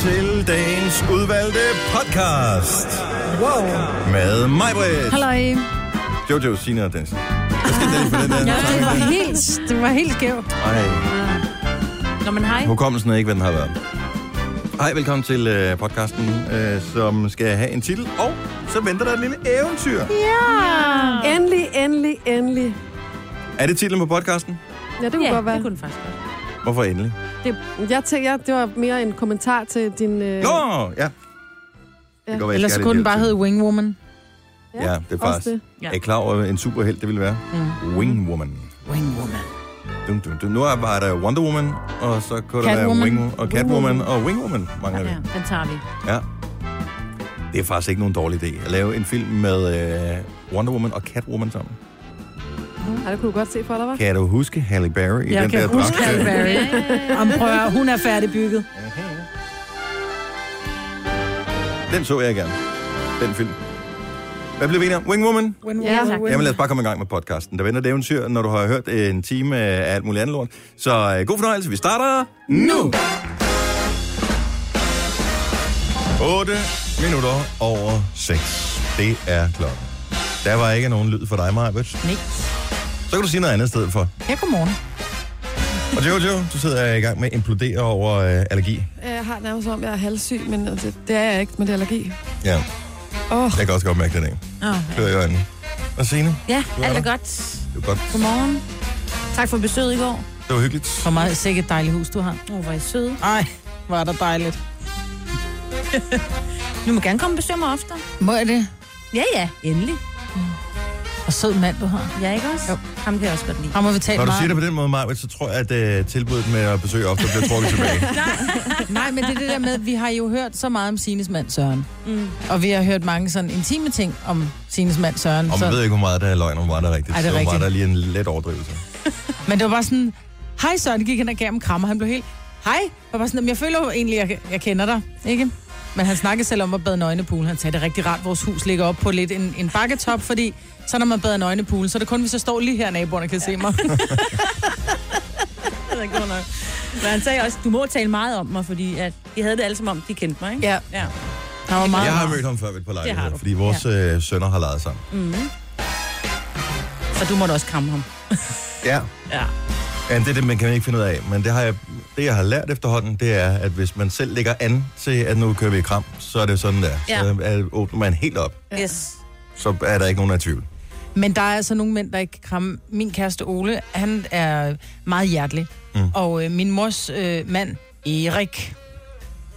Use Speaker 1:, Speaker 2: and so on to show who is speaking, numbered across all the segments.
Speaker 1: til dagens udvalgte podcast. Wow. Med mig, Britt.
Speaker 2: Halløj.
Speaker 1: Jojo, Sina og Dennis. Hvad skal den for den der?
Speaker 2: Ja, det var helt, det var helt skævt.
Speaker 1: Ej,
Speaker 2: Nå, men hej.
Speaker 1: hukommelsen er ikke, hvad den har været. Hej, velkommen til øh, podcasten, øh, som skal have en titel. Og så venter der et lille eventyr.
Speaker 3: Endelig, endelig, endelig.
Speaker 1: Er det titlen på podcasten?
Speaker 3: Ja, det kunne
Speaker 2: Ja,
Speaker 3: godt være.
Speaker 2: det kunne den faktisk godt.
Speaker 1: Hvorfor endelig?
Speaker 3: Jeg tænkte, ja, det var mere en kommentar til din... Øh...
Speaker 1: Nå, ja.
Speaker 3: Ja.
Speaker 1: Det går,
Speaker 4: Ellers så kunne den bare hedde Wing Woman.
Speaker 1: Ja, det er
Speaker 3: også
Speaker 1: faktisk-
Speaker 4: Ja.
Speaker 1: Er I klar over, hvad en superhelt det ville være? Mm. Wing Woman.
Speaker 4: Wing Woman.
Speaker 1: Dum, dum, dum. Nu var der Wonder Woman, og så kunne der være
Speaker 4: Catwoman.
Speaker 1: Wing og Catwoman og Wing Woman, mangler vi.
Speaker 2: Ja, den tager vi.
Speaker 1: Ja. Det er faktisk ikke nogen dårlig idé at lave en film med øh, Wonder Woman og Catwoman sammen.
Speaker 3: Mm. Ja, det kunne du godt se for dig, var.
Speaker 1: Kan du huske Halle Berry i
Speaker 4: Jeg
Speaker 1: den
Speaker 4: kan
Speaker 1: der
Speaker 4: huske
Speaker 1: dragt?
Speaker 4: Halle Berry. Om prøver, hun er færdigbygget.
Speaker 1: Den så jeg gerne, den film. Hvad blev vi enige om? Wing Woman?
Speaker 4: Wing
Speaker 3: Ja.
Speaker 4: Woman.
Speaker 1: Jamen lad os bare komme i gang med podcasten. Der venter et eventyr, når du har hørt øh, en time af alt muligt andet lort. Så øh, god fornøjelse. Vi starter nu! 8 minutter over 6. Det er klokken. Der var ikke nogen lyd for dig, Marbet.
Speaker 4: Nej.
Speaker 1: Så kan du sige noget andet i stedet for.
Speaker 4: Ja, godmorgen.
Speaker 1: Og Jojo, du sidder i gang med at implodere over øh, allergi.
Speaker 3: Jeg har nærmest om, jeg er halvsyg, men altså, det er jeg ikke med det allergi.
Speaker 1: Ja,
Speaker 3: Åh, oh,
Speaker 1: jeg kan også godt mærke det af.
Speaker 4: Oh.
Speaker 1: Klør i øjnene. Og Signe,
Speaker 2: Ja,
Speaker 1: er
Speaker 2: alt
Speaker 1: der.
Speaker 2: er godt.
Speaker 1: det var godt.
Speaker 2: Godmorgen. Tak for besøget i går.
Speaker 1: Det var hyggeligt.
Speaker 4: Hvor meget sikkert et dejligt hus, du har.
Speaker 2: Åh, oh, hvor er I søde.
Speaker 4: Ej, hvor er der dejligt.
Speaker 2: Du må gerne komme og besøge mig oftere.
Speaker 4: Må jeg det?
Speaker 2: Ja, ja, endelig.
Speaker 4: Og sød mand, du har.
Speaker 2: Ja, ikke også?
Speaker 4: Jo.
Speaker 2: Jo. Ham kan jeg også godt lide.
Speaker 4: Ham har vi talt
Speaker 1: Når du
Speaker 4: meget.
Speaker 1: siger det på den måde, Marvitt, så tror jeg, at øh, tilbuddet med at besøge ofte bliver trukket tilbage.
Speaker 4: Nej, men det er det der med, vi har jo hørt så meget om Sines mand Søren. Mm. Og vi har hørt mange sådan intime ting om Sines mand Søren.
Speaker 1: Og man
Speaker 4: så,
Speaker 1: ved ikke, hvor meget der er løgn, og hvor meget der er rigtigt.
Speaker 4: Ej, det er
Speaker 1: Så var
Speaker 4: rigtigt.
Speaker 1: der lige en let overdrivelse.
Speaker 4: men det var bare sådan, hej Søren, gik han og gav ham en krammer. Han blev helt, hej. Jeg var bare sådan, "Jamen, jeg føler jo egentlig, jeg, jeg kender dig, ikke? Men han snakkede selv om at bade nøgnepool. Han sagde, det er rigtig rart, vores hus ligger op på lidt en, en bakketop, fordi så når man bader nøgnepool, så er det kun, hvis jeg står lige her, naboerne kan se mig.
Speaker 2: Det er ikke noget. Men han sagde også, du må tale meget om mig, fordi at de havde det alle som om, de kendte mig, ikke?
Speaker 4: ja,
Speaker 2: Ja.
Speaker 4: der var meget.
Speaker 1: Jeg har mødt ham før ved et par
Speaker 2: har
Speaker 1: lejligheder,
Speaker 2: du.
Speaker 1: fordi vores øh, sønner har leget sammen.
Speaker 2: Og du måtte også kramme ham.
Speaker 1: Ja.
Speaker 2: Ja.
Speaker 1: ja. det er det, man kan ikke finde ud af. Men det, har jeg, det, jeg har lært efterhånden, det er, at hvis man selv lægger an til, at nu kører vi i kram, så er det sådan der.
Speaker 2: Ja.
Speaker 1: Så øh, åbner man helt op,
Speaker 2: Yes.
Speaker 1: så er der ikke nogen af tvivl.
Speaker 4: Men der er altså nogle mænd, der ikke kan kramme. Min kæreste Ole, han er meget hjertelig. Mm. Og øh, min mors øh, mand, Erik,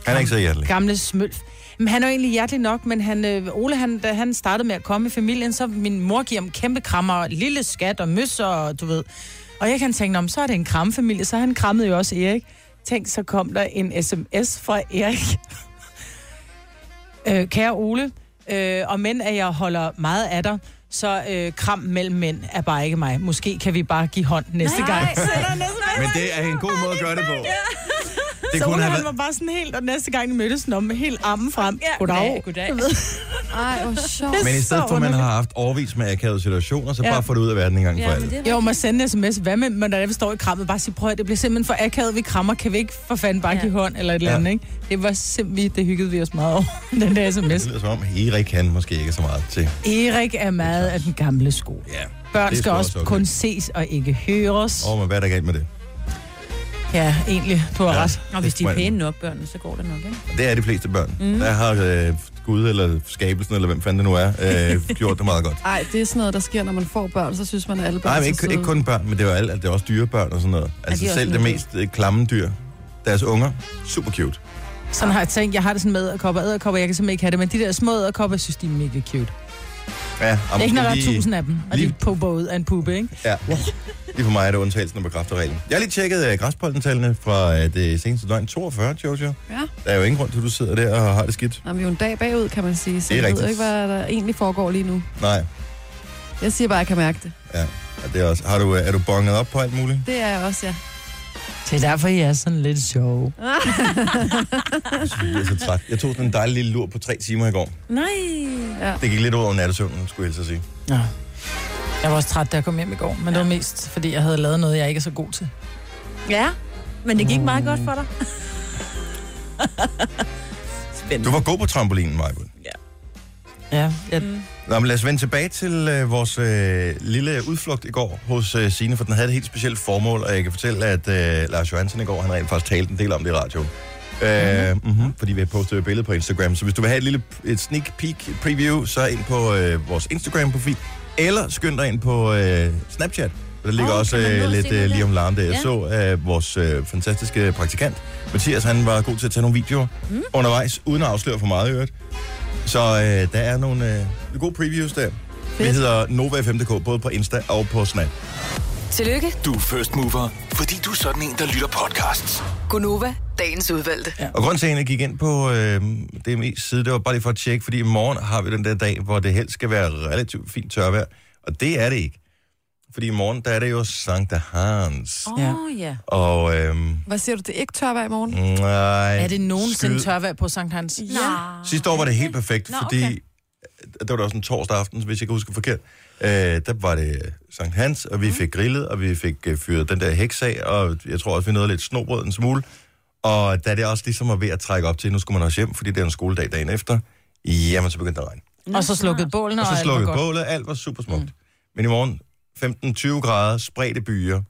Speaker 1: Han er ikke så hjertelig.
Speaker 4: gamle smølf, men han er jo egentlig hjertelig nok, men han, øh, Ole, han, da han startede med at komme i familien, så min mor giver ham kæmpe krammer, og lille skat og møsser, og du ved. Og jeg kan tænke, "Nå, men så er det en kramfamilie, så han krammede jo også Erik. Tænk, så kom der en sms fra Erik. øh, kære Ole, øh, og men at jeg holder meget af dig, så øh, kram mellem mænd er bare ikke mig. Måske kan vi bare give hånd næste Nej. gang.
Speaker 1: Men det er en god måde at gøre det på. Det
Speaker 4: Så
Speaker 1: kunne
Speaker 4: Ole,
Speaker 1: have
Speaker 4: han var
Speaker 1: været...
Speaker 4: bare sådan helt, og næste gang de mødtes, nå, med helt armen frem. Ja, Goddag.
Speaker 2: Goddag.
Speaker 3: ej, hvor sjovt.
Speaker 1: Men i stedet
Speaker 4: så
Speaker 1: for, at man
Speaker 4: underligt.
Speaker 1: har haft overvis med akavede situationer, så
Speaker 4: Ja.
Speaker 1: bare få det ud af verden en gang for
Speaker 2: Ja, men
Speaker 1: alle.
Speaker 2: det
Speaker 4: Jo, man sender en sms. Hvad med, men da vi står i krammet, bare sige, prøv at det bliver simpelthen for akavet, vi krammer, kan vi ikke for fanden bare
Speaker 2: Ja.
Speaker 4: ja. give hånd eller et
Speaker 1: Ja.
Speaker 4: eller andet, ikke? Det var simpelthen, det hyggede vi os meget over, den der
Speaker 1: Det
Speaker 4: sms.
Speaker 1: lyder som om, Erik han måske ikke er så meget til.
Speaker 4: Erik er meget af den gamle skole.
Speaker 1: Ja.
Speaker 4: Børn
Speaker 1: Det er
Speaker 4: skal
Speaker 1: sgu
Speaker 4: også
Speaker 1: okay.
Speaker 4: kun ses og ikke høres.
Speaker 1: Åh, men hvad er der galt med det?
Speaker 4: Ja, egentlig, du har
Speaker 1: Ja.
Speaker 4: ret.
Speaker 2: Og hvis de
Speaker 1: Må
Speaker 2: er
Speaker 1: jeg-
Speaker 2: pæne nok, børnene, så går det nok, ikke?
Speaker 1: Det er de fleste børn.
Speaker 4: Mhm.
Speaker 1: Mm. Der har øh, Gud eller skabelsen, eller hvem fanden det nu er, øh, gjort det meget godt.
Speaker 3: Ej, det er sådan noget, der sker, når man får børn, så synes man, at alle børn
Speaker 1: Nej,
Speaker 4: altså
Speaker 1: men
Speaker 3: er
Speaker 1: ikke,
Speaker 3: søde.
Speaker 1: ikke kun børn, men det er, jo alle, det er også dyrebørn og sådan noget. Altså
Speaker 2: de er også
Speaker 1: selv det
Speaker 2: nogle
Speaker 1: mest øh, klamme dyr. Deres unger, super cute.
Speaker 4: Sådan har jeg tænkt, jeg har det sådan med æderkopper, æderkopper, jeg kan simpelthen ikke have det, men de der små æderkopper, jeg synes, de er mega cute.
Speaker 1: Ja, og
Speaker 4: Ikke når der
Speaker 1: måske
Speaker 4: er
Speaker 1: lige-
Speaker 4: tusind af dem, og
Speaker 1: lige-
Speaker 4: de pupper ud af en puppe, ikke?
Speaker 1: Ja, lige for mig er det undtagelsen, der bekræfter reglen. Jeg har lige tjekket øh, græspoldentallene fra øh, det seneste døgn. 42, Jojo.
Speaker 3: Ja.
Speaker 1: Der er jo ingen grund til, at du sidder der og har det skidt.
Speaker 3: Nå, men vi er jo en dag bagud, kan man sige, så
Speaker 1: Det er
Speaker 3: jeg ved
Speaker 1: rigtigt.
Speaker 3: ikke, hvad der egentlig foregår lige nu.
Speaker 1: Nej,
Speaker 3: Jeg siger bare, at jeg kan mærke det.
Speaker 1: og det er, også, har du, øh, er du bonget op på alt muligt?
Speaker 3: Det er jeg også, ja.
Speaker 4: Det er derfor, jeg er sådan lidt sjov.
Speaker 1: Jeg bliver så træt. Jeg tog sådan en dejlig lille lur på tre timer i går.
Speaker 2: Nej.
Speaker 1: Det gik lidt ud over nattesøvnen, skulle jeg helst sige.
Speaker 4: Ja. Jeg var også træt, da jeg kom hjem i går, men ja. det var mest, fordi jeg havde lavet noget, jeg ikke er så god til. Mm.
Speaker 2: Ja, men det gik meget godt for dig.
Speaker 1: Du
Speaker 2: spændende.
Speaker 1: var god på trampolinen, Majbud.
Speaker 4: Ja, jeg,
Speaker 2: Mm.
Speaker 1: Nå, men lad os vende tilbage til øh, vores øh, lille udflugt i går hos øh, Sine, for den havde et helt specielt formål, og jeg kan fortælle, at øh, Lars Johansen i går, han rent faktisk talte en del om det i radioen. Øh,
Speaker 2: Mhm.
Speaker 1: mm-hmm. Fordi vi har postet et billede på Instagram, så hvis du vil have et lille et sneak peek et preview, så ind på øh, vores Instagram-profil, eller skynd dig ind på øh, Snapchat, for der ligger
Speaker 2: Åh,
Speaker 1: også
Speaker 2: kan man nå
Speaker 1: øh,
Speaker 2: at
Speaker 1: lidt
Speaker 2: se det
Speaker 1: øh, lige
Speaker 2: der?
Speaker 1: om larm der. Jeg
Speaker 2: Ja.
Speaker 1: så øh, vores øh, fantastiske praktikant, Mathias, han var god til at tage nogle videoer
Speaker 2: Mhm.
Speaker 1: mm. undervejs, uden at afsløre for meget i øvrigt. Så øh, der er nogle øh, gode previews der. Vi hedder NovaFM.dk, både på Insta og på Snap.
Speaker 5: Tillykke,
Speaker 6: Du er first mover, fordi du er sådan en, der lytter podcasts.
Speaker 5: Gunova, dagens udvalgte. Ja.
Speaker 1: Og grunden til, at jeg egentlig gik ind på øh, DMI's side, det var bare lige for at tjekke, fordi i morgen har vi den der dag, hvor det helst skal være relativt fint tørvejr, og det er det ikke. Fordi i morgen, der er det jo Sankta Hans.
Speaker 2: Åh, oh, ja.
Speaker 1: Og øh,
Speaker 3: Hvad siger du, det er ikke tørvejr i morgen?
Speaker 1: nej,
Speaker 4: er det nogensinde
Speaker 1: skyd.
Speaker 4: tørvejr på Sankt Hans?
Speaker 3: Ja.
Speaker 1: Sidste år var det helt perfekt, Nå,
Speaker 2: Nå,
Speaker 1: fordi øh,
Speaker 2: okay.
Speaker 1: der var det også en torsdag aften, hvis jeg ikke husker forkert. Øh, der var det øh, Sankt Hans, og vi fik grillet, og vi fik øh, fyret den der heks af, og jeg tror også, vi nåede lidt snobrød en smule. Og da det også ligesom var ved at trække op til, nu skulle man også hjem, fordi det er en skoledag dagen efter, jamen så begyndte det at regne.
Speaker 4: Og så slukkede bålene,
Speaker 1: Og så
Speaker 4: alt var
Speaker 1: slukkede
Speaker 4: godt.
Speaker 1: bålet, alt var super smukt. Mm. Men i morgen, 15-20 grader, spredte byer.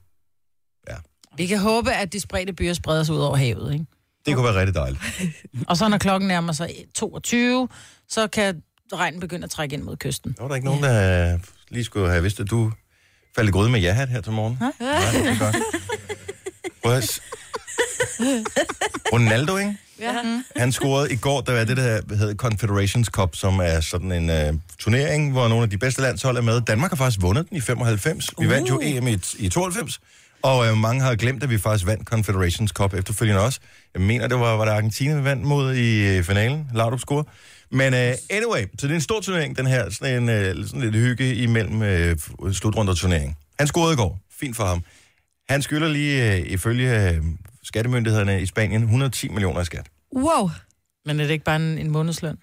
Speaker 4: Vi kan håbe, at de spredte byer spreder sig ud over havet, ikke?
Speaker 1: Det kunne være rigtig dejligt.
Speaker 4: Og så når klokken nærmer sig 22, så kan regnen begynde at trække ind mod kysten.
Speaker 1: Der var der ikke nogen, der øh, lige skulle have vidst, at du faldt i gryde med ja-hat her til morgen. Nej, det er godt. Prøv at s- Ronaldo, ikke?
Speaker 3: Ja.
Speaker 1: Han scorede i går, der var det, der hedder Confederations Cup, som er sådan en øh, turnering, hvor nogle af de bedste landshold er med. Danmark har faktisk vundet den i 95. Vi vandt jo EM i, i 92. Og øh, mange har glemt, at vi faktisk vandt Confederations Cup efterfølgende også. Jeg mener, det var, var det Argentina, vi vandt mod i øh, finalen. Laudrup scorede. Men øh, anyway, så det er en stor turnering, den her. Sådan en øh, sådan lidt hygge imellem øh, slutrunde og turnering. Han scorede i går. Fint for ham. Han skylder lige, øh, ifølge øh, skattemyndighederne i Spanien, 110 millioner i skat.
Speaker 3: Wow.
Speaker 4: Men er det ikke bare en, en månedsløn?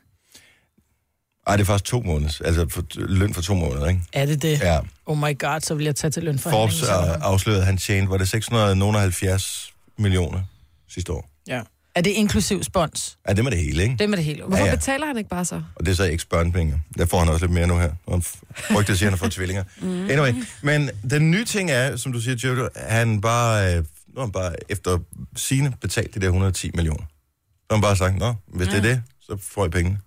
Speaker 1: Ej, det er faktisk to måneder. Altså for, løn for to måneder, ikke?
Speaker 4: Er det det?
Speaker 1: Ja.
Speaker 4: Oh my god, så vil jeg tage til lønforhandling.
Speaker 1: Forbes øh, afslørede, at han tjente, var det 670 millioner sidste år.
Speaker 4: ja. Er det inklusiv spons?
Speaker 1: Ja, det med det hele, ikke?
Speaker 4: Det er med det hele.
Speaker 3: Hvorfor
Speaker 1: Ja,
Speaker 3: ja,
Speaker 1: ja.
Speaker 3: ja. betaler han ikke bare så?
Speaker 1: Og det er så ikke børnepenge. Der får han også lidt mere nu her. Og han frygter, siger, at han får tvillinger. Mm. Anyway, men den nye ting er, som du siger, Jojo, han bare, øh, nu har han bare efter sine betalt de der 110 millioner. Så har han bare sagt, nå, hvis det er det, så får jeg pengene.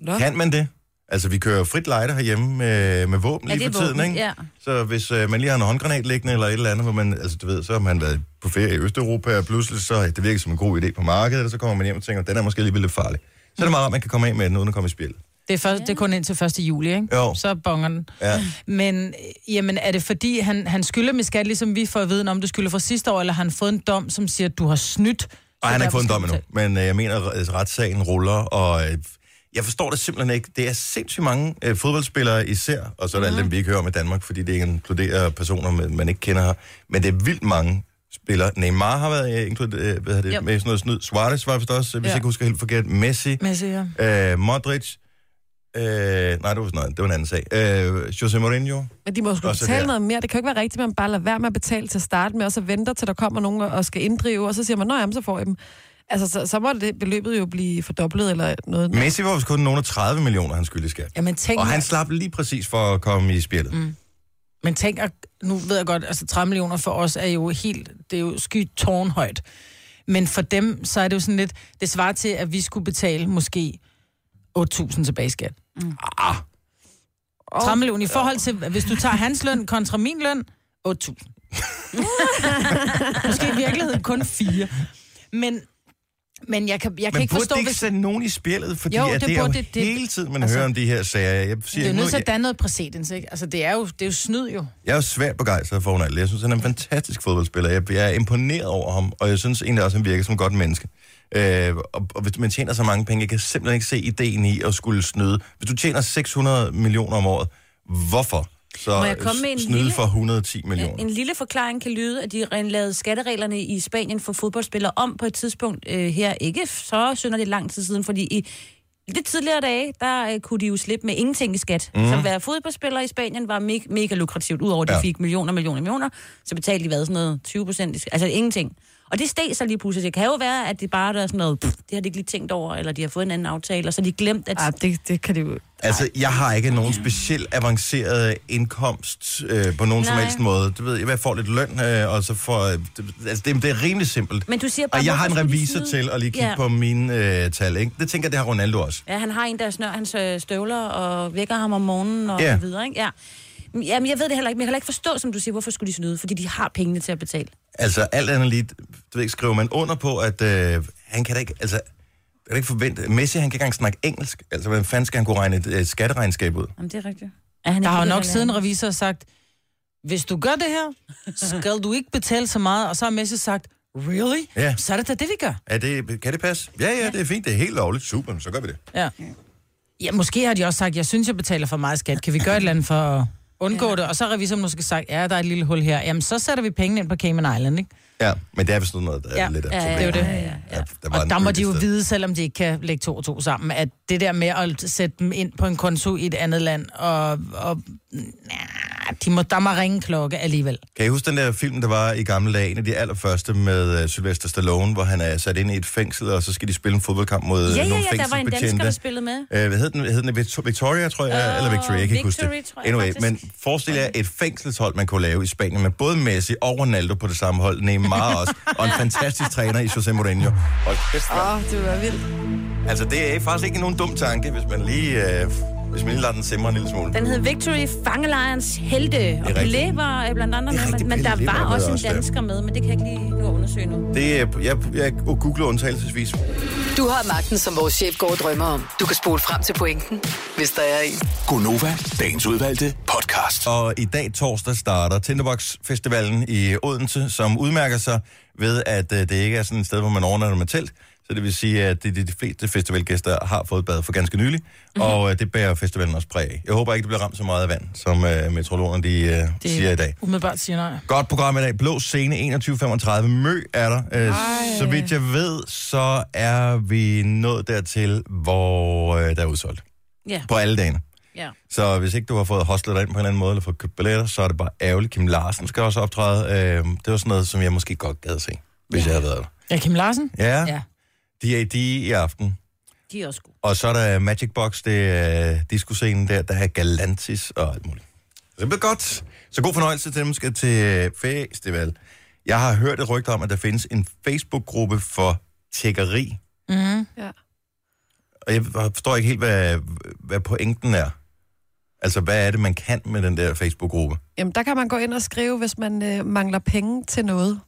Speaker 3: Nå.
Speaker 1: Kan man det? Altså, vi kører frit lejder herhjemme med, med våben
Speaker 2: Ja,
Speaker 1: lige
Speaker 2: det
Speaker 1: for
Speaker 2: er
Speaker 1: tiden,
Speaker 2: våben,
Speaker 1: ikke?
Speaker 2: ja.
Speaker 1: Så hvis øh, man lige har en håndgranat liggende eller et eller andet, hvor man, altså du ved, så har man været på ferie i Østeuropa, og pludselig så øh, det virker som en god idé på markedet, og så kommer man hjem og tænker, den er måske alligevel lidt farlig. Så er det meget rart, at man kan komme af med den, uden at komme i spil.
Speaker 4: Det er, først, det er kun indtil 1. juli, ikke?
Speaker 1: Jo.
Speaker 4: Så bonger den.
Speaker 1: Ja.
Speaker 4: Men øh, jamen, er det fordi, han, han skylder med skat, ligesom vi får at vide, om du skylder fra sidste år, eller har han fået en dom, som siger, at du har snydt?
Speaker 1: Og han har
Speaker 4: Så
Speaker 1: ikke fået en
Speaker 4: derfor
Speaker 1: dom endnu,
Speaker 4: skal du
Speaker 1: men øh, jeg mener, at retssagen ruller, og øh, jeg forstår det simpelthen ikke. Det er sindssygt mange øh, fodboldspillere især, og så er der alle
Speaker 4: Mhm.
Speaker 1: dem, vi ikke hører om i Danmark, fordi det ikke inkluderer personer, man, man ikke kender her. Men det er vildt mange spillere. Neymar har været øh, inkluderet øh, hvad hedder
Speaker 4: Jo.
Speaker 1: det, med sådan noget snyd. Suarez var vist også, hvis
Speaker 4: Ja.
Speaker 1: jeg ikke husker helt forkert. Messi,
Speaker 4: betale. Men jeg siger,
Speaker 1: øh, Modric, øh, nej, det var, sådan noget, det var en anden sag. Øh, Jose Mourinho,
Speaker 3: Men de må jo skulle
Speaker 1: Og så der.
Speaker 3: betale noget mere. Det kan jo ikke være rigtigt, at man bare lader være med at betale til at starte med, og så venter til, der kommer nogen og- og skal inddrive, og så siger man, nå jamen, så får jeg dem. Altså, så, så må det beløbet jo blive fordoblet eller noget.
Speaker 1: Messi var vist kun nogen af 30 millioner, han skyldte i skat.
Speaker 4: jamen, tænk,
Speaker 1: Og han slap lige præcis for at komme i spillet. Mm.
Speaker 4: Men tænk, at, nu ved jeg godt, altså 30 millioner for os er jo helt, det er jo sky tårnhøjt. Men for dem, så er det jo sådan lidt, det svarer til, at vi skulle betale måske 8.000 tilbage i skat. Mm. Ah. 30 millioner i forhold til, hvis du tager hans løn kontra min løn, 8.000. måske i virkeligheden kun 4. Men, men jeg kan, jeg kan
Speaker 1: Men
Speaker 4: ikke
Speaker 1: burde
Speaker 4: forstå,
Speaker 1: det ikke
Speaker 4: hvis...
Speaker 1: sende nogen i spillet? Fordi
Speaker 4: Jo,
Speaker 1: jo, det, at
Speaker 4: det
Speaker 1: det er jo
Speaker 4: burde det- det-
Speaker 1: hele tiden, man altså,
Speaker 4: altså,
Speaker 1: hører om de her sager. Jeg, siger,
Speaker 4: Det er jo
Speaker 1: nu,
Speaker 4: nødt til
Speaker 1: jeg,
Speaker 4: at danne noget præcedens, ikke? Altså, det er jo, det er jo snyd jo.
Speaker 1: jeg er jo svært begejstret for Ronaldo. Jeg synes, han er en fantastisk fodboldspiller. Jeg, jeg er imponeret over ham, og jeg synes egentlig også, han virker som et godt menneske. Øh, og, og hvis man tjener så mange penge, jeg kan simpelthen ikke se ideen i at skulle snyde. Hvis du tjener 600 millioner om året, hvorfor så
Speaker 2: Må jeg komme med en
Speaker 1: snyde
Speaker 2: lille-
Speaker 1: for 110 millioner?
Speaker 2: En lille forklaring kan lyde, at de ren- lavede skattereglerne i Spanien for fodboldspillere om på et tidspunkt øh, her. Ikke så synder det lang tid siden, fordi i lidt tidligere dage, der øh, kunne de jo slippe med ingenting i skat. Mm. Så at være fodboldspiller i Spanien var me- mega lukrativt. Udover at de
Speaker 1: Mhm. Ja.
Speaker 2: ja. fik millioner, millioner, millioner, så betalte de hvad, sådan noget 20 procent. Altså ingenting. Og Og det steg så lige pludselig. Det kan jo være, at det bare er sådan noget, pff, det har de ikke lige tænkt over, eller de har fået en anden aftale, og så har de glemt, at...
Speaker 3: Ah, det, det kan det jo...
Speaker 1: Altså, jeg har ikke nogen speciel avanceret indkomst øh, på nogen Nej. som
Speaker 2: Nej.
Speaker 1: helst måde. Du ved, jeg får lidt løn, øh, og så får... Øh, det, altså, det, det er rimelig simpelt.
Speaker 2: Men du siger bare,
Speaker 1: og jeg har en
Speaker 2: hvorfor skulle de
Speaker 1: revisor
Speaker 2: snyde?
Speaker 1: til at lige kigge
Speaker 2: Ja.
Speaker 1: på mine øh, tal, ikke? Det tænker jeg, det har Ronaldo også.
Speaker 2: Ja, han har en, der snør hans øh, støvler og vækker ham om morgenen og
Speaker 1: Ja.
Speaker 2: så videre, ikke? Ja. Jamen, jeg ved det heller ikke, men jeg kan heller ikke forstå, som du siger, hvorfor skulle de snyde? Fordi de har pengene til at betale.
Speaker 1: Altså, alt andet lige, du ved ikke, skriver man under på, at øh, han kan da ikke, altså, jeg kan ikke forvente, Messi, han kan ikke engang snakke engelsk. Altså, hvordan fanden skal han kunne regne et øh, skatteregnskab ud?
Speaker 2: Jamen, det er rigtigt. Er han
Speaker 4: Der
Speaker 2: ikke
Speaker 4: har jo
Speaker 2: begyndt
Speaker 4: nok
Speaker 2: at lære
Speaker 4: siden
Speaker 2: ham?
Speaker 4: revisor sagt, hvis du gør det her, skal du ikke betale så meget. Og så har Messi sagt, really?
Speaker 1: Ja.
Speaker 4: Så er det da det, vi gør.
Speaker 1: Er det, kan det passe? Ja, ja, det er fint, det er helt lovligt. Super, så gør vi det.
Speaker 4: Ja. ja, måske har de også sagt, jeg synes, jeg betaler for meget skat. Kan vi gøre et eller andet for at undgå ja. det? Og så har revisoren måske sagt, ja, der er et lille hul her. Jamen, så sætter vi pengene ind på Cayman Island, ikke?
Speaker 1: Ja, men det er vist sådan noget, der er
Speaker 4: Ja,
Speaker 1: lidt af
Speaker 2: ja, ja,
Speaker 1: problemet.
Speaker 4: det er jo det.
Speaker 1: Ja, ja, Der var
Speaker 4: Og
Speaker 1: en
Speaker 4: der må
Speaker 1: øl
Speaker 4: de
Speaker 1: i
Speaker 4: jo
Speaker 1: stedet.
Speaker 4: vide, selvom de ikke kan lægge to og to sammen, at det der med at sætte dem ind på en konto i et andet land, og, og nah, de må, der må ringe en klokke alligevel.
Speaker 1: Kan I huske den der film, der var i gamle dage, en af de allerførste med uh, Sylvester Stallone, hvor han er sat ind i et fængsel, og så skal de spille en fodboldkamp mod øh,
Speaker 2: Ja, ja,
Speaker 1: nogle
Speaker 2: ja, der var en dansker, der
Speaker 1: fængselsbetjente.
Speaker 2: spillede med.
Speaker 1: Øh, hvad hed den? Hed den Victor- Victoria, tror jeg?
Speaker 2: Åh,
Speaker 1: eller Victoria, jeg kan ikke huske
Speaker 2: Victory,
Speaker 1: det.
Speaker 2: tror jeg
Speaker 1: Anyway,
Speaker 2: faktisk.
Speaker 1: men forestil jer et fængselshold, man kunne lave i Spanien, med både Messi og Ronaldo på det samme hold, Neymar også, og en fantastisk træner i José Mourinho. Og kæft, mand.
Speaker 3: Åh, oh, det var vildt.
Speaker 2: Ah.
Speaker 1: altså, det er faktisk ikke nogen dum tanke, hvis man lige, øh, hvis man lige lader den simre en lille smule.
Speaker 2: Den hed Victory, Fangelejrens Helte. Og
Speaker 1: rigtigt.
Speaker 2: Pelé var øh, blandt andet
Speaker 1: Det er
Speaker 2: med,
Speaker 1: rigtigt,
Speaker 2: men, men der
Speaker 1: Pelé var
Speaker 2: var
Speaker 1: med
Speaker 2: også en
Speaker 1: også, ja.
Speaker 2: dansker med, men det kan jeg ikke lige nu undersøge nu.
Speaker 1: Det er, jeg, jeg googler undtagelsesvis.
Speaker 5: Du har magten, som vores chef går og drømmer om. Du kan spole frem til pointen, hvis der er en.
Speaker 6: Gonova, dagens udvalgte podcast.
Speaker 1: Og i dag torsdag starter Tinderbox Festivalen i Odense, som udmærker sig ved, at øh, det ikke er sådan et sted, hvor man overnatter med telt. Så det vil sige, at det er de fleste festivalgæster har fået bad for ganske nylig, mm-hmm. og øh, det bærer festivalen også præg af. Jeg håber ikke, det bliver ramt så meget af vand, som øh, metrologerne de, øh, det... siger i dag.
Speaker 4: Umiddelbart siger nej.
Speaker 1: Godt program i dag. Blå scene 21.35. Mø er der. Øh, så vidt jeg ved, så er vi nået dertil, hvor øh, der er udsolgt.
Speaker 2: Ja.
Speaker 1: På alle dagene.
Speaker 2: Ja.
Speaker 1: Så hvis ikke du har fået hostlet dig ind på en eller anden måde, eller fået købt billetter, så er det bare ærgerligt. Kim Larsen skal også optræde. Øh, det var sådan noget, som jeg måske godt gad at se, hvis ja. jeg havde været der.
Speaker 4: Ja, Kim Larsen?
Speaker 1: Ja. ja.
Speaker 4: Ja.
Speaker 1: D.A.D. i aften.
Speaker 2: De er også gode.
Speaker 1: Og så er der Magic Box, det er øh, discoscenen der, der er Galantis og alt muligt. Så det bliver godt. Så god fornøjelse til dem, skal til øh, festival. Jeg har hørt et rygte om, at der findes en Facebook-gruppe for tækkeri.
Speaker 4: Mm-hmm.
Speaker 3: Ja.
Speaker 1: Og jeg forstår ikke helt, hvad, hvad pointen er. Altså, hvad er det, man kan med den der Facebook-gruppe?
Speaker 3: Jamen, der kan man gå ind og skrive, hvis man øh, mangler penge til noget.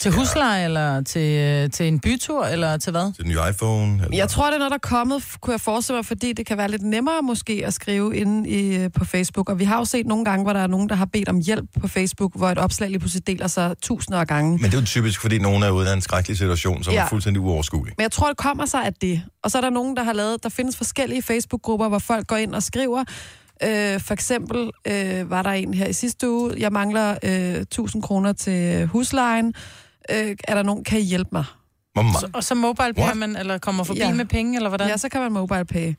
Speaker 4: Til husleje, eller til, øh, til en bytur, eller til hvad?
Speaker 1: Til den nye iPhone? Eller?
Speaker 3: Jeg tror, det er noget, der er kommet, f- kunne jeg forestille mig, fordi det kan være lidt nemmere måske at skrive inde i, øh, på Facebook. Og vi har jo set nogle gange, hvor der er nogen, der har bedt om hjælp på Facebook, hvor et opslag lige pludselig deler sig tusinder af gange.
Speaker 1: Men det er jo typisk, fordi nogen er ude af en skrækkelig situation, som ja.
Speaker 3: Ja.
Speaker 1: er fuldstændig uoverskuelig.
Speaker 3: Men jeg tror, det kommer sig af det. Og så er der nogen, der har lavet, der findes forskellige Facebook-grupper, hvor folk går ind og skriver. Øh, for eksempel øh, var der en her i sidste uge, jeg mangler øh, 1000 kroner til huslejen. Øh, er der nogen, kan I hjælpe mig?
Speaker 1: Hvor meget?
Speaker 4: Og så mobile
Speaker 1: What?
Speaker 4: bliver man, eller kommer forbi
Speaker 3: Ja.
Speaker 4: med penge, eller hvordan?
Speaker 3: Ja, så kan man mobile pay.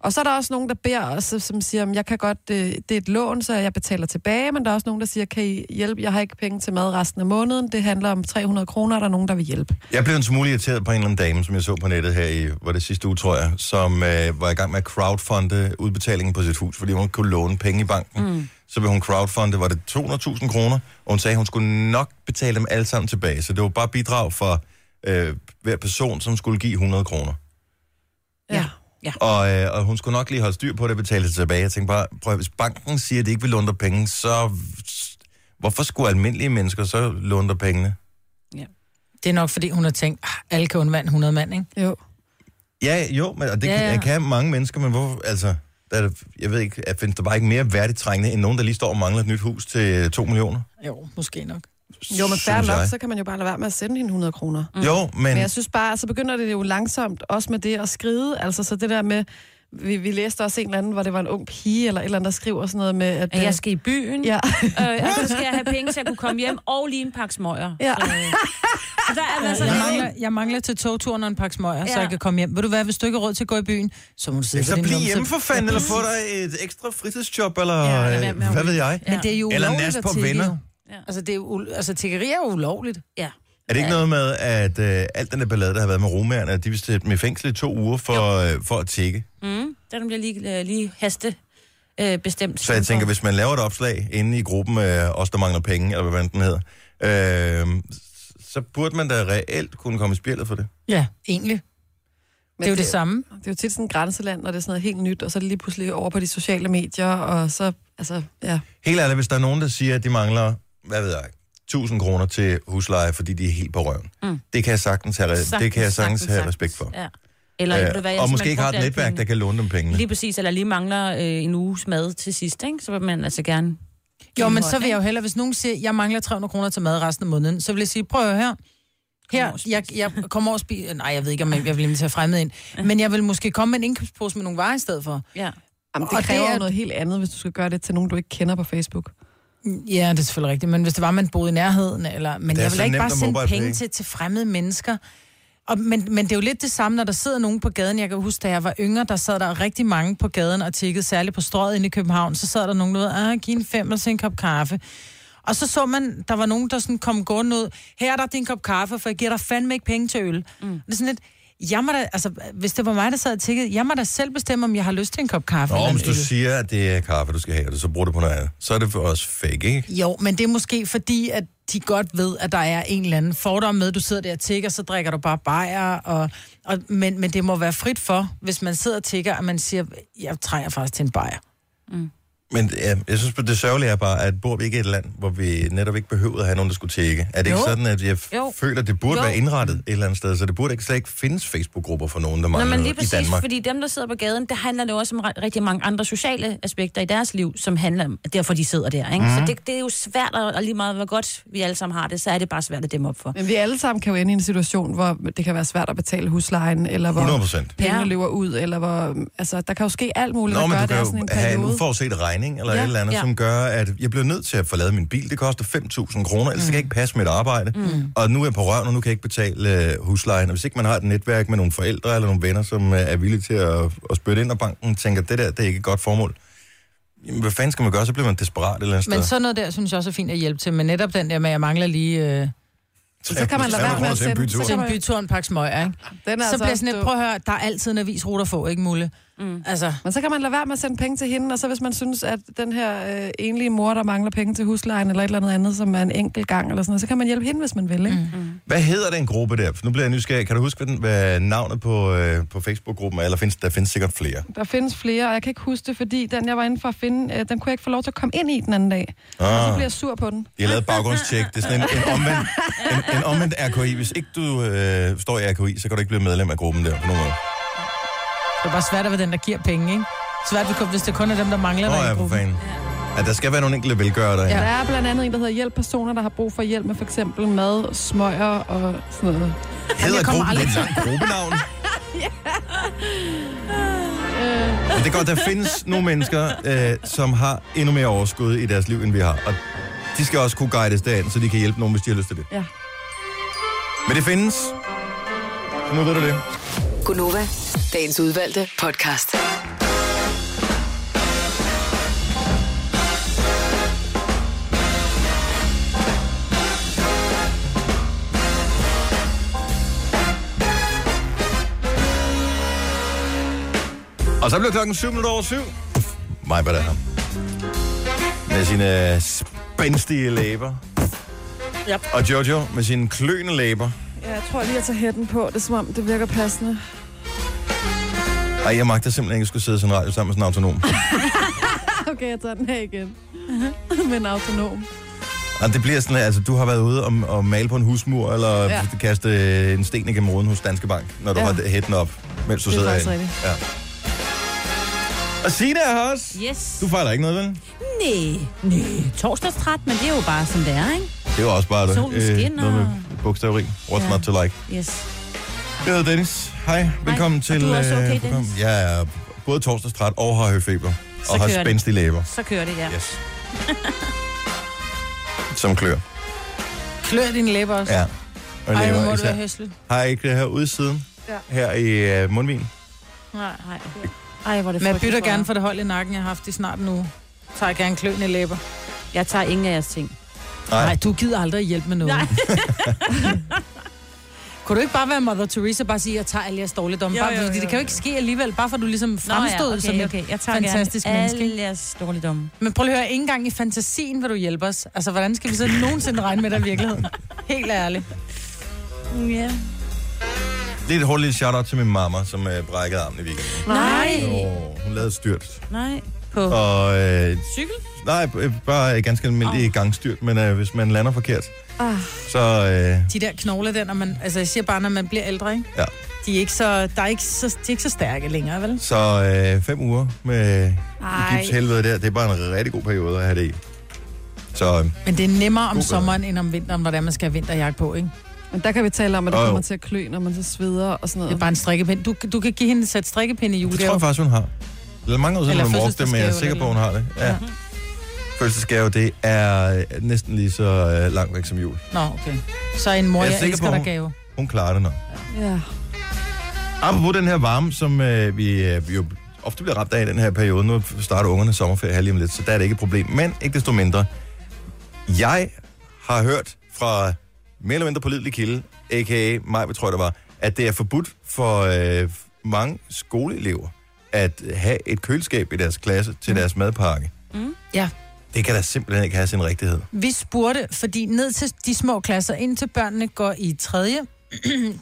Speaker 3: Og så er der også nogen, der beder os, som siger, "Jamen, jeg kan godt, øh, det er et lån, så jeg betaler tilbage, men der er også nogen, der siger, kan I hjælpe? Jeg har ikke penge til mad resten af måneden. Det handler om 300 kroner, og der er nogen, der vil hjælpe.
Speaker 1: Jeg blev en smule irriteret på en eller anden dame, som jeg så på nettet her i, var det sidste uge, tror jeg, som øh, var i gang med at crowdfunde udbetalingen på sit hus, fordi hun ikke kunne låne penge i banken. Mm. Så ville hun crowdfunde, var det 200.000 kroner, og hun sagde, at hun skulle nok betale dem alle sammen tilbage. Så det var bare bidrag for øh, hver person, som skulle give 100 kroner.
Speaker 3: Ja.
Speaker 1: Og, øh, og hun skulle nok lige holde styr på det og betale det tilbage. Jeg tænkte bare, prøv, at- hvis banken siger, at de ikke vil låne dig penge, så hvorfor skulle almindelige mennesker så låne dig pengene?
Speaker 4: Det er nok, fordi hun har tænkt, "Ah, alle kan undvande 100 mand, ikke?
Speaker 3: Jo.
Speaker 1: Ja, jo, men, og det ja,
Speaker 4: Ja,
Speaker 1: ja.
Speaker 4: ja.
Speaker 1: Kan, kan mange mennesker, men hvorfor, altså, der, er- jeg ved ikke, jeg findes der bare ikke mere værdigt trængende, end nogen, der lige står og mangler et nyt hus til 2 millioner?
Speaker 4: Jo, måske nok.
Speaker 3: Jo, men
Speaker 1: synes
Speaker 3: færre nok,
Speaker 1: jeg.
Speaker 3: så kan man jo bare lade være med at sende hende 100 kroner.
Speaker 1: Mm. Jo, men,
Speaker 3: Men jeg synes bare, så begynder det jo langsomt, også med det at skride. Altså så det der med, vi, vi læste også en eller anden, hvor det var en ung pige, eller et eller andet, der skriver sådan noget med, at...
Speaker 2: At
Speaker 3: øh,
Speaker 2: jeg skal i byen,
Speaker 3: Ja,
Speaker 2: øh, og så skal jeg have penge, så jeg kunne komme hjem, og lige en pakke smøger. øh,
Speaker 3: ja.
Speaker 2: Og der er altså
Speaker 4: Jeg mangler, jeg mangler til togturen og en pakke smøger, ja. så
Speaker 2: Ja.
Speaker 4: jeg kan komme hjem. Vil du være, hvis du ikke har råd til at gå i byen, så må du sidde
Speaker 1: så
Speaker 4: på din
Speaker 1: bliv
Speaker 4: numse.
Speaker 1: hjemme for fanden, eller få dig et ekstra fritidsjob, eller
Speaker 4: Ja, lad
Speaker 1: ja,
Speaker 4: være med at
Speaker 1: hvad
Speaker 4: ryge.
Speaker 1: ved jeg?
Speaker 4: Men det er jo
Speaker 1: Eller
Speaker 4: ulovligt
Speaker 1: nas
Speaker 4: at
Speaker 1: på
Speaker 4: tigge,
Speaker 1: venner.
Speaker 4: jo. Altså, det er jo, u- altså, tiggeri er jo ulovligt.
Speaker 2: Ja.
Speaker 1: Er det ikke noget med, at øh, alt den der ballade, der har været med romerne, at de vil sætte dem i fængsel i to uger for, øh, for at tække?
Speaker 2: Mm, den bliver lige, øh, lige haste øh, bestemt.
Speaker 1: Så jeg tænker, hvis man laver et opslag inde i gruppen, øh, os der mangler penge, eller hvad fanden den hedder, øh, så burde man da reelt kunne komme i spillet for det.
Speaker 4: Ja, egentlig. Det er jo det samme.
Speaker 3: Det er jo tit sådan et grænseland, når det er sådan noget helt nyt, og så er det lige pludselig over på de sociale medier, og så, altså, ja.
Speaker 1: Helt ærligt, hvis der er nogen, der siger, at de mangler, hvad ved jeg, 1000 kroner til husleje, fordi de er helt på røven. Mm. Det kan jeg sagtens have, det kan jeg sagtens have respekt for.
Speaker 2: Ja. Eller, øh,
Speaker 1: Øh, og måske ikke har et netværk, der kan låne dem pengene.
Speaker 2: Lige præcis, eller lige mangler øh, en uges mad til sidst, ikke? så vil man altså gerne...
Speaker 4: Jo, men så vil jeg jo hellere, hvis nogen siger, jeg mangler 300 kroner til mad resten af måneden, så vil jeg sige, prøv at høre her. Her, jeg, jeg kommer over og spiser... Nej, jeg ved ikke, om jeg, jeg vil invitere fremmede ind. Men jeg vil måske komme med en indkøbspose med nogle varer i stedet for.
Speaker 2: Ja.
Speaker 3: Jamen,
Speaker 4: Og
Speaker 3: det
Speaker 4: det
Speaker 3: kræver
Speaker 4: er-
Speaker 3: jo noget helt andet, hvis du skal gøre det til nogen, du ikke kender på Facebook.
Speaker 4: Ja, det er selvfølgelig rigtigt. Men hvis det var, man boede i nærheden, eller... Men
Speaker 1: Det er
Speaker 4: jeg vil
Speaker 1: så
Speaker 4: da ikke
Speaker 1: nemt
Speaker 4: bare
Speaker 1: at
Speaker 4: sende
Speaker 1: mobile
Speaker 4: penge
Speaker 1: pay.
Speaker 4: til, til fremmede mennesker. Og, men, men det er jo lidt det samme, når der sidder nogen på gaden. Jeg kan huske, da jeg var yngre, der sad der rigtig mange på gaden og tikkede, særligt på strøget inde i København. Så sad der nogen, der ved, ah, giv en fem og så en kop kaffe. Og så så man, der var nogen, der sådan kom gående ud. Her er der din kop kaffe, for jeg giver dig fandme ikke penge til øl. Mm. Det er sådan lidt, jeg må da, altså, hvis det var mig, der sad og tikkede, jeg må da selv bestemme, om jeg har lyst til en kop kaffe.
Speaker 1: Og
Speaker 4: eller en
Speaker 1: hvis du
Speaker 4: øl.
Speaker 1: siger, at det er kaffe, du skal have, og du så bruger det på noget andet, så er det for os fake, ikke?
Speaker 4: Jo, men det er måske fordi, at de godt ved, at der er en eller anden fordom med, du sidder der og tigger, så drikker du bare bajer, og, og, men, men det må være frit for, hvis man sidder og tigger, at man siger, jeg trænger faktisk til en bajer.
Speaker 1: Men ja, jeg synes, det sørgelige er bare, at bor vi ikke i et land, hvor vi netop ikke behøvede at have nogen, der skulle tjekke. Er det jo.
Speaker 4: Jo.
Speaker 1: ikke sådan, at jeg jo.
Speaker 2: Jo.
Speaker 1: føler, at det burde jo.
Speaker 2: Jo.
Speaker 1: være indrettet et eller andet sted, så det burde ikke slet ikke findes Facebook-grupper for nogen, der
Speaker 2: Nå,
Speaker 1: mangler
Speaker 2: men
Speaker 1: noget
Speaker 2: lige
Speaker 1: i
Speaker 2: præcis,
Speaker 1: Danmark?
Speaker 2: fordi dem, der sidder på gaden, det handler det også om re- rigtig mange andre sociale aspekter i deres liv, som handler om, at derfor de sidder der. Ikke?
Speaker 1: Mhm.
Speaker 2: Mm. Så det, det er jo svært, at- og lige meget hvor godt vi alle sammen har det, så er det bare svært at dæmme op for.
Speaker 3: Men vi alle sammen kan jo ende i en situation, hvor det kan være svært at betale huslejen, eller hvor
Speaker 1: 100 procent.
Speaker 3: pengene
Speaker 2: Ja.
Speaker 3: løber ud, eller hvor, altså, der kan jo ske alt muligt,
Speaker 1: Nå,
Speaker 3: der
Speaker 1: men
Speaker 3: gør,
Speaker 1: du
Speaker 3: at det
Speaker 1: kan
Speaker 3: er sådan
Speaker 1: jo
Speaker 3: en
Speaker 1: have en
Speaker 3: periode.
Speaker 1: uforudset regning eller ja,
Speaker 3: Ja,
Speaker 1: et eller andet, ja.
Speaker 2: ja.
Speaker 1: som gør, at jeg bliver nødt til at forlade min bil. Det koster 5.000 kroner, ellers mm. kan jeg ikke passe mit arbejde. Mm. Og nu er jeg på røven, og nu kan jeg ikke betale øh, huslejen. Og hvis ikke man har et netværk med nogle forældre eller nogle venner, som øh, er villige til at, at spytte ind, og banken tænker, det der, det er ikke et godt formål. Jamen, hvad fanden skal man gøre? Så bliver man desperat et eller andet
Speaker 4: Men
Speaker 1: sted.
Speaker 4: sådan noget der, synes jeg også er fint at hjælpe til, men netop den der med, at jeg mangler lige øh,
Speaker 3: Så kan man lade være med at sende- så
Speaker 4: til
Speaker 3: kan
Speaker 4: en
Speaker 3: man-
Speaker 4: bytur og en pakke smøger, ikke?
Speaker 3: Den er
Speaker 4: Så
Speaker 3: altså
Speaker 4: bliver
Speaker 3: også
Speaker 4: sådan et,
Speaker 3: dum.
Speaker 4: prøv at høre, der er altid en avisruter få, ikke Mulle? Mm. Altså,
Speaker 3: Men så kan man lade være med at sende penge til hende, og så hvis man synes, at den her øh, enlige mor, der mangler penge til huslejen, eller et eller andet andet, som er en enkelt gang, eller sådan noget, så kan man hjælpe hende, hvis man vil, ikke? Mm.
Speaker 1: Hvad hedder den gruppe der? For nu bliver jeg nysgerrig. Kan du huske, hvad, den, hvad navnet på, øh, på Facebook-gruppen er? Eller findes, der findes sikkert flere.
Speaker 3: Der findes flere, og jeg kan ikke huske det, fordi den, jeg var inde for at finde, øh, den kunne jeg ikke få lov til at komme ind i den anden dag. Ah. Og så
Speaker 1: Ah.
Speaker 3: bliver jeg sur på den.
Speaker 1: De har lavet baggrundstjek. Det er sådan en, en, omvendt, en, en omvendt RKI. Hvis ikke du øh, står i RKI, så kan du ikke blive medlem af gruppen der på nogen måde.
Speaker 4: det er bare svært at være den, der giver penge, ikke? Svært, hvis det kun er dem, der mangler
Speaker 1: Åh
Speaker 4: oh,
Speaker 1: oh,
Speaker 4: der i
Speaker 1: ja, for
Speaker 4: gruppen.
Speaker 1: fanden. Ja, der skal være nogle enkelte velgørere derhen.
Speaker 3: Ja. Der
Speaker 1: Ja.
Speaker 3: er blandt andet en, der hedder Hjælp personer, der har brug for hjælp med for eksempel mad, smøger og sådan noget.
Speaker 1: Hedder
Speaker 4: jeg kommer
Speaker 1: gruppen
Speaker 4: aldrig
Speaker 1: et langt gruppenavn? Men det er godt, der findes nogle mennesker, øh, som har endnu mere overskud i deres liv, end vi har. Og de skal også kunne guides derind, så de kan hjælpe nogen, hvis de har lyst til det.
Speaker 3: Ja.
Speaker 1: Men det findes. Så nu ved du det.
Speaker 5: Gunova, dagens udvalgte podcast.
Speaker 1: Og så blev klokken 7 minutter over 7. Mig var der her. Med sine spændstige læber.
Speaker 4: Yep.
Speaker 1: Og Jojo med sine kløende læber.
Speaker 7: Ja, jeg tror lige, jeg tager hætten på. Det er som om, det virker passende.
Speaker 1: Ej, jeg magter simpelthen ikke at skulle sidde i sådan en radio sammen med sådan en autonom.
Speaker 3: Okay, jeg tager den her igen. med en autonom.
Speaker 1: Og det bliver sådan, at altså, du har været ude og, og male på en husmur, eller ja.
Speaker 3: Ja.
Speaker 1: kaste øh, en sten igennem ruden hos Danske Bank, når du ja.
Speaker 3: Ja.
Speaker 1: har hætten op, mens du
Speaker 3: Det er
Speaker 1: sidder
Speaker 3: faktisk
Speaker 1: herinde. Ja. Og Signe er her også.
Speaker 2: Yes.
Speaker 1: Du fejler ikke noget, vel?
Speaker 2: Nej, nej. Torsdagstræt, men det er jo bare, som det er, ikke?
Speaker 1: Det er jo også bare det. Øh,
Speaker 2: Solen skinner.
Speaker 1: noget med bogstaveri. What's ja.
Speaker 2: Ja.
Speaker 1: not to like.
Speaker 2: Yes.
Speaker 1: Jeg hedder Dennis. Hej, velkommen
Speaker 2: og
Speaker 1: til...
Speaker 2: du er også
Speaker 1: øh,
Speaker 2: okay,
Speaker 1: programmet.
Speaker 2: Dennis?
Speaker 1: Jeg er både torsdagstræt og har høfeber.
Speaker 2: Så
Speaker 1: Og har
Speaker 2: kører det.
Speaker 1: spændstige læber.
Speaker 2: Så kører det der. Yes.
Speaker 1: Yes. Som klør.
Speaker 4: Klør dine læber også.
Speaker 1: Ja. Og
Speaker 4: Ej,
Speaker 1: læber
Speaker 4: nu må du
Speaker 1: især.
Speaker 4: være høslet.
Speaker 1: Har I ikke det her ude i siden?
Speaker 7: Ja.
Speaker 1: Her i øh, mundvin?
Speaker 2: Nej, nej. Ej, hvor er det
Speaker 4: Men jeg
Speaker 2: frygteligt
Speaker 4: bytter
Speaker 2: for jer.
Speaker 4: gerne for det hold i nakken, jeg har haft i snart nu. Tager jeg gerne kløende læber.
Speaker 2: Jeg tager ingen af jeres ting.
Speaker 4: Nej, du gider aldrig hjælpe med noget.
Speaker 2: Nej.
Speaker 4: Kunne du ikke bare være Mother Teresa, bare sige, at jeg tager alle jeres dårligdomme?
Speaker 3: Jo,
Speaker 4: Bare,
Speaker 3: jo,
Speaker 4: fordi
Speaker 3: jo,
Speaker 4: det kan jo ikke ske alligevel, bare for at du ligesom fremstod
Speaker 2: Nå ja,
Speaker 4: som
Speaker 2: okay,
Speaker 4: et
Speaker 2: okay. Jeg tager
Speaker 4: fantastisk
Speaker 2: gerne
Speaker 4: menneske.
Speaker 2: alle jeres dårligdomme.
Speaker 4: Men prøv lige at høre, ikke engang i fantasien vil du hjælpe os. Altså, hvordan skal vi så nogensinde regne med dig i virkeligheden? Helt ærligt.
Speaker 2: Ja.
Speaker 1: Det er et hårdt lille shout-out til min mamma, som øh, brækkede armen i weekenden.
Speaker 2: Nej,
Speaker 1: Og hun lavede et styrt.
Speaker 2: nej. På
Speaker 1: Og øh,
Speaker 2: cykel?
Speaker 1: nej, øh, bare et ganske almindelig oh. gangstyrt, men øh, hvis man lander forkert, så øh,
Speaker 4: De der knogler der, når man, altså jeg siger bare, når man bliver ældre, ikke?
Speaker 1: ja.
Speaker 4: De er ikke så, der er ikke så, de er ikke så stærke længere, vel?
Speaker 1: Så øh, fem uger med
Speaker 7: Ej.
Speaker 1: gipshelvede der, det er bare en rigtig god periode at have det i. Så øh,
Speaker 4: Men det er nemmere om
Speaker 1: God
Speaker 4: sommeren end om vinteren, hvordan man skal have vinterjakke på, ikke?
Speaker 3: Men der kan vi tale om, at det
Speaker 1: Jo, jo.
Speaker 3: kommer til at klø, når man så sveder og sådan noget.
Speaker 4: Det er bare en strikkepind. Du, du kan give hende et sæt strikkepind i
Speaker 1: det tror
Speaker 4: julegave.
Speaker 1: jeg faktisk, hun har. Det er mange år siden,
Speaker 4: Eller
Speaker 1: hun brugte det, men jeg er
Speaker 4: fødselsdagsgave
Speaker 1: sikker på, hun
Speaker 4: eller-
Speaker 1: har det. Ja. Fødselsgave, det er øh, næsten lige så øh, langt væk som jul.
Speaker 4: Nå, okay. Så en mor,
Speaker 1: Jeg er
Speaker 4: jeg, jeg
Speaker 1: sikker
Speaker 4: elsker
Speaker 1: på,
Speaker 4: dig
Speaker 1: hun-
Speaker 4: gave.
Speaker 1: Hun klarer det nok.
Speaker 3: Ja.
Speaker 1: Apropos den her varme, som øh, vi, øh, jo ofte bliver ramt af i den her periode. Nu starter ungerne sommerferie her lige om lidt, så der er det ikke et problem. Men ikke desto mindre. Jeg har hørt fra mere eller mindre pålidelig kilde, a.k.a. mig, tror jeg det var, at det er forbudt for øh, mange skoleelever at have et køleskab i deres klasse til mm. deres madpakke.
Speaker 4: Ja.
Speaker 1: Det kan da simpelthen ikke have sin rigtighed.
Speaker 4: Vi spurgte, fordi ned til de små klasser, indtil børnene går i tredje,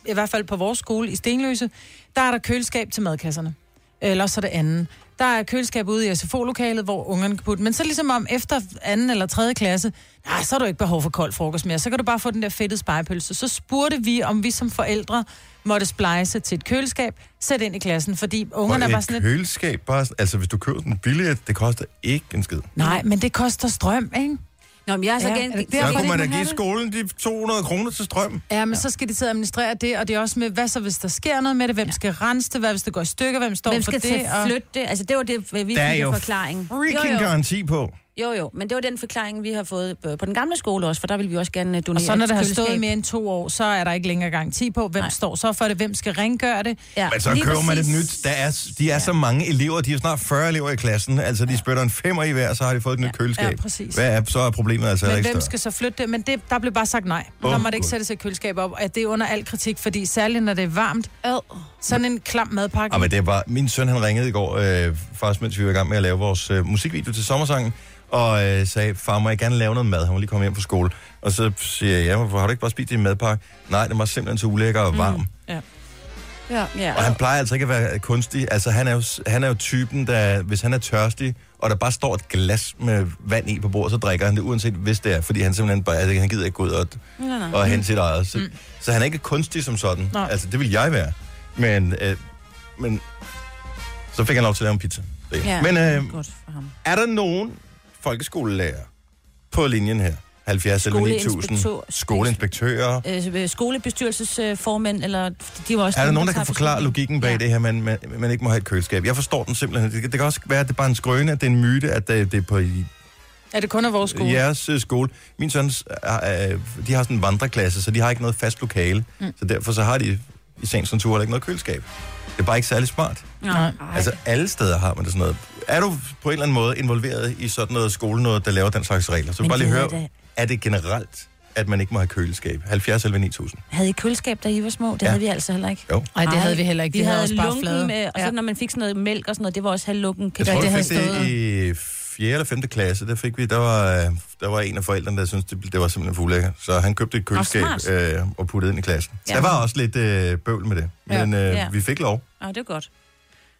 Speaker 4: i hvert fald på vores skole i Stenløse, der er der køleskab til madkasserne. Eller så er det anden. Der er køleskab ude i SFO-lokalet, hvor ungerne kan putte. Men så ligesom om efter anden eller tredje klasse, nej, så har du ikke behov for kold frokost mere. Så kan du bare få den der fedtede spejepølse. Så spurgte vi, om vi som forældre måtte splejse til et køleskab, sæt ind i klassen, fordi ungerne er
Speaker 1: og
Speaker 4: bare
Speaker 1: et
Speaker 4: sådan lidt...
Speaker 1: køleskab, bare, sådan- altså hvis du køber den billige, det koster ikke en skid.
Speaker 4: Nej, men det koster strøm, ikke?
Speaker 2: Nå, men jeg er så
Speaker 4: Ja,
Speaker 2: gen-
Speaker 4: er det
Speaker 2: så
Speaker 1: Der
Speaker 2: gen-
Speaker 1: kunne man da give
Speaker 2: have det.
Speaker 1: skolen de 200 kroner til strøm.
Speaker 4: Ja, men ja. så skal de sidde og administrere det, og det er også med, hvad så hvis der sker noget med det, hvem ja. skal rense det, hvad hvis det går i stykker, hvem står
Speaker 2: Hvem
Speaker 4: for
Speaker 2: skal
Speaker 4: det.
Speaker 2: til at flytte det? Altså, det var det, vi fik
Speaker 1: Der er jo
Speaker 2: en forklaring.
Speaker 1: Freaking
Speaker 2: jo, jo.
Speaker 1: garanti på.
Speaker 2: jo, jo, men det var den forklaring, vi har fået øh, på på den gamle skole også, for der ville vi også gerne øh, donere
Speaker 4: Og så når
Speaker 2: et
Speaker 4: det har
Speaker 2: køleskab.
Speaker 4: stået mere end to år, så er der ikke længere garanti på, hvem Nej.
Speaker 2: Nej.
Speaker 4: står så for det, hvem skal rengøre det.
Speaker 2: Ja,
Speaker 1: Men så
Speaker 2: lige
Speaker 1: køber man et
Speaker 2: præcis.
Speaker 1: nyt. Der er, de er så mange elever, de er snart 40 elever i klassen. Altså, de spytter en femmer i hver, så har de fået et nyt køleskab.
Speaker 4: Ja, præcis.
Speaker 1: Hvad er, så er problemet altså
Speaker 4: Men
Speaker 1: ikke
Speaker 4: hvem
Speaker 1: større.
Speaker 4: skal så flytte det? Men det, der blev bare sagt nej.
Speaker 1: Åh,
Speaker 4: Der må det ikke
Speaker 1: Gud.
Speaker 4: sættes et køleskab op. At det er under al kritik, fordi særligt når det er varmt, sådan en klam madpakke.
Speaker 1: Ah, men det er bare, min søn han ringede i går, øh, faktisk mens vi var i gang med at lave vores øh, musikvideo til sommersangen, og øh, sagde, far må jeg gerne lave noget mad, han var lige kommet hjem fra skole. Og så siger jeg, ja, hvorfor har du ikke bare spist din madpakke? Nej, den var simpelthen så ulækker og varm. Mm.
Speaker 3: ja.
Speaker 2: Ja.
Speaker 1: Og han plejer altså ikke at være kunstig. Altså, han er jo, han er jo typen, der, hvis han er tørstig, og der bare står et glas med vand i på bordet, så drikker han det, uanset hvis det er, fordi han simpelthen bare, altså, han gider ikke gå ud og, og hente sit eget. Så, mm. så han er ikke kunstig som sådan.
Speaker 4: Nej.
Speaker 1: Altså, det vil jeg være. Men, øh, men så fik han lov til at lave en pizza. Det.
Speaker 2: Ja,
Speaker 1: men øh,
Speaker 2: godt for ham.
Speaker 1: er der nogen folkeskolelærer på linjen her? 70 eller 9000?
Speaker 2: Skoleinspektør-
Speaker 1: Skoleinspektører?
Speaker 2: Øh, skolebestyrelsesformænd, eller de var også...
Speaker 1: Er der nogen, der
Speaker 2: tager
Speaker 1: kan forklare
Speaker 2: beslutningen?
Speaker 1: logikken bag ja.
Speaker 2: ja.
Speaker 1: det her, man, man, man ikke må have et køleskab? Jeg forstår den simpelthen. Det, det kan også være, at det er bare en skrøne, at det er en myte, at øh, det, det er på i,
Speaker 4: Er det kun af vores skole?
Speaker 1: jeres øh, skole. Min søns, øh, øh, de har sådan en vandreklasse, så de har ikke noget fast lokale. Mm. Så derfor så har de i sagens natur heller ikke noget køleskab. Det er bare ikke særlig smart.
Speaker 4: Nej.
Speaker 1: Ej. Altså alle steder har man det sådan noget. Er du på en eller anden måde involveret i sådan noget skole, noget, der laver den slags regler? Så vil
Speaker 2: Men
Speaker 1: bare lige
Speaker 2: det er
Speaker 1: høre,
Speaker 2: da-
Speaker 1: er det generelt, at man ikke må have køleskab? 70 eller 9000?
Speaker 2: Havde I køleskab, da I var små? Det
Speaker 1: Ja.
Speaker 2: ja. havde vi altså heller ikke.
Speaker 1: Jo.
Speaker 4: Nej, det havde vi heller ikke.
Speaker 2: Vi
Speaker 4: Vi havde
Speaker 2: havde
Speaker 4: også bare
Speaker 2: lunken
Speaker 4: flade.
Speaker 2: med, og så
Speaker 4: Ja.
Speaker 2: når man fik sådan noget mælk og sådan noget, det var også halvlunken.
Speaker 1: Jeg tror,
Speaker 4: det
Speaker 1: vi
Speaker 4: havde
Speaker 1: fik det i 4. eller 5. klasse. Der, fik vi, der, var, øh, der var en af forældrene, der syntes, det, det var simpelthen for ulækkert. Så han købte et køleskab
Speaker 2: smart.
Speaker 1: øh, og puttede ind i klassen. Ja.
Speaker 2: Ja.
Speaker 1: Der var også lidt øh, bøvl med det,
Speaker 4: Ja.
Speaker 1: men øh, ja.
Speaker 2: Ja.
Speaker 1: vi fik lov.
Speaker 2: Ah, det var godt.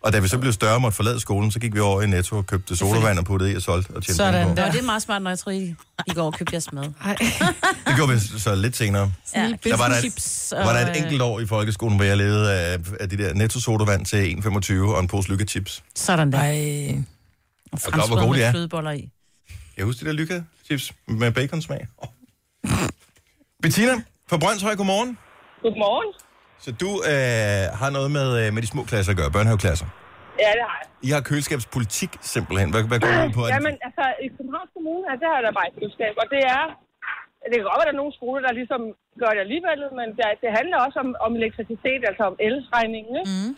Speaker 1: Og da vi så blev større og måtte forlade skolen, så gik vi over i Netto og købte sodavand og puttede i og solgte og tjente
Speaker 4: Sådan
Speaker 1: penge på.
Speaker 2: Ja.
Speaker 4: Ja.
Speaker 2: Og det er meget smart, når jeg tror, I, I går og købte jeres mad.
Speaker 3: Ej.
Speaker 1: Det gjorde vi så lidt senere.
Speaker 2: Ja,
Speaker 1: Der var der,
Speaker 2: chips
Speaker 1: et, var der et
Speaker 2: øh,
Speaker 1: enkelt år i folkeskolen, hvor jeg levede af, af de der Netto-sodavand til 1,25 og en pose lykkechips.
Speaker 2: Sådan der.
Speaker 4: Ej.
Speaker 2: Og
Speaker 1: hvor gode de
Speaker 2: med
Speaker 1: er.
Speaker 2: flødeboller i.
Speaker 1: Jeg husker de der lykkechips med baconsmag. Oh. Bettina fra Brøndshøj, godmorgen.
Speaker 8: Godmorgen.
Speaker 1: Så du øh, har noget med, øh, med de små klasser at gøre, børnehaveklasser.
Speaker 8: Ja, det har jeg.
Speaker 1: I har køleskabspolitik simpelthen. Hvad, hvad går det ud på? Er det-
Speaker 8: Jamen, altså, i Københavns Kommune, her, der har der bare et budskab, og det er... Det kan godt være, at der er nogle skoler, der ligesom gør det alligevel, men der, det handler også om, om elektricitet, altså om elregningen, ikke? Mm.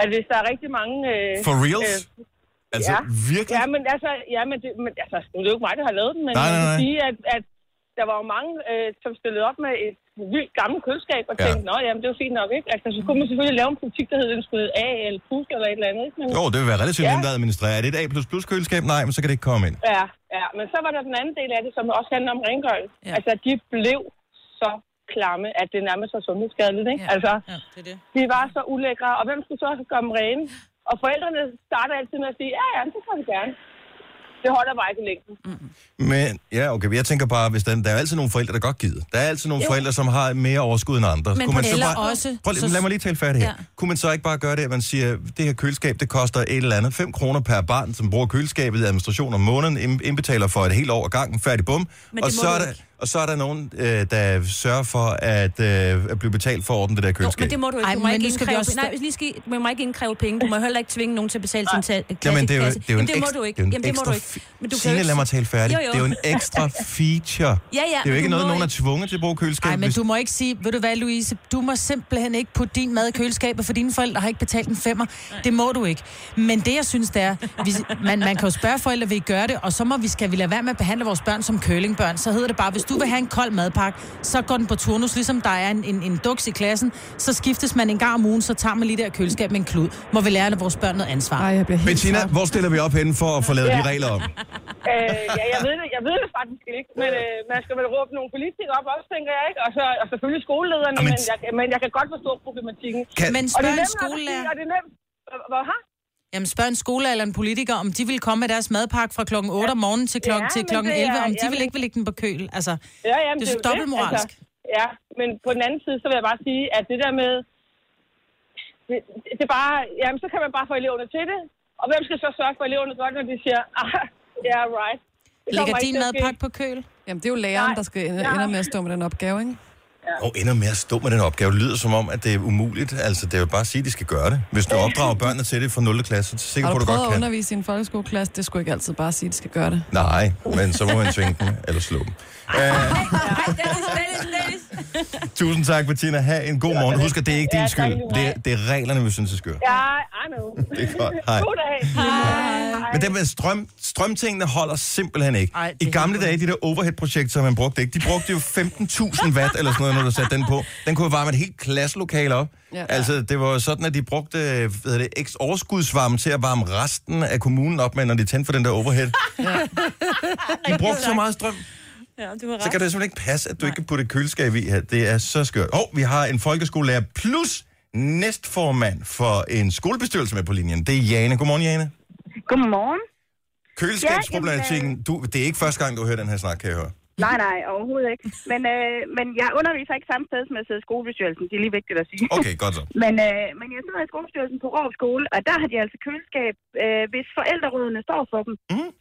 Speaker 8: At hvis der er rigtig mange... Øh,
Speaker 1: For reals? altså,
Speaker 8: ja.
Speaker 1: virkelig?
Speaker 8: Ja, men altså, ja, men det, men, altså, nu er det jo ikke mig, der har lavet den, men
Speaker 1: Nej,
Speaker 8: jeg
Speaker 1: nej,
Speaker 8: kan
Speaker 1: nej.
Speaker 8: sige, at, at der var jo mange, øh, som stillede op med et vildt gammelt køleskab og
Speaker 1: Ja.
Speaker 8: tænkte, nå jamen, det var fint nok, ikke? Altså, så kunne man selvfølgelig lave en politik, der hed ønsket A eller plus eller et eller andet, ikke? Men,
Speaker 1: Jo, det vil være relativt
Speaker 8: Ja.
Speaker 1: nemt at administrere. Er det et A++ køleskab? Nej, men så kan det ikke komme ind.
Speaker 8: ja, ja, men så var der den anden del af det, som også handler om rengøring.
Speaker 2: Ja.
Speaker 8: Ja. Altså, de blev så klamme, at det nærmest var sundhedsskadeligt, ikke? Ja. Altså,
Speaker 4: Ja, det er det.
Speaker 8: de var så ulækre, og hvem skulle så gøre dem rene? Og forældrene starter altid med at sige, ja, ja, det får vi gerne. Det holder bare ikke i længden.
Speaker 4: Mm.
Speaker 1: Men ja, okay, men jeg tænker bare, hvis den, der er altid nogle forældre, der godt gider. Der er altid nogle forældre, som har mere overskud end andre.
Speaker 2: Men
Speaker 1: så
Speaker 2: eller
Speaker 1: bare,
Speaker 2: også-
Speaker 1: prøv, lige-
Speaker 2: så-
Speaker 1: lad mig lige tale færdigt her. Ja.
Speaker 2: Ja.
Speaker 1: Kunne man så ikke bare gøre det, at man siger, det her køleskab, det koster et eller andet 5 kroner per barn, som bruger køleskabet i administration om måneden, ind- indbetaler for et helt år ad gangen, færdig bum.
Speaker 2: Men det
Speaker 1: Og
Speaker 2: må
Speaker 1: så,
Speaker 2: du
Speaker 1: er der,
Speaker 2: ikke.
Speaker 1: og så er der nogen, øh, der sørger for at, øh, at blive betalt for at ordne det der
Speaker 2: Jo,
Speaker 1: køleskab.
Speaker 2: men det må du ikke.
Speaker 4: Ej,
Speaker 2: Du må
Speaker 4: men
Speaker 2: ikke
Speaker 4: nu skal vi
Speaker 2: indkræve,
Speaker 4: også-
Speaker 2: nej, hvis lige skal, du må ikke indkræve penge. Du må heller ikke tvinge nogen til at betale sin ta- klasse.
Speaker 1: Jamen, det er jo,
Speaker 2: klasse.
Speaker 1: det er jo en
Speaker 2: Jamen, det må
Speaker 1: ekstra,
Speaker 2: du ikke.
Speaker 1: Det er jo en
Speaker 2: Jamen, det må
Speaker 1: ekstra
Speaker 2: du
Speaker 1: fi-
Speaker 2: ikke. Men du kan
Speaker 1: Signe,
Speaker 2: jo ikke...
Speaker 1: lad mig tale færdigt.
Speaker 2: Jo, jo.
Speaker 1: Det er jo en ekstra feature.
Speaker 2: Ja,
Speaker 1: det
Speaker 2: ja,
Speaker 1: er jo
Speaker 2: men
Speaker 1: ikke
Speaker 2: du
Speaker 1: noget,
Speaker 2: må
Speaker 1: nogen er
Speaker 2: ikke.
Speaker 1: tvunget til at bruge køleskabet.
Speaker 4: Nej, men
Speaker 1: hvis-
Speaker 4: du må ikke sige, ved du hvad, Louise, du må simpelthen ikke putte din mad i køleskabet, for dine forældre har ikke betalt en femmer. Det må du ikke. Men det, jeg synes, det er, vi, man, man kan jo spørge forældre, vil I gøre det, og så må vi, skal vi lade være med at behandle vores børn som kølingbørn. Så hedder det bare, hvis du vil have en kold madpakke, så går den på turnus, ligesom der er en, en, en duks i klassen, så skiftes man en gang om ugen, så tager man lige der køleskab med en klud. Må vi lære vores børn noget ansvar?
Speaker 3: Ej, jeg bliver helt
Speaker 1: Bettina,
Speaker 3: træt.
Speaker 1: hvor stiller vi op henne for at få lavet de regler om?
Speaker 8: øh, ja, jeg ved, det, jeg ved det faktisk ikke, men øh, man skal vel råbe nogle politikere op også, tænker jeg, ikke? Og, så, og selvfølgelig skolelederne,
Speaker 1: Ja, men-
Speaker 8: men, jeg, men jeg kan godt forstå problematikken.
Speaker 1: Kan,
Speaker 8: Og
Speaker 4: Men
Speaker 8: det
Speaker 4: spørg
Speaker 8: er
Speaker 4: en
Speaker 8: nemt nok at sige,
Speaker 4: skolelærer.
Speaker 8: og det er nemt. Hvor- Hvor har?
Speaker 4: Jamen spørg en skole eller en politiker, om de vil komme med deres madpakke fra klokken 8 om morgenen til klokken,
Speaker 8: Ja,
Speaker 4: til
Speaker 8: men
Speaker 4: klokken
Speaker 8: det er-
Speaker 4: 11, om de
Speaker 8: jamen-
Speaker 4: vil ikke vil lægge den på køl. Altså,
Speaker 8: Ja, jamen,
Speaker 4: Det er
Speaker 8: det
Speaker 4: så
Speaker 8: er jo det,
Speaker 4: dobbeltmoralsk.
Speaker 8: Altså, ja, men på den anden side, så vil jeg bare sige, at det der med... Det, det er bare... Jamen, så kan man bare få eleverne til det. Og hvem skal så sørge for at eleverne godt, når de siger, ah, yeah, right. Det
Speaker 4: lægger
Speaker 8: kommer ikke
Speaker 4: din
Speaker 8: til at ske.
Speaker 4: madpakke på køl?
Speaker 3: Jamen, det er jo læreren,
Speaker 8: Nej.
Speaker 3: der skal
Speaker 8: Ja.
Speaker 3: ender med at stå med den opgave, ikke?
Speaker 1: og ender med at stå med den opgave. Det lyder som om, at det er umuligt. Altså, det er jo bare at sige, at de skal gøre det. Hvis du opdrager børnene til det fra 0. klasse, så er jeg sikker
Speaker 3: Har
Speaker 1: på,
Speaker 3: du
Speaker 1: at du
Speaker 3: prøvet
Speaker 1: godt
Speaker 3: at
Speaker 1: kan.
Speaker 3: undervise i en folkeskoleklasse? Det skulle ikke altid bare sige, at de skal gøre det.
Speaker 1: Nej, men så må man tvinge dem eller slå dem. Uh,
Speaker 2: Nej, Dennis, Dennis, Dennis.
Speaker 1: tusind tak, Bettina. Ha' en god morgen. Husk, at det er ikke
Speaker 8: Ja,
Speaker 1: din
Speaker 8: tak
Speaker 1: skyld.
Speaker 8: lige meget.
Speaker 1: Det er, det er reglerne, vi synes er skøre.
Speaker 8: Ja, I know.
Speaker 1: Det er godt. Hej.
Speaker 8: God dag. Hej.
Speaker 1: Men det med strøm, strømtingene holder simpelthen ikke.
Speaker 4: Ej, det
Speaker 1: I
Speaker 4: er
Speaker 1: gamle
Speaker 4: helt
Speaker 1: dage, de der overhead-projektorer, man brugte ikke, de brugte jo 15.000 watt eller sådan noget, når du satte den på. Den kunne jo varme et helt klasselokale op. Ja.
Speaker 3: Ja.
Speaker 1: Altså, det var jo sådan, at de brugte øh, hvad hedder det, eks overskudsvarme til at varme resten af kommunen op med, når de tændte for den der overhead. Ja. De brugte så meget strøm.
Speaker 2: Ja, du har
Speaker 1: Så kan det simpelthen ikke passe, at du ikke kan putte et køleskab i her. Det er så skørt. Og vi har en folkeskolelærer plus næstformand for en skolebestyrelse med på linjen. Det er Jane. Godmorgen, Jane.
Speaker 9: Godmorgen.
Speaker 1: Køleskabsproblematikken, du, det er ikke første gang, du hører den her snak, kan jeg høre.
Speaker 9: Nej, nej, overhovedet ikke. Men, øh, men jeg underviser ikke samme sted som jeg sidder i skolebestyrelsen. Det er lige vigtigt at sige.
Speaker 1: Okay, godt så.
Speaker 9: Men, øh, men jeg sidder i skolebestyrelsen på Råb Skole, og der har de altså køleskab, øh, hvis forældrerådene står for dem.
Speaker 1: Mhm.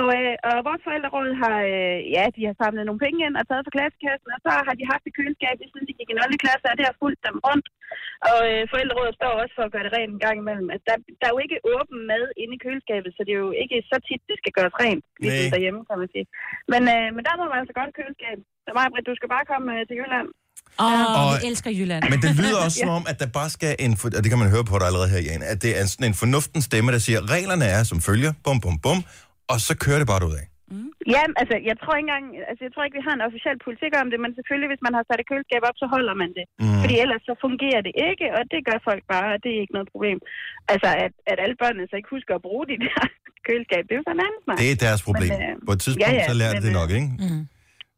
Speaker 9: Og, øh, og vores forældreråd har, øh, ja, de har samlet nogle penge ind og taget fra klassekassen, og så har de haft et køleskab, lige siden de gik i 0. klasse, og det har fulgt dem rundt. Og øh, forældrerådet står også for at gøre det rent en gang imellem. Altså, der, der er jo ikke åben mad inde i køleskabet, så det er jo ikke så tit, det skal gøres rent, ligesom
Speaker 1: Nej.
Speaker 9: derhjemme, kan man sige. Men, øh, men der må man altså godt køleskab. Så Maja, du skal bare komme øh, til Jylland.
Speaker 2: Åh,
Speaker 1: Og-
Speaker 2: vi elsker Jylland.
Speaker 1: Men det lyder også som om, at der bare skal en, for- og det kan man høre på dig allerede her, Jan, at det er sådan en fornuftens stemme, der siger, reglerne er som følger, bum, bum, bum, og så kører det bare ud af.
Speaker 9: Ja, altså, jeg tror ikke engang, altså, jeg tror ikke, vi har en officiel politik om det, men selvfølgelig, hvis man har sat et køleskab op, så holder man det.
Speaker 1: Mhm.
Speaker 9: Mm. Fordi ellers så fungerer det ikke, og det gør folk bare, og det er ikke noget problem. Altså, at, at alle børnene så ikke husker at bruge de der køleskab, det er jo sådan en anden snak.
Speaker 1: Det er deres problem.
Speaker 9: Men, øh,
Speaker 1: På et tidspunkt,
Speaker 9: ja, ja,
Speaker 1: så lærer de
Speaker 9: men,
Speaker 1: det
Speaker 9: øh,
Speaker 1: nok, ikke?
Speaker 2: Mhm.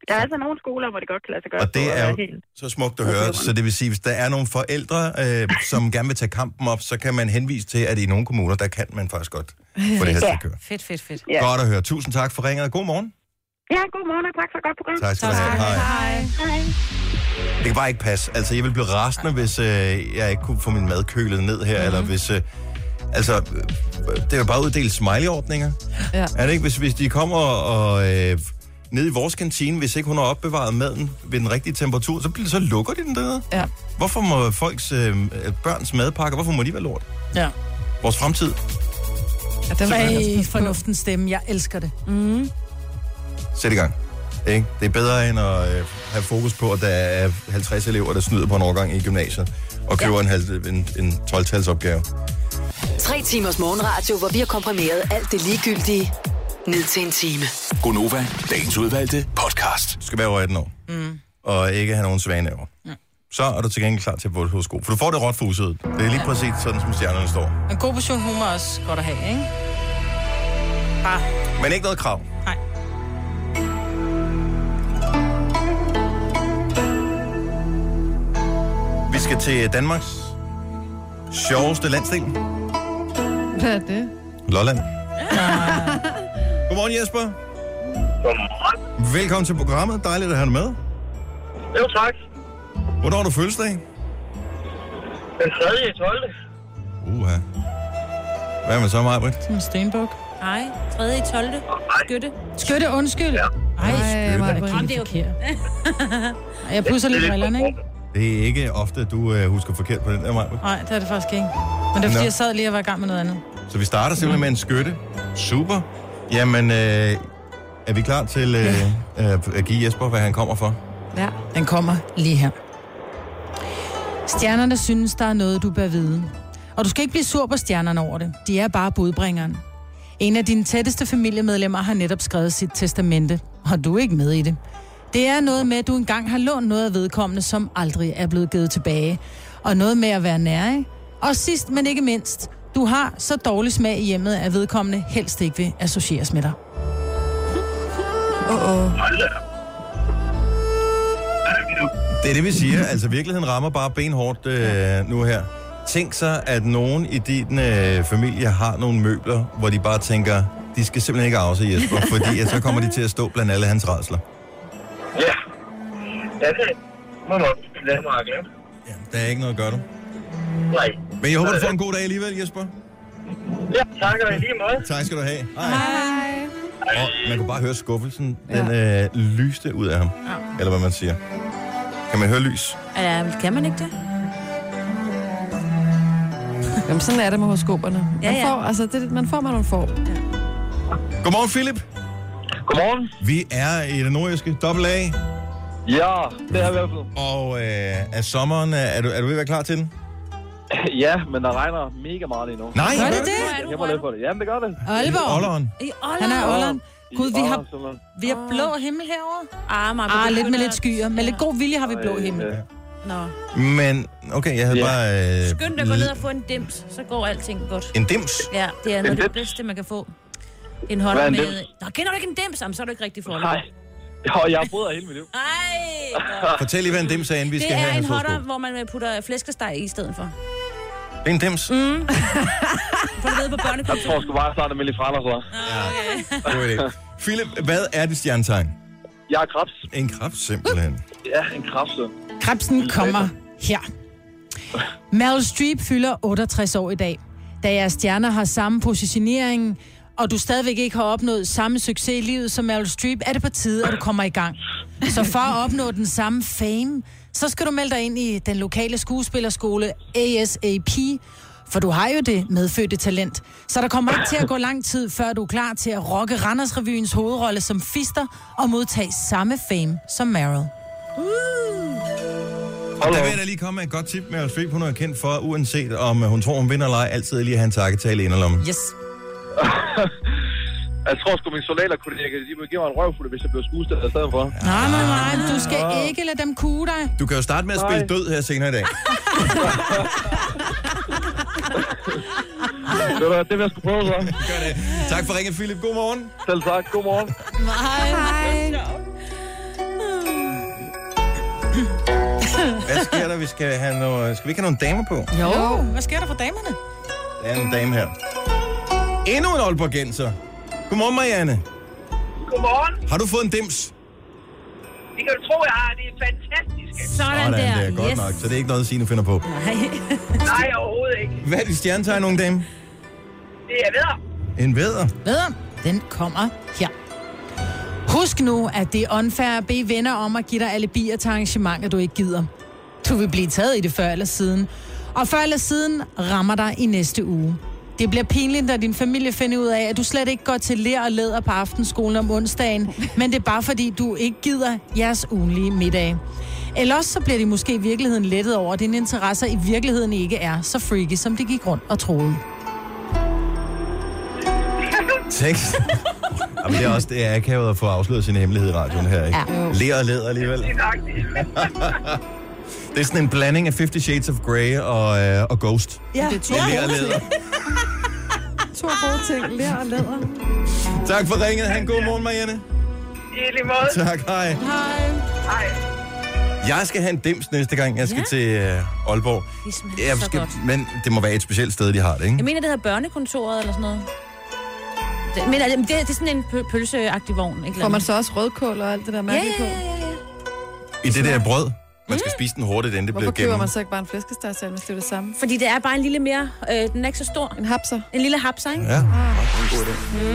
Speaker 9: Der er altså nogle skoler, hvor det godt kan lade sig gøre.
Speaker 1: Og det
Speaker 9: på at
Speaker 1: er jo
Speaker 9: være helt-
Speaker 1: så smukt at høre. Så det vil sige, hvis der er nogle forældre, øh, som gerne vil tage kampen op, så kan man henvise til, at i nogle kommuner, der kan man faktisk godt få det her til at køre.
Speaker 2: Fedt, fedt, fedt.
Speaker 9: Ja.
Speaker 1: Godt at høre. Tusind tak for ringet, og god morgen.
Speaker 9: Ja, god morgen, og tak for et godt program.
Speaker 1: Tak skal du have. Hej. Det kan bare ikke passe. Altså, jeg ville blive rasende, hvis øh, jeg ikke kunne få min mad kølet ned her, mm. eller hvis... Øh, altså, øh, det er jo bare uddelt smiley-ordninger.
Speaker 3: Ja.
Speaker 1: Er det ikke? Hvis, hvis de kommer og... Øh, ned i vores kantine, hvis ikke hun har opbevaret maden ved den rigtige temperatur, så, bliver- så lukker de den dernede.
Speaker 3: Ja.
Speaker 1: Hvorfor må folks øh, børns madpakker, hvorfor må de være lort?
Speaker 4: Ja.
Speaker 1: Vores fremtid.
Speaker 3: ja den var
Speaker 4: Ej, fornuftens stemme, jeg elsker det.
Speaker 8: Mm.
Speaker 1: Sæt i gang. Ikke? Det er bedre end at øh, have fokus på, at der er 50 elever, der snyder på en årgang i gymnasiet og køber ja. en, halv, en, en 12-tals opgave.
Speaker 5: Tre timers morgenradio, hvor vi har komprimeret alt det ligegyldige ned til en time.
Speaker 6: Gonova, dagens udvalgte podcast.
Speaker 1: Du skal være over 18 år. Mm. Og ikke have nogen svage nerver. Mm. Så er du til gengæld klar til at våge hos For du får det råt for usødet. Det er lige præcis sådan, som stjernerne står.
Speaker 4: En god portion humor er også godt at have, ikke? Bare,
Speaker 1: Men ikke noget krav.
Speaker 4: nej.
Speaker 1: Vi skal til Danmarks sjoveste landsdel,
Speaker 3: Hvad er det?
Speaker 1: Lolland. Godmorgen Jesper.
Speaker 9: Godmorgen.
Speaker 1: Velkommen til programmet. Dejligt at have dig med.
Speaker 9: Jo, tak.
Speaker 1: Hvornår har du fødselsdag?
Speaker 9: Den 3. 12.
Speaker 1: Uha. Hvad med så, Majbrit?
Speaker 4: Som en stenbuk.
Speaker 2: Nej, 3. i 12. Skytte.
Speaker 4: Skytte, undskyld. Ja. Ej,
Speaker 3: Ej, Maja,
Speaker 4: Jamen, det er okay. Ej, jeg pudser lige brillerne, ikke?
Speaker 1: Det er ikke ofte, at du øh, husker forkert på den der, Majbrit.
Speaker 4: Nej, det er det faktisk ikke. Men det
Speaker 1: Nå.
Speaker 4: er, fordi jeg sad lige og var i gang med noget andet.
Speaker 1: Så vi starter
Speaker 4: Mm.
Speaker 1: simpelthen med en skytte. Super. Jamen, øh, er vi klar til øh, øh, at give Jesper, hvad han kommer for?
Speaker 3: ja.
Speaker 4: Den kommer lige her. Stjernerne synes, der er noget, du bør vide. Og du skal ikke blive sur på stjernerne over det. De er bare budbringeren. En af dine tætteste familiemedlemmer har netop skrevet sit testamente, og du er ikke med i det. Det er noget med, at du engang har lånt noget af vedkommende, som aldrig er blevet givet tilbage. Og noget med at være nær, ikke? Og sidst, men ikke mindst, du har så dårlig smag i hjemmet, at vedkommende helst ikke vil associeres med dig.
Speaker 3: Åh, åh.
Speaker 1: Det er det, vi siger. Altså, virkeligheden rammer bare benhårdt øh, nu her. Tænk så, at nogen i din øh, familie har nogle møbler, hvor de bare tænker, de skal simpelthen ikke afse Jesper, fordi at så kommer de til at stå blandt alle hans rædsler.
Speaker 9: Ja. Ja, det må man lade mig at glemme.
Speaker 1: Ja, der er ikke noget at gøre du.
Speaker 9: Nej.
Speaker 1: Men jeg håber, du får en god dag alligevel, Jesper.
Speaker 9: Ja, tak og i lige måde.
Speaker 1: Tak skal du have. Hej. Hej. Og man kunne bare høre skuffelsen. Den øh, lyste ud af ham. Ja. Eller hvad man siger. Kan man høre lys?
Speaker 2: Ja, kan man ikke det?
Speaker 3: Jamen, sådan er det med horoskoperne. Man
Speaker 2: Ja, ja.
Speaker 3: får, altså, det, man får, hvad man får.
Speaker 1: Godmorgen, Philip.
Speaker 9: Godmorgen.
Speaker 1: Vi er i det nordjyske dobbelt A,
Speaker 9: Ja, det har vi i hvert fald.
Speaker 1: og øh, er sommeren, øh, er du, er du ved at være klar til den?
Speaker 9: Ja, men der regner mega meget lige nu.
Speaker 1: Nej,
Speaker 4: Gør det det?
Speaker 9: Jeg må lidt for det. Jamen, det gør det.
Speaker 4: Aalborg.
Speaker 1: Olleren.
Speaker 2: I Olland.
Speaker 4: Han er Olleren. Gud, vi har,
Speaker 9: Åh,
Speaker 4: vi har blå himmel herovre.
Speaker 2: Ah, Maja,
Speaker 4: Ah,
Speaker 2: det
Speaker 4: lidt med
Speaker 2: begynder
Speaker 4: lidt
Speaker 2: at-
Speaker 4: skyer. Med lidt god vilje har vi blå
Speaker 9: øh,
Speaker 4: himmel.
Speaker 9: øh,
Speaker 2: Nå.
Speaker 1: Men, okay, jeg havde
Speaker 9: Ja.
Speaker 1: bare... Øh,
Speaker 2: Skynd dig at gå ned og få en dims, så går alting godt.
Speaker 1: En dims?
Speaker 2: Ja, det er noget af det
Speaker 9: dims?
Speaker 2: bedste, man kan få. En holder
Speaker 9: Hvad er en
Speaker 2: med... Nå, kender du ikke en dims? Jamen, så er du ikke rigtig for
Speaker 9: Nej. Jo, jeg har boet her hele mit liv.
Speaker 2: Ej, hvor-
Speaker 1: Fortæl lige, hvad en dims er, inden vi
Speaker 2: det
Speaker 1: skal
Speaker 2: er
Speaker 1: have
Speaker 2: en
Speaker 1: hans
Speaker 2: hotter,
Speaker 1: horoskop.
Speaker 2: hvor man putter flæskesteg i stedet for.
Speaker 1: Det er en dims? Mm.
Speaker 2: Får du ved på
Speaker 9: Jeg tror
Speaker 2: børnekontoret?
Speaker 9: sgu bare, at jeg starter med lidt frander, så.
Speaker 1: God idé. Philip, hvad er dit stjernetegn?
Speaker 9: Jeg er krebs.
Speaker 1: En krebs, simpelthen.
Speaker 9: Ja, en krebs. så.
Speaker 4: Krebsen kommer her. Meryl Streep fylder 68 år i dag. Da jeres stjerner har samme positionering, og du stadigvæk ikke har opnået samme succes i livet som Meryl Streep, er det på tide, at du kommer i gang. Så for at opnå den samme fame, så skal du melde dig ind i den lokale skuespillerskole ASAP, for du har jo det medfødte talent. Så der kommer ikke til at gå lang tid, før du er klar til at rocke Randers Revyens hovedrolle som fister og modtage samme fame som Meryl.
Speaker 1: Og der vil jeg da lige komme med et godt tip med Streep. Hun er kendt for, uanset om øh, hun tror, hun vinder eller ej, altid lige at have en takketale i inderlommen.
Speaker 4: Yes.
Speaker 9: Jeg tror sgu, min soldaterkollega, de vil give mig en røvfuld, hvis jeg bliver skuespiller i stedet for.
Speaker 4: Nej, nej, nej, du skal ikke lade dem kue dig.
Speaker 1: Du kan jo starte med at spille død her senere i dag.
Speaker 9: Det, var, det vil jeg sgu prøve, så.
Speaker 1: Gør det. Tak for ringen, Philip. God morgen.
Speaker 9: Selv tak. Godmorgen.
Speaker 1: Hvad sker der? Vi skal, have noget... skal vi ikke have nogle damer på?
Speaker 4: Jo. Hvad sker der for damerne?
Speaker 1: Der er en dame her. Endnu en Aalborgenser. Godmorgen, Marianne.
Speaker 9: Godmorgen.
Speaker 1: Har du fået en dims?
Speaker 9: Det kan du tro, jeg har. Det er fantastisk.
Speaker 2: Sådan der.
Speaker 1: der. Godt
Speaker 2: yes.
Speaker 1: nok. Så det er ikke noget, Signe finder på.
Speaker 2: Nej.
Speaker 9: Nej, overhovedet ikke.
Speaker 1: Hvad er dit stjernetegn, nogle dame?
Speaker 9: Det er ved.
Speaker 1: En vædder.
Speaker 4: Bedre. Den kommer her. Husk nu, at det er unfair at bede venner om at give dig alibier til arrangementer, du ikke gider. Du vil blive taget i det før eller siden. Og før eller siden rammer dig i næste uge. Det bliver pinligt, når din familie finder ud af, at du slet ikke går til lær og læder på aftenskolen om onsdagen, men det er bare fordi, du ikke gider jeres ugenlige middag. Ellers så bliver de måske i virkeligheden lettet over, at dine interesser i virkeligheden ikke er så freaky, som det gik rundt og troede.
Speaker 1: Tekst. Ja, men det er også det er akavet at få afsløret sin hemmelighed i radioen her, ikke?
Speaker 2: Ja.
Speaker 1: Ja. Lærer og læder alligevel. Det er sådan en blanding af 50 Shades of Grey og, øh, og Ghost.
Speaker 4: Ja. Det
Speaker 1: Det er lærer og læder.
Speaker 3: To gode ting, lær og læder.
Speaker 1: Tak for ringet. Ha' en god morgen, Marianne.
Speaker 8: I lige måde.
Speaker 1: Tak, hej.
Speaker 8: Hej.
Speaker 1: Jeg skal have en dims næste gang, jeg skal ja.
Speaker 2: Ja.
Speaker 1: til øh, Aalborg.
Speaker 2: Det smager
Speaker 1: Jeg
Speaker 2: Ligesom så
Speaker 1: skal,
Speaker 2: godt.
Speaker 1: men det må være et specielt sted, de har det,
Speaker 2: Jeg
Speaker 1: ikke?
Speaker 2: mener, det hedder børnekontoret eller sådan noget. Det, men er det, det, det er sådan en pø- pølseagtig vogn, ikke?
Speaker 3: Får man så også rødkål og alt det der
Speaker 2: ja,
Speaker 3: mærkelige
Speaker 2: ja,
Speaker 3: på?
Speaker 2: ja, ja,
Speaker 1: I
Speaker 2: ja.
Speaker 1: det der brød. Man skal spise den hurtigt, inden det
Speaker 3: Hvorfor
Speaker 1: bliver
Speaker 3: køber
Speaker 1: gennem.
Speaker 3: man så ikke bare en flæskesteg, hvis det er det samme?
Speaker 2: Fordi det er bare en lille mere, øh, den er ikke så stor.
Speaker 3: En hapser.
Speaker 2: En lille hapser, ikke?
Speaker 1: Ja.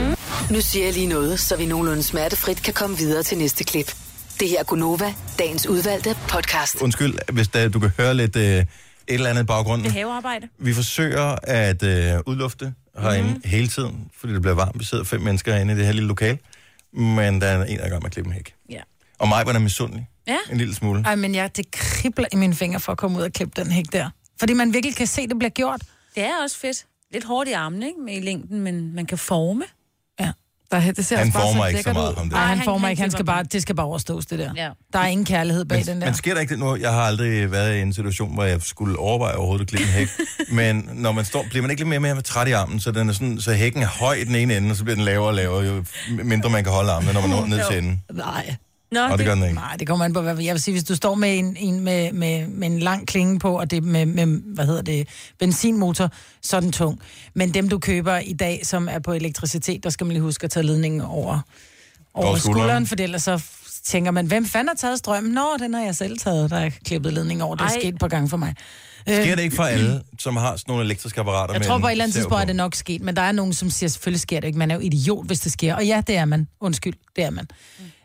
Speaker 2: Mm.
Speaker 5: Nu siger jeg lige noget, så vi nogenlunde smertefrit kan komme videre til næste klip. Det her er Gunova, dagens udvalgte podcast.
Speaker 1: Undskyld, hvis der, du kan høre lidt øh, et eller andet i
Speaker 2: Det
Speaker 1: baggrunden.
Speaker 2: er havearbejde.
Speaker 1: Vi forsøger at øh, udlufte herinde mm. hele tiden, fordi det bliver varmt. Vi sidder fem mennesker herinde i det her lille lokale. Men der er en, der er i gang med at klippe en hæk.
Speaker 2: Ja.
Speaker 1: Og mig var der misundelig.
Speaker 2: Ja.
Speaker 1: En lille smule.
Speaker 4: Ej, men jeg, det kribler i mine fingre for at komme ud og klippe den hæk der. Fordi man virkelig kan se, det bliver gjort.
Speaker 2: Det er også fedt. Lidt hårdt i armen, ikke? Med i længden, men man kan forme.
Speaker 3: Der, det ser
Speaker 1: Han
Speaker 3: også bare
Speaker 1: former
Speaker 3: så
Speaker 1: ikke så
Speaker 3: lækkert
Speaker 1: meget
Speaker 3: ud.
Speaker 1: om det.
Speaker 4: Nej, han
Speaker 2: han-
Speaker 4: får mig
Speaker 2: han
Speaker 4: ikke. Han skal
Speaker 2: klipper
Speaker 4: bare, det skal bare overstås, det der.
Speaker 2: Ja.
Speaker 4: Der er ingen kærlighed bag den
Speaker 1: Men,
Speaker 4: der.
Speaker 1: men sker der ikke det nu? Jeg har aldrig været i en situation, hvor jeg skulle overveje overhovedet at klippe en hæk. men når man står, bliver man ikke lidt mere, mere træt i armen, så, den er sådan, så hækken er høj i den ene ende, og så bliver den lavere og lavere, jo mindre man kan holde armen, når man når ned til enden.
Speaker 4: Nej.
Speaker 2: Nå,
Speaker 1: Og det gør den ikke.
Speaker 4: Nej, det kommer an på, hvad jeg vil sige. Hvis du står med en, en med, med, med en lang klinge på, og det er med, med, hvad hedder det, benzinmotor, så er den tung. Men dem, du køber i dag, som er på elektricitet, der skal man lige huske at tage ledningen over, over
Speaker 1: skulderen.
Speaker 4: skulderen, for ellers så tænker man, hvem fanden har taget strømmen? Nå, den har jeg selv taget, der er klippet ledningen over. Det er
Speaker 2: Ej.
Speaker 4: sket et par gange for mig. Øh.
Speaker 1: Sker det ikke for alle, som har sådan nogle elektriske apparater?
Speaker 4: Jeg
Speaker 1: med
Speaker 4: tror på
Speaker 1: en
Speaker 4: et eller andet
Speaker 1: servo
Speaker 4: tidspunkt,
Speaker 1: på?
Speaker 4: er det nok sket, men der er nogen, som siger, selvfølgelig sker det ikke. Man er jo idiot, hvis det sker. Og ja, det er man. Undskyld, det er man.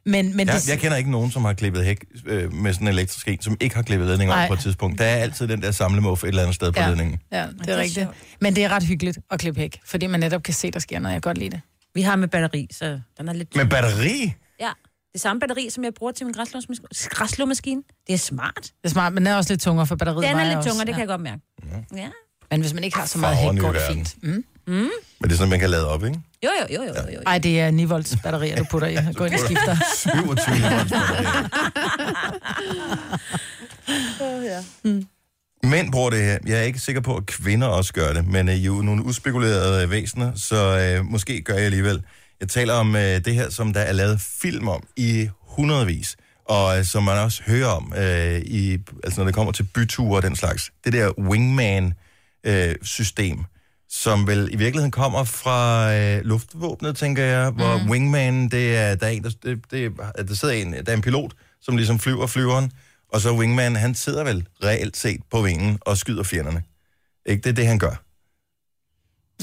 Speaker 4: Men, men
Speaker 1: Ja,
Speaker 4: det,
Speaker 1: jeg kender ikke nogen, som har klippet hæk øh, med sådan en elektrisk en, som ikke har klippet ledningen over
Speaker 4: Nej.
Speaker 1: på et tidspunkt. Der er altid den der samlemuff et eller andet sted på ja. ledningen.
Speaker 4: Ja, det er rigtigt. Men det er ret hyggeligt at klippe hæk, fordi man netop kan se, der sker noget. Jeg kan godt lide det.
Speaker 2: Vi har med batteri, så den er lidt...
Speaker 1: Med batteri?
Speaker 2: Ja, det samme batteri, som jeg bruger til min græslåmaskine. græslåmaskine. Det er smart.
Speaker 4: Det er smart, men den er også lidt tungere for batteriet.
Speaker 2: Den
Speaker 4: vejer
Speaker 2: er lidt
Speaker 4: også.
Speaker 2: tungere, det
Speaker 4: Ja.
Speaker 2: kan jeg godt mærke. Ja.
Speaker 4: Men hvis man ikke har så meget
Speaker 1: Farverne
Speaker 4: hæk, går
Speaker 1: i
Speaker 4: det
Speaker 1: verden.
Speaker 4: fint. Mm.
Speaker 1: Men det er sådan, man kan lade op, ikke?
Speaker 2: Jo, jo, jo, jo, jo. jo.
Speaker 4: Ej, det er 9 volts batterier, du putter i. Gå ind og skifter.
Speaker 1: 27 volts batteri. Mænd bruger det her. Jeg er ikke sikker på, at kvinder også gør det, men øh, I er jo nogle uspekulerede øh, væsener, så øh, måske gør jeg alligevel. Jeg taler om øh, det her, som der er lavet film om i hundredvis, og øh, som man også hører om, øh, i, altså når det kommer til byture og den slags. Det der wingman-system, øh, som vel i virkeligheden kommer fra øh, luftvåbnet, tænker jeg, hvor mm. wingman, det er, der, er en, der, det, det, er- der sidder en, der er en pilot, som ligesom flyver flyveren, og så wingman, han sidder vel reelt set på vingen og skyder fjenderne. Ikke det er det, han gør.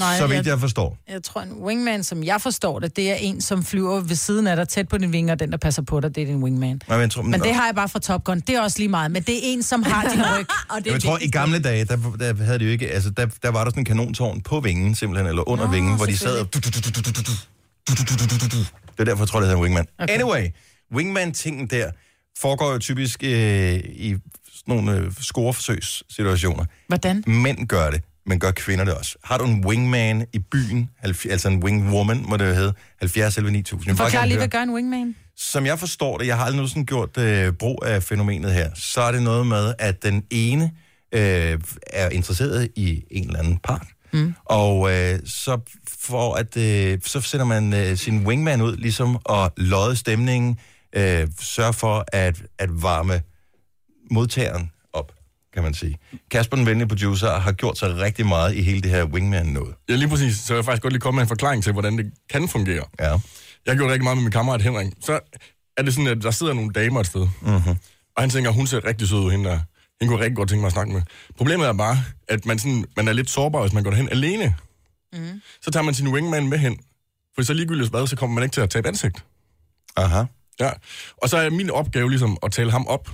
Speaker 1: Nej,
Speaker 4: Nej,
Speaker 1: så vidt
Speaker 4: jeg-
Speaker 1: jeg forstår.
Speaker 4: Jeg tror, en wingman, som jeg forstår det, det er en, som flyver ved siden af dig, tæt på din vinger, og den, der passer på dig, det er din wingman.
Speaker 1: Nej, Men jeg tror,
Speaker 4: Men det har jeg bare fra Top Gun. Det er også lige meget. Men det er en, som har din ryg. og
Speaker 1: jeg tror, i gamle dage, der, der havde de jo ikke... Altså, der, der var der sådan en kanontårn på vingen, simpelthen, eller under Nå, vingen, hvor de sad og... Det er derfor, jeg tror, det hedder wingman. Okay. Anyway, wingman-tingen der foregår jo typisk øh, i sådan nogle øh, scoreforsøgssituationer.
Speaker 4: Hvordan?
Speaker 1: Mænd gør det, men gør kvinder det også. Har du en wingman i byen, halv- altså en wingwoman, må det jo hedde, 70 eller 9000. Jeg vil bare
Speaker 4: Forklar
Speaker 1: gerne
Speaker 4: lige,
Speaker 1: høre
Speaker 4: hvad gør en wingman?
Speaker 1: som jeg forstår det, jeg har aldrig nogensinde gjort øh, brug af fænomenet her, så er det noget med, at den ene øh, er interesseret i en eller anden part. Mm. Og øh, så, for at, øh, så sender man øh, sin wingman ud, ligesom og lodde stemningen, øh, sørge for at, at varme modtageren op, kan man sige. Kasper, den venlige producer, har gjort sig rigtig meget i hele det her wingman-noget.
Speaker 10: Ja, lige præcis. Så jeg vil faktisk godt lige komme med en forklaring til, hvordan det kan fungere.
Speaker 1: Ja.
Speaker 10: Jeg gjorde rigtig meget med min kammerat Henrik. Så er det sådan, at der sidder nogle damer et sted. Mm-hmm. Og han tænker, hun ser rigtig sød ud, hende der. Hende kunne jeg rigtig godt tænke mig at snakke med. Problemet er bare, at man, sådan, man er lidt sårbar, hvis man går hen alene. Mm. Så tager man sin wingman med hen. For så ligegyldigt hvad, så kommer man ikke til at tabe ansigt.
Speaker 1: Aha.
Speaker 10: Ja. Og så er min opgave ligesom at tale ham op.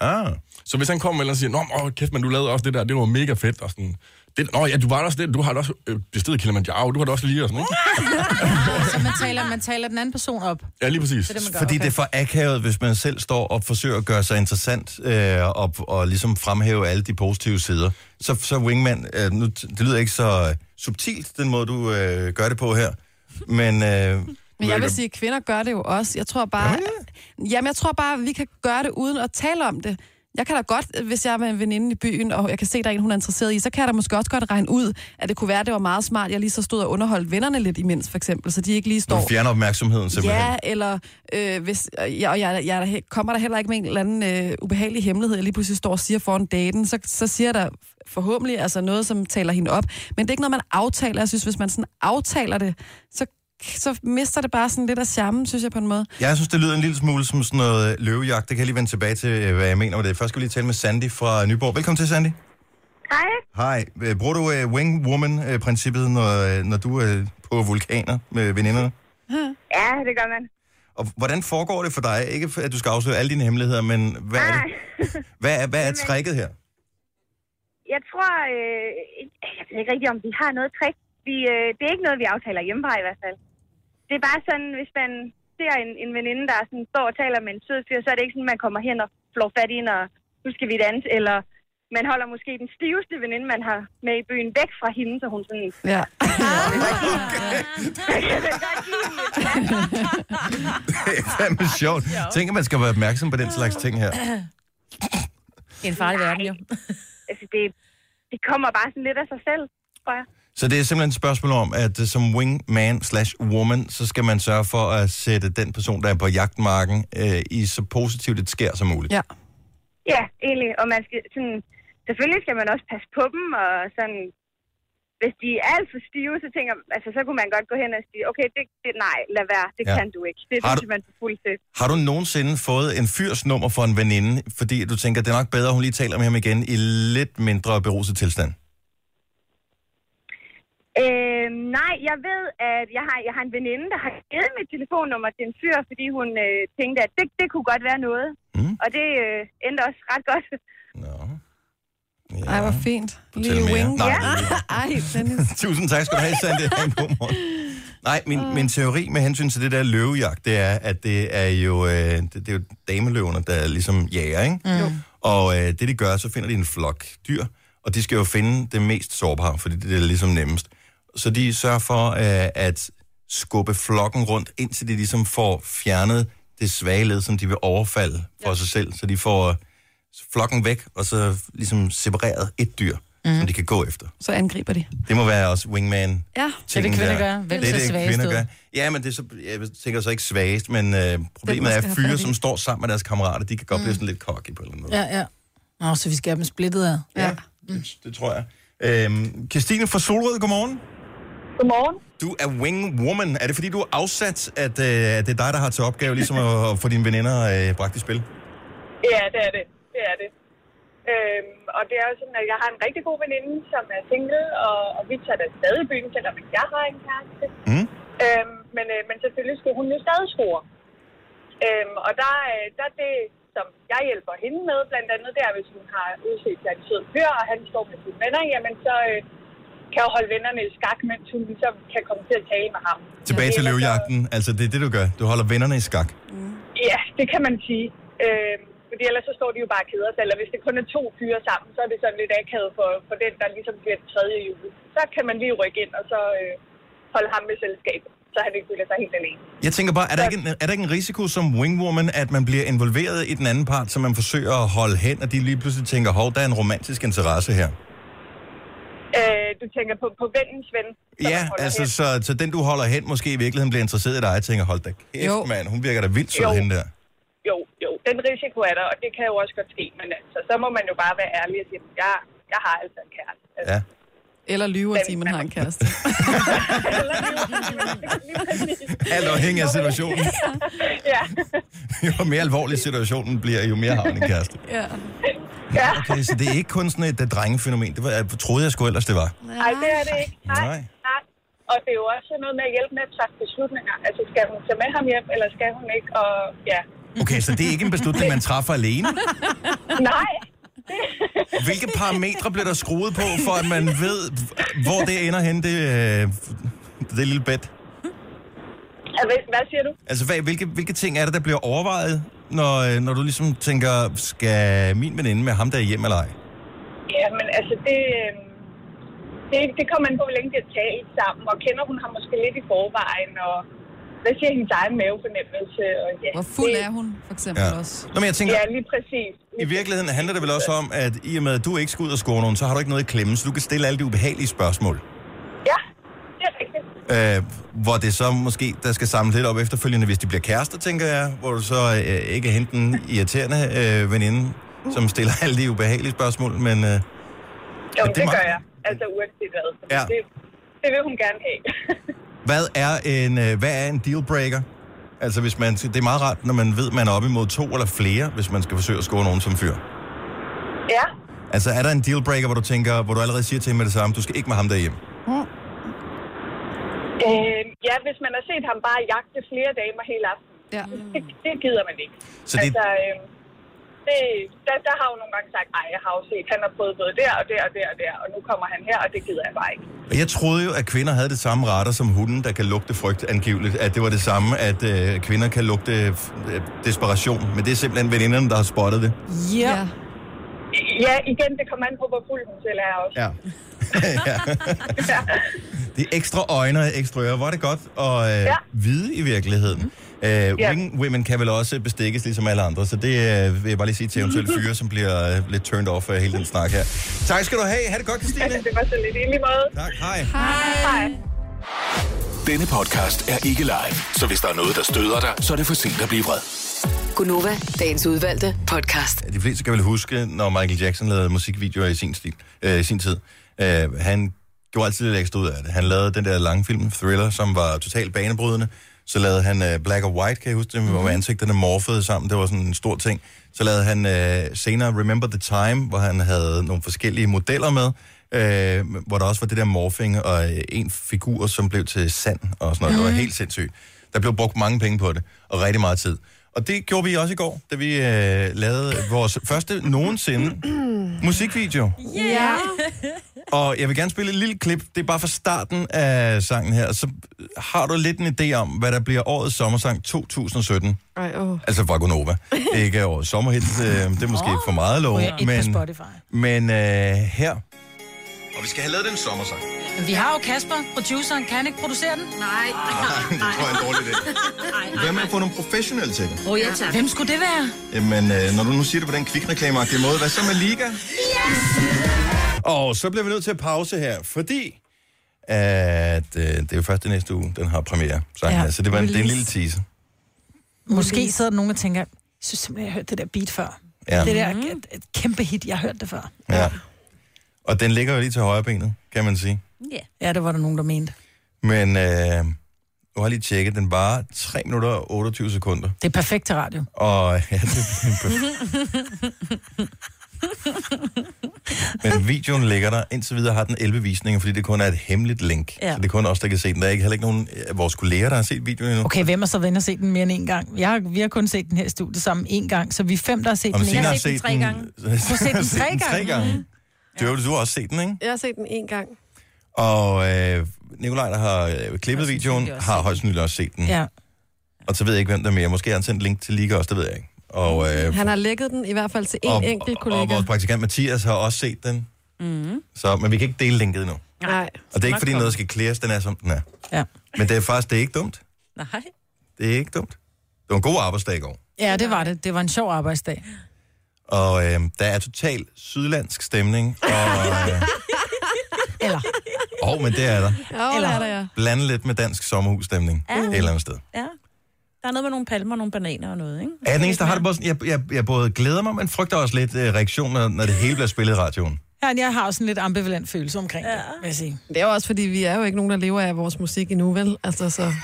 Speaker 1: Ah.
Speaker 10: Så hvis han kommer eller siger, Nå, men, åh, kæft, men du lavede også det der, det var mega fedt, og sådan, det, Nå ja, du var der også det, du har da også øh, bestedet Kilimanjaro, du har da også lige, og sådan, ikke?
Speaker 4: Så Altså, man taler, man taler den anden person op.
Speaker 10: Ja, lige præcis.
Speaker 4: Det er det, man gør.
Speaker 1: Fordi
Speaker 4: okay.
Speaker 1: det er for akavet, hvis man selv står og forsøger at gøre sig interessant øh, og, og ligesom fremhæve alle de positive sider. Så, så wingman, øh, nu, det lyder ikke så subtilt, den måde øh, du øh, gør det på her, men øh,
Speaker 3: Men jeg vil sige, at kvinder gør det jo også. Jeg tror bare, jamen, jeg tror bare, at vi kan gøre det uden at tale om det. Jeg kan da godt, hvis jeg er med en veninde i byen, og jeg kan se, at der er en, hun er interesseret i, så kan jeg da måske også godt regne ud, at det kunne være, at det var meget smart, jeg lige så stod og underholdt vennerne lidt imens, for eksempel, så de ikke lige
Speaker 1: Du
Speaker 3: står...
Speaker 1: fjerner opmærksomheden simpelthen.
Speaker 3: Ja, eller øh, hvis, øh, jeg, og jeg, jeg er da he- kommer der heller ikke med en eller anden øh, ubehagelig hemmelighed, jeg lige pludselig står og siger foran daten, så, så siger der forhåbentlig altså noget, som taler hende op. Men det er ikke noget, man aftaler. Jeg synes, hvis man sådan aftaler det, så, så mister det bare sådan lidt af charmen, synes jeg på en måde.
Speaker 1: Jeg synes, det lyder en lille smule som sådan noget øh, løvejagt. Det kan jeg lige vende tilbage til, øh, hvad jeg mener med det. Først skal vi lige tale med Sandy fra Nyborg. Velkommen til, Sandy.
Speaker 11: Hej.
Speaker 1: Hej. Øh, Bruger du uh, wing woman-princippet, når, øh, når du er på vulkaner med veninderne?
Speaker 11: Ja, det gør man.
Speaker 1: Og hvordan foregår det for dig? Ikke for- at du skal afsløre alle dine hemmeligheder, men hvad er, det? Hvad er, hvad er tricket her?
Speaker 11: Jeg tror, øh, jeg ved ikke rigtigt, om vi har noget trick. Vi, øh, det er ikke noget, vi aftaler hjemmefra i hvert fald. Det er bare sådan, hvis man ser en, en veninde, der sådan står og taler med en sød fyr, så er det ikke sådan, man kommer hen og flår fat i hende, og nu skal vi danse, eller man holder måske den stiveste veninde, man har med i byen, væk fra hende, så hun sådan...
Speaker 3: Ja.
Speaker 1: Det er fandme sjovt. Tænker, man skal være opmærksom på den slags ting her.
Speaker 2: Det er en farlig verden, jo.
Speaker 11: altså, det, det kommer bare sådan lidt af sig selv, tror jeg.
Speaker 1: Så det er simpelthen et spørgsmål om, at øh, som wingman slash woman, så skal man sørge for at sætte den person, der er på jagtmarken, øh, i så positivt et skær som muligt.
Speaker 3: Ja.
Speaker 11: Ja, egentlig. Og man skal sådan... Selvfølgelig skal man også passe på dem, og sådan... Hvis de er alt for stive, så tænker altså, så kunne man godt gå hen og sige, okay, det, det nej, lad være, det
Speaker 1: Ja.
Speaker 11: ja. kan du ikke. Det er
Speaker 1: Har
Speaker 11: du...
Speaker 1: du-
Speaker 11: simpelthen for fuld til.
Speaker 1: Har du nogensinde fået en fyrsnummer for en veninde, fordi du tænker, det er nok bedre, hun lige taler med ham igen i lidt mindre beruset tilstand?
Speaker 11: Øh, nej, jeg ved, at jeg har, jeg har en veninde, der har givet mit telefonnummer til en fyr, fordi hun øh, tænkte, at det, det kunne godt være noget. Mm. Og det øh, endte også ret godt.
Speaker 3: Ja. Ej, hvor fint.
Speaker 1: Fortæl
Speaker 3: Lille
Speaker 1: mere.
Speaker 3: wing.
Speaker 1: Nej,
Speaker 3: Ej, Dennis.
Speaker 1: Tusind tak skal du have, Sande. Ha' en god morgen. Nej, min, min teori med hensyn til det der løvejagt, det er, at det er jo, øh, det, det er jo dameløverne, der ligesom jager, ikke? Mm. Og øh, det de gør, så finder de en flok dyr, og de skal jo finde det mest sårbare, fordi det er ligesom nemmest. Så de sørger for øh, at skubbe flokken rundt, indtil de ligesom får fjernet det svage led, som de vil overfalde for ja. sig selv. Så de får øh, flokken væk, og så ligesom separeret et dyr, mm. som de kan gå efter.
Speaker 3: Så angriber de.
Speaker 1: Det må være også wingman.
Speaker 3: Ja.
Speaker 4: Det er det, kvinder gør. Hvem ser svagest ud?
Speaker 1: Ja, men det er så, jeg tænker så ikke svagest, men øh,
Speaker 4: Den,
Speaker 1: problemet
Speaker 4: man
Speaker 1: er, at
Speaker 4: skal have
Speaker 1: fyre,
Speaker 4: fat i.
Speaker 1: som står sammen med deres kammerater, de kan godt
Speaker 4: Mm.
Speaker 1: blive sådan lidt cocky på en eller anden måde.
Speaker 4: Ja, ja. Nå, så vi skal have dem splittet ad.
Speaker 1: Ja. Det, det tror jeg. Øhm, Christine fra Solrød, godmorgen.
Speaker 11: Godmorgen.
Speaker 1: Du er wingwoman. Er det fordi, du er afsat, at øh, at det er dig, der har til opgave ligesom at, at få dine veninder øh, bragt i spil?
Speaker 8: Ja, det er det. Det er det. Øhm, og det er jo sådan, at jeg har en rigtig god veninde, som er single, og, og vi tager da stadig i byen, selvom jeg har en kæreste.
Speaker 1: Mm.
Speaker 8: Øhm, men, øh, men selvfølgelig skal hun jo stadig score. Øhm, og der, øh, der er det, som jeg hjælper hende med, blandt andet, det er, hvis hun har udset til en sød fyr, og han står med sine venner, jamen så øh, kan jeg holde vennerne i skak, mens hun ligesom kan komme til at tale med ham.
Speaker 1: Tilbage til
Speaker 8: Ellers så-
Speaker 1: løvejagten. Altså, det er det, du gør. Du holder vennerne i skak.
Speaker 8: Mm. Ja, det kan man sige. Øh, fordi ellers så står de jo bare og keder sig. Eller hvis det kun er to fyre sammen, så er det sådan lidt akavet for, for den, der ligesom bliver den tredje jule. Så kan man lige rykke ind og så øh, holde ham med selskab, så han ikke føler sig helt alene.
Speaker 1: Jeg tænker bare, er der, ikke en, er der ikke en risiko som wingwoman, at man bliver involveret i den anden part, som man forsøger at holde hen, og de lige pludselig tænker, hov, der er en romantisk interesse her?
Speaker 8: Øh, du tænker på, på vennens ven. som
Speaker 1: Ja,
Speaker 8: man holder
Speaker 1: altså,
Speaker 8: hen.
Speaker 1: så, så den du holder hen, måske i virkeligheden bliver interesseret i dig, og tænker, hold da kæft, mand, hun virker da vildt sød,
Speaker 8: Jo.
Speaker 1: hende der.
Speaker 8: Jo, jo, den risiko er der, og det kan jo også godt ske. Men altså, så må man jo bare være ærlig og sige, jeg, jeg har altså en kæreste. Altså,
Speaker 1: Ja.
Speaker 3: Eller lyve og sige, man har en kæreste.
Speaker 1: Alt afhængig af situationen.
Speaker 8: ja.
Speaker 1: Jo mere alvorlig situationen bliver, jo mere har man en kæreste.
Speaker 3: ja.
Speaker 1: Okay, så det er ikke kun sådan et øh, drengefænomen. Det var, jeg troede jeg sgu ellers, det var.
Speaker 8: Nej, det er det ikke. Nej.
Speaker 1: Nej.
Speaker 8: Nej. Nej. Og det er jo også noget med at hjælpe med at træffe beslutninger. Altså, skal hun tage med ham hjem, eller skal hun ikke? Og ja.
Speaker 1: Okay, så det er ikke en beslutning, man træffer alene.
Speaker 8: Nej.
Speaker 1: Hvilke parametre bliver der skruet på, for at man ved, hvor det ender hen, det, øh, det lille bed?
Speaker 8: Altså, Hvad siger du?
Speaker 1: Altså, hvad, hvilke, hvilke ting er det, der bliver overvejet, når, øh, når du ligesom tænker, skal min veninde med ham der hjem eller ej?
Speaker 8: Ja, men altså, det, øhm, det, det kommer an på, hvor længe de har talt sammen, og kender hun ham måske lidt i forvejen, og Hvad siger hendes egen mavefornemmelse? Og ja,
Speaker 3: Hvor fuld er hun, for eksempel
Speaker 1: Ja.
Speaker 3: også?
Speaker 1: Nå, men jeg tænker-
Speaker 8: Ja, lige præcis.
Speaker 1: I virkeligheden handler det vel også om, at i og med, at du ikke skal ud og score nogen, så har du ikke noget i klemme, så du kan stille alle de ubehagelige spørgsmål.
Speaker 8: Ja, det er rigtigt.
Speaker 1: Øh, hvor det så måske, der skal samle lidt op efterfølgende, hvis de bliver kærester, tænker jeg, hvor du så øh, ikke er hente den irriterende øh, veninde, som stiller alle de ubehagelige spørgsmål, men... Øh,
Speaker 8: Jo,
Speaker 1: at
Speaker 8: det, det gør jeg. Altså uanset hvad.
Speaker 1: Ja.
Speaker 8: Det, det vil hun gerne have.
Speaker 1: Hvad er en, øh, hvad er en dealbreaker? Altså, hvis man, det er meget rart, når man ved, man er oppe imod to eller flere, hvis man skal forsøge at score nogen som fyr.
Speaker 8: ja.
Speaker 1: Altså, er der en dealbreaker, hvor du tænker, hvor du allerede siger til hende med det samme, du skal ikke med ham derhjemme?
Speaker 8: Øh, ja, hvis man har set ham bare jagte flere damer hele aften.
Speaker 3: Ja.
Speaker 8: Det, det gider man ikke.
Speaker 1: Så det-
Speaker 8: Altså, øh, det, der, der har jo nogle gange sagt, ej, jeg har jo set, han har prøvet både der og der og der og der, og nu kommer han her, og det gider jeg bare ikke.
Speaker 1: Og jeg troede jo, at kvinder havde det samme retter som hunden, der kan lugte frygt angiveligt. At det var det samme, at øh, kvinder kan lugte øh, desperation. Men det er simpelthen veninderne, der har spottet det.
Speaker 8: Ja. Ja, igen, det kommer an på, hvor fuld hun selv er også.
Speaker 1: Ja. Det er ekstra øjne og ekstra ører. Hvor er det godt at øh,
Speaker 8: Ja.
Speaker 1: ja. vide i virkeligheden. Øh,
Speaker 8: Ja.
Speaker 1: wing women kan vel også bestikkes ligesom alle andre, så det øh, vil jeg bare lige sige til eventuelle fyre, som bliver øh, lidt turned off af hele den snak her. Tak skal du have. Ha' det godt, Christine.
Speaker 8: det var så lidt i lige måde.
Speaker 1: Tak, hej.
Speaker 8: Hej.
Speaker 6: Denne podcast er ikke live, så hvis der er noget, der støder dig, så er det for sent at blive vred.
Speaker 5: Gunova, dagens udvalgte podcast.
Speaker 1: De fleste kan vel huske, når Michael Jackson lavede musikvideoer i sin, stil, øh, i sin tid. Øh, han gjorde altid lidt ekstra ud af det. Han lavede den der lange film, Thriller, som var totalt banebrydende. Så lavede han øh, Black og White, kan jeg huske det, hvor ansigterne morfede sammen. Det var sådan en stor ting. Så lavede han øh, senere Remember the Time, hvor han havde nogle forskellige modeller med. Øh, hvor der også var det der morphing og øh, en figur, som blev til sand og sådan noget. Det var helt sindssygt. Der blev brugt mange penge på det, og rigtig meget tid. Og det gjorde vi også i går, da vi øh, lavede vores første nogensinde musikvideo.
Speaker 7: Ja.
Speaker 1: Og jeg vil gerne spille et lille klip. Det er bare fra starten af sangen her. Så øh, har du lidt en idé om, hvad der bliver årets sommersang 2017.
Speaker 7: Ej, åh.
Speaker 1: Altså fra Gonova. Ikke årets sommerhit. Øh, det er måske oh, for meget lov.
Speaker 4: Ryger ikke på Spotify.
Speaker 1: men øh, her. Og vi skal have lavet den sommersang.
Speaker 4: Men vi har jo Kasper, produceren. Kan han ikke producere den? Nej.
Speaker 1: det tror jeg er en dårlig idé. Hvad med at få nogle professionelle til det?
Speaker 4: Åh, ja, tak. Hvem skulle det være?
Speaker 1: Jamen, øh, når du nu siger det på den kvikreklameagtige måde, hvad så med Liga? Og så bliver vi nødt til at pause her, fordi at, øh, det er jo først i næste uge, den har premiere. Sangen
Speaker 4: Ja.
Speaker 1: ja. her, så det var en, det er en
Speaker 4: Release.
Speaker 1: lille teaser.
Speaker 4: Måske sidder der nogen og tænker, jeg synes simpelthen, jeg har hørt det der beat før.
Speaker 1: Ja.
Speaker 4: Det der er et, et kæmpe hit, jeg har hørt det før.
Speaker 1: Ja. Og den ligger jo lige til højre benet, kan man sige.
Speaker 4: Yeah. Ja, det var der nogen, der mente.
Speaker 1: Men øh, nu har jeg lige tjekket, den var 3 minutter og 28 sekunder.
Speaker 4: Det er perfekt til radio.
Speaker 1: Og ja, det er en perfekt. Men videoen ligger der. Indtil videre har den 11 visninger, fordi det kun er et hemmeligt link.
Speaker 4: Ja.
Speaker 1: Ja. Så det er kun os, der kan se den. Der er ikke, heller ikke nogen af vores kolleger, der har set videoen endnu.
Speaker 4: Okay, hvem har så været inde og set den mere end en gang? Jeg har, vi har kun set den her i studiet sammen en gang, så vi er fem, der har set
Speaker 1: Og
Speaker 4: den.
Speaker 1: Signe har
Speaker 4: en gang.
Speaker 1: set den-
Speaker 4: Du har set den tre gange?
Speaker 1: Tre gange. Jo, du har også set den, ikke?
Speaker 7: Jeg har set den en gang.
Speaker 1: Og øh, Nikolaj, der har øh, klippet videoen, har højst sandsynligt også set den.
Speaker 4: Ja.
Speaker 1: Og så ved jeg ikke, hvem der er mere. Måske har han sendt link til Liga også, det ved jeg ikke. Og, øh,
Speaker 7: Han har lækket den i hvert fald til en
Speaker 1: og,
Speaker 7: enkelt
Speaker 1: og
Speaker 7: kollega.
Speaker 1: vores praktikant Mathias har også set den.
Speaker 4: Mm-hmm.
Speaker 7: Mm.
Speaker 1: Så, men vi kan ikke dele linket endnu.
Speaker 7: Nej.
Speaker 1: Og det er ikke, fordi noget skal klæres, den er, som den er.
Speaker 4: Ja.
Speaker 1: Men det er faktisk det er ikke dumt.
Speaker 2: Nej.
Speaker 1: Det er ikke dumt. Det var en god arbejdsdag i går.
Speaker 4: Ja, det var det. Det var en sjov arbejdsdag.
Speaker 1: Og øh, der er total sydlandsk stemning. Og, øh,
Speaker 4: Eller?
Speaker 1: og men det er der.
Speaker 7: Ja,
Speaker 2: Eller,
Speaker 7: Eller... er der, ja.
Speaker 1: Blandet lidt med dansk sommerhusstemning
Speaker 2: Ja.
Speaker 1: ja. et eller andet sted.
Speaker 2: Ja. Der er noget med nogle palmer, nogle bananer og noget, ikke?
Speaker 1: Er jeg den eneste, der har det bare sådan, jeg, jeg, jeg både glæder mig, men frygter også lidt øh, reaktioner, når det hele bliver spillet i radioen.
Speaker 4: Ja, jeg har også en lidt ambivalent følelse omkring ja. det, vil jeg sige.
Speaker 7: Det er jo også, fordi vi er jo ikke nogen, der lever af vores musik endnu, vel? Altså, så...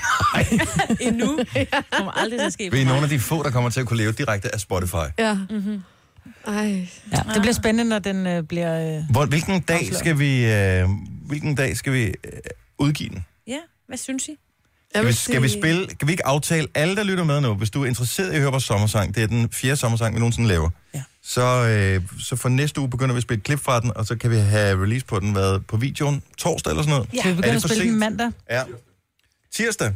Speaker 2: endnu. Det kommer aldrig til at ske.
Speaker 1: Vi er nogle af de få, der kommer til at kunne leve direkte af Spotify.
Speaker 7: Ja. Mm-hmm. Ej.
Speaker 4: Mhm. Ja, det bliver spændende, når den øh, bliver... Øh...
Speaker 1: Hvor, hvilken dag
Speaker 4: Afsløret.
Speaker 1: skal vi, øh, hvilken dag skal vi øh, udgive den?
Speaker 2: Ja, hvad synes I?
Speaker 1: Skal vi, skal vi spille, kan vi ikke aftale alle, der lytter med nu, hvis du er interesseret i at høre vores sommersang, det er den fjerde sommersang, vi nogensinde laver, ja. så, øh, så for næste uge begynder vi at spille et klip fra den, og så kan vi have release på den hvad, på videoen torsdag eller sådan noget.
Speaker 4: Ja. Kan vi
Speaker 1: er
Speaker 4: begynde
Speaker 1: det
Speaker 4: at
Speaker 1: for
Speaker 4: spille den
Speaker 1: sent?
Speaker 4: mandag?
Speaker 1: Ja. Tirsdag.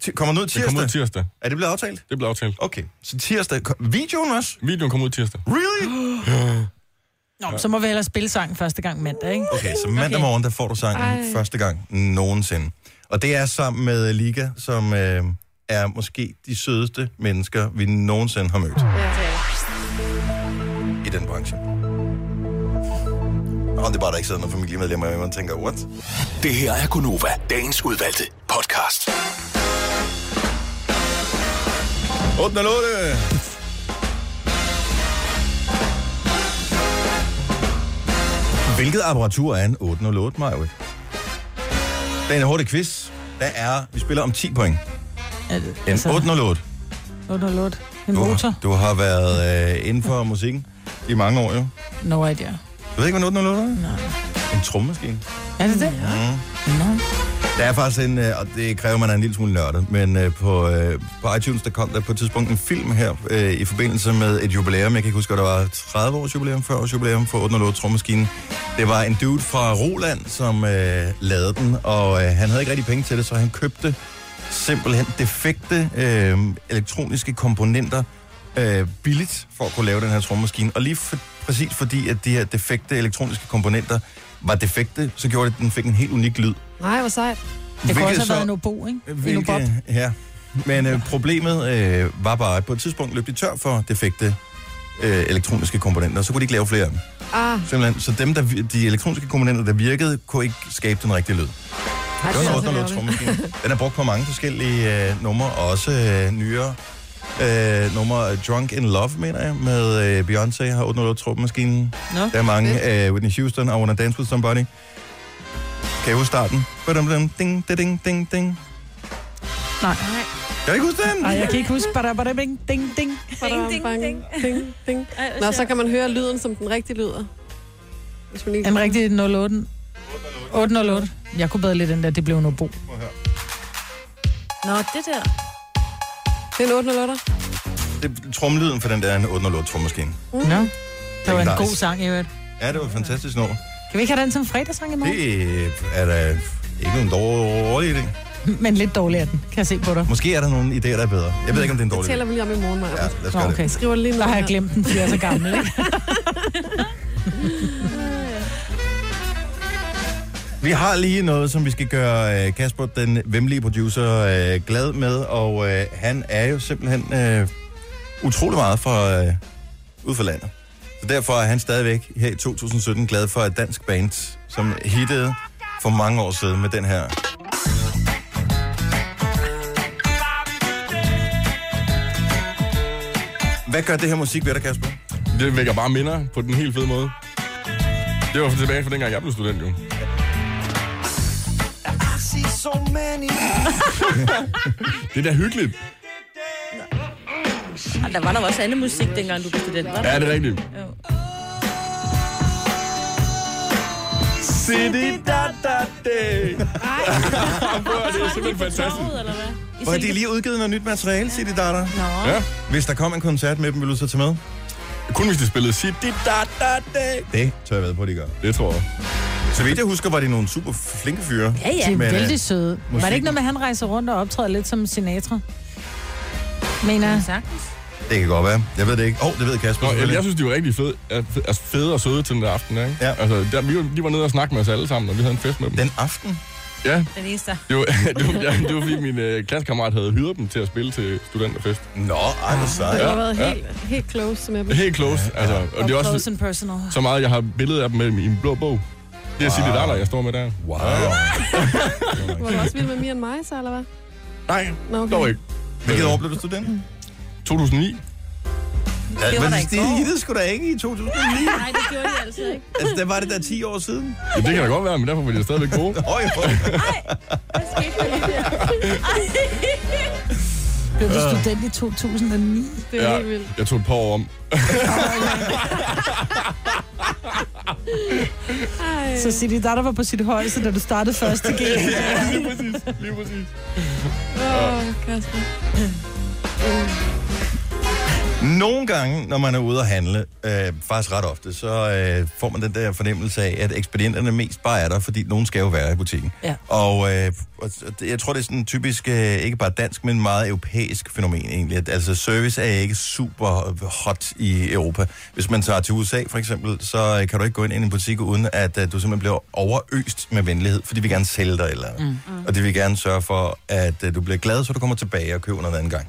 Speaker 1: Ti- Kommer den ud tirsdag?
Speaker 10: Det kommer ud tirsdag.
Speaker 1: Er det blevet aftalt?
Speaker 10: Det blev aftalt.
Speaker 1: Okay, så tirsdag. kom- Videoen også?
Speaker 10: Videoen kommer ud tirsdag.
Speaker 1: Really?
Speaker 4: Nå, så må vi hellere spille sangen første gang mandag, ikke?
Speaker 1: Okay, så mandag morgen, der får du sangen
Speaker 4: Ej.
Speaker 1: Ej. første gang nogensinde. Og det er sammen med Liga, som øh, er måske de sødeste mennesker, vi nogensinde har mødt i den branche. Og det er bare, der ikke sidder nogle familiemedlemmer, og man tænker, what?
Speaker 6: Det her er Gunova, dagens udvalgte podcast.
Speaker 1: 8 08. Hvilket apparatur er en 808, Majwit? Det er en hurtig quiz. Der er, vi spiller om 10 point.
Speaker 4: Er det, altså-
Speaker 1: En 808.
Speaker 4: Lort, lort. En
Speaker 1: Du,
Speaker 4: motor?
Speaker 1: du har været øh, inden for musikken i mange år, jo.
Speaker 4: No idea.
Speaker 1: Du ved ikke, hvad en 808 er? Nej. En trommemaskine.
Speaker 4: Er det det?
Speaker 1: Mm.
Speaker 4: Nå.
Speaker 1: Der er faktisk en, øh, og det kræver, man er en lille smule nørdet, men øh, på, øh, på iTunes, der kom der på et tidspunkt en film her, øh, i forbindelse med et jubilæum. Jeg kan ikke huske, at der var 30 års jubilæum, 40 års jubilæum for 808 trommemaskinen. Det var en dude fra Roland, som øh, lavede den, og øh, han havde ikke rigtig penge til det, så han købte simpelthen defekte øh, elektroniske komponenter øh, billigt for at kunne lave den her trommemaskine. Og lige for, præcis fordi, at de her defekte elektroniske komponenter var defekte, så gjorde det, at den fik en helt unik lyd.
Speaker 3: Nej, hvor sejt.
Speaker 1: Det kunne Hvilket også have så- været en
Speaker 4: obo, ikke?
Speaker 1: Hvilke, ja. Men øh, problemet øh, var bare, at på et tidspunkt løb de tør for defekte øh, elektroniske komponenter, og så kunne de ikke lave flere af dem.
Speaker 3: Ah,
Speaker 1: Simpelthen. Så dem, der, vi- de elektroniske komponenter, der virkede, kunne ikke skabe den rigtige lyd.
Speaker 3: Ej,
Speaker 1: Det var en
Speaker 3: det er altså
Speaker 1: 808 trommemaskine. Den er brugt på mange forskellige øh, numre, og også øh, nyere øh, numre. Drunk in Love, mener jeg, med øh, Beyoncé har 808 trommemaskinen.
Speaker 4: Nå,
Speaker 1: Der er mange. Øh, Whitney Houston og Wanna Dance With Somebody. Kan I huske starten? Badum, badum, Ding, ding, ding, ding.
Speaker 4: Nej.
Speaker 1: Kan du ikke huske den?
Speaker 4: Nej, jeg kan ikke huske. Bare bare ding, ding, ding.
Speaker 7: Ding, ding, ding. ding, ding. Nå, så kan man høre lyden, som den rigtig lyder. Hvis man lige...
Speaker 4: En rigtig 08. 808. Jeg kunne bedre lidt den der, det blev en obo.
Speaker 2: Nå, det der.
Speaker 7: Det er en 808.
Speaker 1: Det er trumlyden for den der 808 trummaskine.
Speaker 4: Mm. Ja. Det var en
Speaker 1: Legendarisk.
Speaker 4: god sang, i øvrigt.
Speaker 1: Ja, det var et fantastisk nummer.
Speaker 4: Kan vi ikke have den som fredagssang i morgen?
Speaker 1: Det er da ikke en dårlig idé.
Speaker 4: Men lidt dårlig er den, kan jeg se på dig.
Speaker 1: Måske er der nogle idéer, der er bedre. Jeg ved ikke, om det er en
Speaker 7: Det
Speaker 1: dårlig idé.
Speaker 7: taler vi lige om i morgen, Maja.
Speaker 1: Ja, lad os gøre det.
Speaker 7: Skriver lige en
Speaker 4: Der har jeg
Speaker 7: her.
Speaker 4: glemt den, fordi jeg er så gammel. Ikke?
Speaker 1: Vi har lige noget, som vi skal gøre øh, Kasper, den vemmelige producer, øh, glad med. Og øh, han er jo simpelthen øh, utrolig meget fra, øh, ud for landet. Så derfor er han stadigvæk her i 2017 glad for et dansk band, som hittede for mange år siden med den her. Hvad gør det her musik ved dig, Kasper?
Speaker 10: Det vækker bare minder på den helt fede måde. Det var tilbage fra dengang, jeg blev student, jo. Det er da hyggeligt.
Speaker 2: Ah, der var der også andet musik, dengang du blev student, var der?
Speaker 10: Ja, det er rigtigt. City da da day. det er simpelthen fantastisk.
Speaker 2: Eller hvad? I
Speaker 1: Hvor har de
Speaker 2: Silkeborg?
Speaker 1: lige udgivet noget nyt materiale, siger de datter?
Speaker 10: Ja.
Speaker 1: Hvis der kom en koncert med dem, ville du så tage med?
Speaker 10: Kun hvis de spillede City da da day.
Speaker 1: Det tør jeg ved på, at de gør.
Speaker 10: Det tror jeg.
Speaker 1: Så vidt jeg husker, var de nogle super flinke fyre.
Speaker 2: Ja, ja.
Speaker 4: De
Speaker 1: Men,
Speaker 4: er
Speaker 1: øh,
Speaker 4: vældig søde. Var det
Speaker 1: musikken-
Speaker 4: ikke noget med, at han rejser rundt og optræder lidt som Sinatra? Mener jeg.
Speaker 2: Sagtens.
Speaker 1: Det kan godt være. Jeg ved det ikke. Åh, oh, det ved Kasper.
Speaker 10: Nå, jeg,
Speaker 1: selvfølgelig.
Speaker 10: jeg synes, de var rigtig fede, er- altså fede og søde til den der aften, ikke?
Speaker 1: Ja.
Speaker 10: Altså, der, vi var, de var nede og snakke med os alle sammen, og vi havde en fest med dem.
Speaker 1: Den aften?
Speaker 10: Ja,
Speaker 2: Den eneste.
Speaker 10: det var, det var, ja, det var fordi min øh, klassekammerat havde hyret dem til at spille til studenterfest.
Speaker 1: Nå, ej, hvor sejt.
Speaker 7: Det
Speaker 1: Ja.
Speaker 7: har været
Speaker 10: Ja.
Speaker 7: helt, helt close med dem.
Speaker 10: Helt close, altså. Og det er også
Speaker 4: Close and personal.
Speaker 10: så meget, jeg har billeder af dem med i en blå bog. Det er Silly Daller, jeg står med der.
Speaker 1: Wow.
Speaker 7: Var du også vild med Mia and Mig, så, eller hvad?
Speaker 10: Nej,
Speaker 7: Nå, okay.
Speaker 10: dog ikke.
Speaker 1: Hvilket år blev du student?
Speaker 10: 2009.
Speaker 1: Ja,
Speaker 2: Det var
Speaker 1: men
Speaker 2: da ikke
Speaker 1: de
Speaker 2: går.
Speaker 1: hittede sgu da ikke i 2009.
Speaker 2: Nej, det gjorde de altså ikke.
Speaker 1: altså, der var det der 10 år siden.
Speaker 10: Ja, det kan da godt være, men derfor var de stadigvæk gode.
Speaker 1: Øj,
Speaker 2: Hvad skete der lige der?
Speaker 4: Blev
Speaker 1: Øh.
Speaker 4: du student i 2009?
Speaker 7: Det er
Speaker 10: Ja,
Speaker 7: ja. helt vildt.
Speaker 10: jeg tog et par år om.
Speaker 4: Så City Dada var på sit højeste, da du startede første G.
Speaker 10: Ja, lige præcis, lige præcis. Mm.
Speaker 7: Åh, Kasper.
Speaker 1: Nogle gange, når man er ude at handle, øh, faktisk ret ofte, så øh, får man den der fornemmelse af, at ekspedienterne mest bare er der, fordi nogen skal jo være i butikken.
Speaker 2: Ja.
Speaker 1: Og, øh, og det- jeg tror, det er sådan en typisk, øh, ikke bare dansk, men meget europæisk fænomen egentlig. At, altså, service er ikke super hot i Europa. Hvis man tager til USA for eksempel, så øh, kan du ikke gå ind i en butik, uden at øh, du simpelthen bliver overøst med venlighed, fordi vi gerne sælger dig et eller andet. Mm. Og det vil gerne sørge for, at øh, du bliver glad, så du kommer tilbage og køber noget anden gang.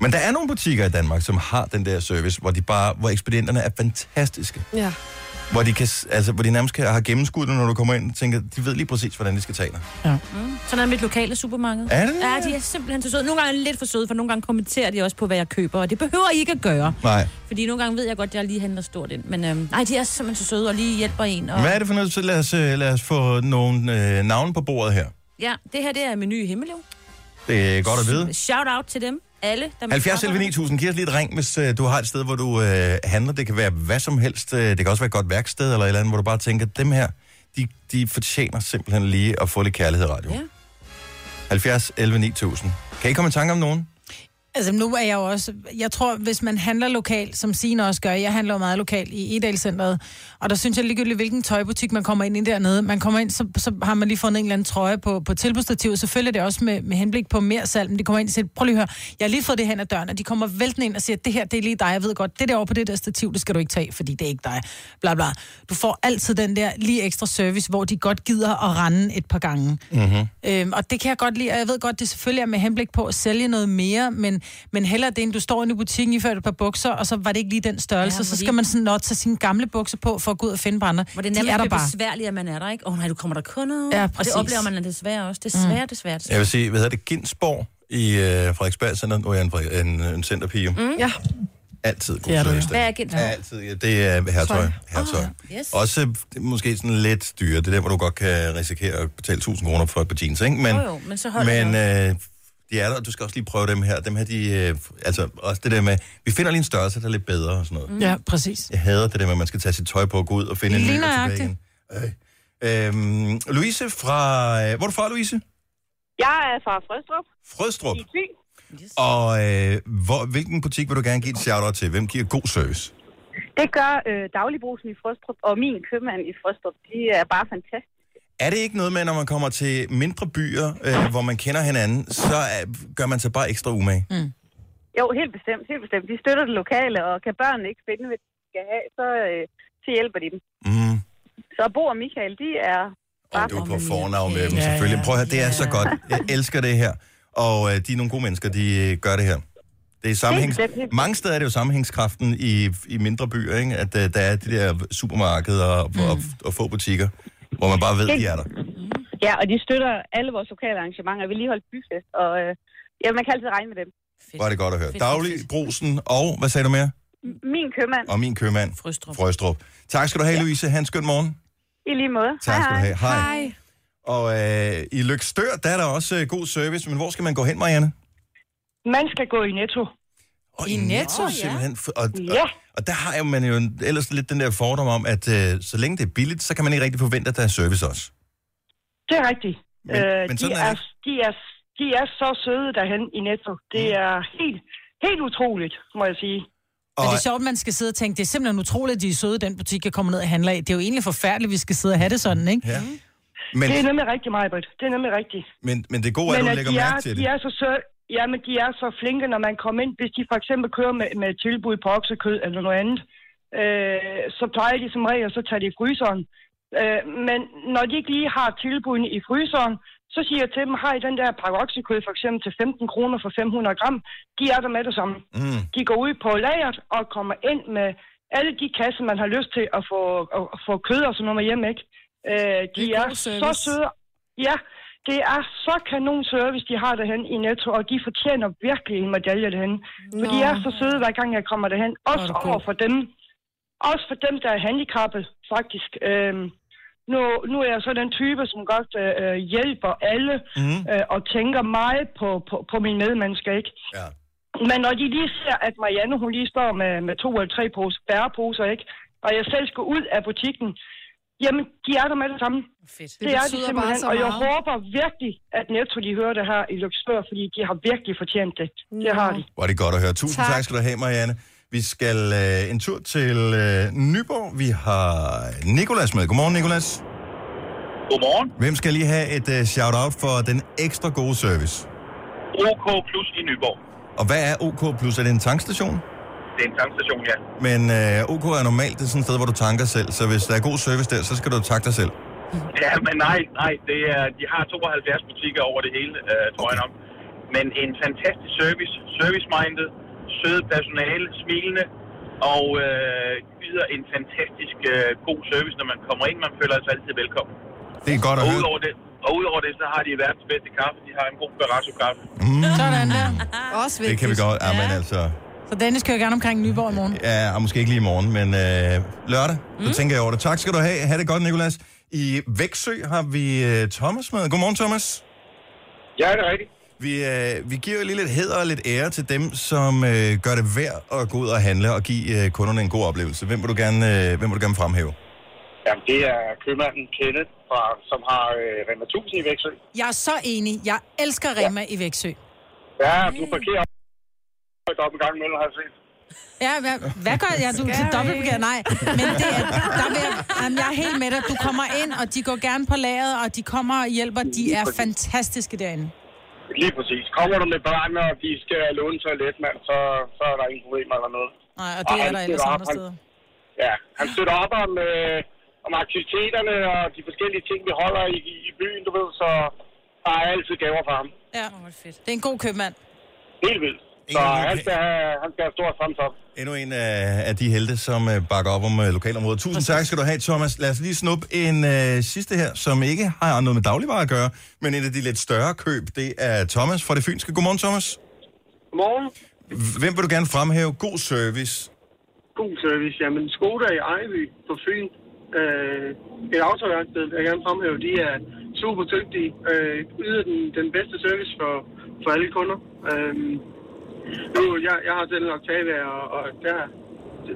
Speaker 1: Men der er nogle butikker i Danmark, som har den der service, hvor, de bare, hvor ekspedienterne er fantastiske.
Speaker 7: Ja.
Speaker 1: Hvor de, kan, s- altså, hvor de nærmest kan, har gennemskudt dig, når du kommer ind og tænker, de ved lige præcis, hvordan de skal tage dig.
Speaker 2: Mm. Sådan er mit lokale supermarked.
Speaker 1: Er det det?
Speaker 2: Ja, de er simpelthen så søde. Nogle gange er de lidt for søde, for nogle gange kommenterer de også på, hvad jeg køber, og det behøver I ikke at gøre.
Speaker 1: Nej.
Speaker 2: Fordi nogle gange ved jeg godt, at jeg lige handler stort ind. Men øhm, nej, de er simpelthen så søde og lige hjælper en. Og...
Speaker 1: Hvad er det for noget? Så lad os, øh, lad os få nogle øh, navne på bordet her.
Speaker 2: Ja, det her det er menu i Himmeløv.
Speaker 1: Det er godt at vide.
Speaker 2: Shout out til dem. Alle. Der
Speaker 1: 70 11 9000. Giv os lige et ring, hvis øh, du har et sted, hvor du øh, handler. Det kan være hvad som helst. Øh, Det kan også være et godt værksted eller et eller andet, hvor du bare tænker, dem her, de, de fortjener simpelthen lige at få lidt kærlighed i radioen.
Speaker 4: Ja.
Speaker 1: 70 11 9000. Kan I komme i tanke om nogen?
Speaker 4: Altså nu er jeg jo også, jeg tror, hvis man handler lokalt, som Signe også gør, jeg handler jo meget lokalt i Edalcenteret, og der synes jeg ligegyldigt, hvilken tøjbutik man kommer ind i dernede, man kommer ind, så, så har man lige fundet en eller anden trøje på, på tilbudstativet, selvfølgelig er det også med, med henblik på mere salg, men de kommer ind og siger, prøv lige at høre, jeg har lige fået det hen ad døren, og de kommer væltende ind og siger, det her, det er lige dig, jeg ved godt, det der over på det der stativ, det skal du ikke tage, fordi det er ikke dig, bla bla. Du får altid den der lige ekstra service, hvor de godt gider at rende et par gange.
Speaker 12: Mm-hmm.
Speaker 4: Øhm, og det kan jeg godt lide, og jeg ved godt, det selvfølgelig er med henblik på at sælge noget mere, men, men hellere det, end du står inde i butikken i et par bukser, og så var det ikke lige den størrelse,
Speaker 2: Ja,
Speaker 4: ja, så
Speaker 2: fordi-
Speaker 4: skal man sådan nok tage sine gamle bukser på for at gå ud og finde på andre.
Speaker 2: Hvor det
Speaker 4: De
Speaker 2: nærmest
Speaker 4: er der
Speaker 2: bliver
Speaker 4: bare.
Speaker 2: besværligt, at man er der, ikke? Åh oh, nej, du kommer der kunder.
Speaker 4: Ja,
Speaker 2: og det
Speaker 4: præcis.
Speaker 2: oplever man desværre også. Desværre, mm. desværre.
Speaker 1: Jeg vil sige, hvad hedder det? Ginsborg i øh, Frederiksberg Center. Nu er jeg en, Frederik- en, en centerpige.
Speaker 2: Mm. Ja.
Speaker 1: Altid god
Speaker 2: Det er du, ja.
Speaker 1: service. der.
Speaker 2: Hvad er Ginsborg?
Speaker 1: Altid, ja, det er herretøj. herretøj. Oh,
Speaker 2: yes.
Speaker 1: Også øh, måske sådan lidt dyre. Det er der, hvor du godt kan risikere at betale 1000 kroner for et par jeans, ikke? Men,
Speaker 2: Men, jo, jo, men så holder
Speaker 1: men
Speaker 2: men,
Speaker 1: øh, de er der, og du skal også lige prøve dem her. Dem her, de... Øh, altså, også det der med... Vi finder lige en størrelse, der er lidt bedre og sådan noget.
Speaker 2: Mm.
Speaker 4: Ja, præcis.
Speaker 1: Jeg hader det der med, at man skal tage sit tøj på og gå ud og finde en ny
Speaker 4: Lige
Speaker 1: og tilbage
Speaker 4: nøjagtigt.
Speaker 1: igen. Øh, øhm, Louise fra... Øh, hvor er du fra, Louise?
Speaker 13: Jeg er fra Frøstrup.
Speaker 1: Frøstrup.
Speaker 13: I Thy.
Speaker 1: Og øh, hvor, hvilken butik vil du gerne give et shout-out til? Hvem giver god service?
Speaker 13: Det gør øh, dagligbrusen i Frøstrup, og min købmand i Frøstrup, de er bare fantastiske.
Speaker 1: Er det ikke noget med, når man kommer til mindre byer, øh, hvor man kender hinanden, så øh, gør man sig bare ekstra umage?
Speaker 13: Jo, helt bestemt, helt bestemt. De støtter det lokale, og kan børnene ikke finde, hvad de skal have, så, øh, så hjælper de dem.
Speaker 1: Mm.
Speaker 13: Så Bo og Michael, de er bare...
Speaker 1: Det var på fornavn med dem, selvfølgelig. Prøv at høre, det er så godt. Jeg elsker det her. Og øh, de er nogle gode mennesker, de øh, gør det her. Det er sammenhængs...
Speaker 13: Helt bestemt.
Speaker 1: Mange steder er det jo sammenhængskraften i, i mindre byer, ikke? at øh, der er de der supermarkeder og, mm. og, og få butikker, hvor man bare ved, de er der.
Speaker 13: Ja, og de støtter alle vores lokale arrangementer. Vi lige holdt byfest, og øh, ja, man kan altid regne med dem.
Speaker 1: Var det godt at høre. Daglig, Brosen og, hvad sagde du mere?
Speaker 13: M- Min købmand,
Speaker 1: Og min købmand,
Speaker 2: Frøstrup.
Speaker 1: Frøstrup. Tak skal du have, Louise. Ha' en skøn morgen.
Speaker 13: i lige måde.
Speaker 1: Tak skal du have. Hej. Og øh, i Lykstør, der er der også øh, god service, men hvor skal man gå hen, Marianne?
Speaker 14: Man skal gå i netto.
Speaker 1: Og I Netto, Mm. simpelthen. F- Og, ja. og, og der har jo man jo en- ellers lidt den der fordom om, at øh, så længe det er billigt, så kan man ikke rigtig forvente, at der er service også.
Speaker 14: Det er rigtigt.
Speaker 1: Men-
Speaker 14: øh,
Speaker 1: men
Speaker 14: de,
Speaker 1: sådan er
Speaker 14: er,
Speaker 1: det
Speaker 14: er, de, er, de er så søde derhen i netto. Det
Speaker 1: Mm.
Speaker 14: er helt, helt utroligt, må jeg sige.
Speaker 4: Og det er sjovt, man skal sidde og tænke, det er simpelthen utroligt, at de er søde, den butik, jeg kommer ned og handler i. Det er jo egentlig forfærdeligt, at vi skal sidde og have det sådan, ikke?
Speaker 1: Ja.
Speaker 14: Men...
Speaker 1: Men,
Speaker 14: Det er nemlig rigtigt, Majbrit. Det er nemlig rigtigt.
Speaker 1: men, men det gode er, at du
Speaker 14: at
Speaker 1: lægger
Speaker 14: de er,
Speaker 1: mærke til
Speaker 14: de
Speaker 1: det.
Speaker 14: er så søde. Ja, men de er så flinke, når man kommer ind. Hvis de for eksempel kører med, med tilbud på oksekød eller noget andet, øh, så plejer de som regel, at så tager de i fryseren. Øh, men når de ikke lige har tilbudene i fryseren, så siger jeg til dem, har I den der pakke oksekød for eksempel til 15 kroner for 500 gram? De er der med det samme.
Speaker 1: Mm.
Speaker 14: De går ud på lageret og kommer ind med alle de kasser, man har lyst til at få, at, at få kød og sådan noget med hjem, ikke? Øh, de
Speaker 15: Det er
Speaker 14: er,
Speaker 15: god
Speaker 14: så
Speaker 15: service.
Speaker 14: søde. Ja, det er så kanon service, de har derhen i Netto, og de fortjener virkelig en medalje derhen. For de er så søde, hver gang jeg kommer derhen. Også over for dem. Også for dem, der er handicappet, faktisk. Øhm, nu, nu er jeg så den type, som godt øh, øh, hjælper alle
Speaker 1: mm.
Speaker 14: øh, og tænker meget på, på, på mine medmennesker, ikke?
Speaker 1: Ja.
Speaker 14: Men når de lige ser, at Marianne, hun lige står med, med to eller tre pose, bæreposer, ikke? Og jeg selv skal ud af butikken, jamen, de er der med det samme.
Speaker 4: Fedt.
Speaker 14: Det, det er de simpelthen, og jeg håber virkelig, at Netto, de hører det her i Luxembourg, fordi de har virkelig fortjent det. Det har de.
Speaker 1: Var det godt at høre. Tusind tak,
Speaker 14: Tak.
Speaker 1: tak skal du have, Marianne. Vi skal øh, en tur til øh, Nyborg. Vi har Nikolas med. Godmorgen, Nikolas.
Speaker 12: Godmorgen.
Speaker 1: Hvem skal lige have et øh, shout-out for den ekstra gode service?
Speaker 12: OK Plus i Nyborg.
Speaker 1: Og hvad er OK Plus? Er det en tankstation?
Speaker 12: Det er en tankstation, ja.
Speaker 1: Men øh, OK er normalt det er sådan et sted, hvor du tanker selv. Så hvis der er god service der, så skal du tanke dig selv.
Speaker 12: Ja, men nej, nej. Det er, de har 72 butikker over det hele, øh, tror okay. jeg nok. Men en fantastisk service, service-minded, søde personale, smilende, og øh, yder en fantastisk øh, god service, når man kommer ind. Man føler sig altid velkommen.
Speaker 1: Det er godt at
Speaker 12: og
Speaker 1: høre.
Speaker 12: udover det, og udover det, så har de verdens bedste kaffe. De har en god Berasso-kaffe.
Speaker 1: Mm,
Speaker 4: Sådan der. Også
Speaker 1: det
Speaker 4: vigtigt.
Speaker 1: kan vi godt. Ja, men altså...
Speaker 4: Så Dennis kører gerne omkring Nyborg i morgen.
Speaker 1: Ja, og måske ikke lige i morgen, men øh, lørdag, mm. så tænker jeg over det. Tak skal du have. Ha' det godt, Nikolas. I Væksø har vi øh, Thomas med. Godmorgen, Thomas.
Speaker 12: Ja, det er rigtigt.
Speaker 1: Vi, øh, vi giver jo lige lidt hæder og lidt ære til dem, som øh, gør det værd at gå ud og handle og give øh, kunderne en god oplevelse. Hvem vil du gerne, øh, hvem vil du gerne fremhæve?
Speaker 12: Jamen, det er købmanden Kenneth, fra, som har øh, Rema 1000 i Væksø.
Speaker 4: Jeg er så enig. Jeg elsker Rema i Væksø.
Speaker 12: Ja, du parkerer højt op en gang imellem, har jeg set.
Speaker 4: Ja, hvad, hvad gør jeg? Du til dobbeltbegær? Nej, men det er, der vil jeg, jamen, jeg er helt med dig. Du kommer ind, og de går gerne på lageret, og de kommer og hjælper. De er fantastiske derinde.
Speaker 12: Lige præcis. Kommer du med børn, og de skal låne toiletmand, så, så er der ingen problemer eller noget.
Speaker 4: Nej, og det er
Speaker 12: han
Speaker 4: der ellers
Speaker 12: støtter
Speaker 4: andre
Speaker 12: op, han-
Speaker 4: steder.
Speaker 12: Ja, han støtter op om, øh, om aktiviteterne og de forskellige ting, vi holder i, i- i byen, du ved, så der er altid gaver for ham.
Speaker 4: Ja. Det er en god købmand.
Speaker 12: Helt vildt. Så han skal, have- han skal have stor thumbs up.
Speaker 1: Endnu en af, af de helte, som øh, bakker op om øh, lokalområdet. Tusind tak skal du have, Thomas. Lad os lige snuppe en øh, sidste her, som ikke har noget med dagligvarer at gøre, men en af de lidt større køb, det er Thomas fra det Fynske. Godmorgen, Thomas.
Speaker 15: Godmorgen.
Speaker 1: Hvem vil du gerne fremhæve? God service.
Speaker 15: God service. Jamen, Skoda i Ejby på Fyn, øh, et autoværksted, jeg gerne fremhæve, de er super dygtige, øh, yder den, den bedste service for, for alle kunder. Øh, nu, jeg, jeg har selv en Octavia, og, og der, det,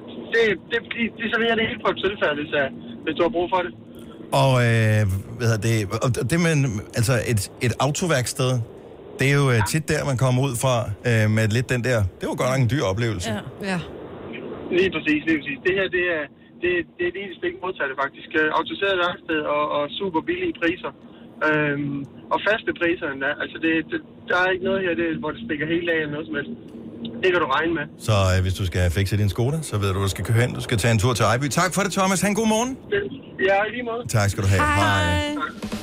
Speaker 15: det, de, de serverer det hele på et tilfælde, hvis, jeg- hvis du har brug for det.
Speaker 1: Og øh, hvad hedder det, og det med, altså et, et autoværksted, det er jo øh, tit der, man kommer ud fra øh, med lidt den der, det var godt nok en dyr oplevelse. Ja.
Speaker 15: Ja. Lige præcis, lige præcis. Det her, det er, det, det er lige det stik modsatte faktisk. Øh, Autoriseret værksted og, og super billige priser. Øhm, og faste priser endda. Altså, det, det, der er ikke noget her, det, hvor det stikker helt af eller noget som helst. Det kan du regne med.
Speaker 1: Så øh, hvis du skal fikse din Skoda, så ved du, hvor du skal køre hen. Du skal tage en tur til Ejby. Tak for det, Thomas. Ha' en god morgen.
Speaker 15: Ja, i lige måde.
Speaker 1: Tak skal du have. Hej.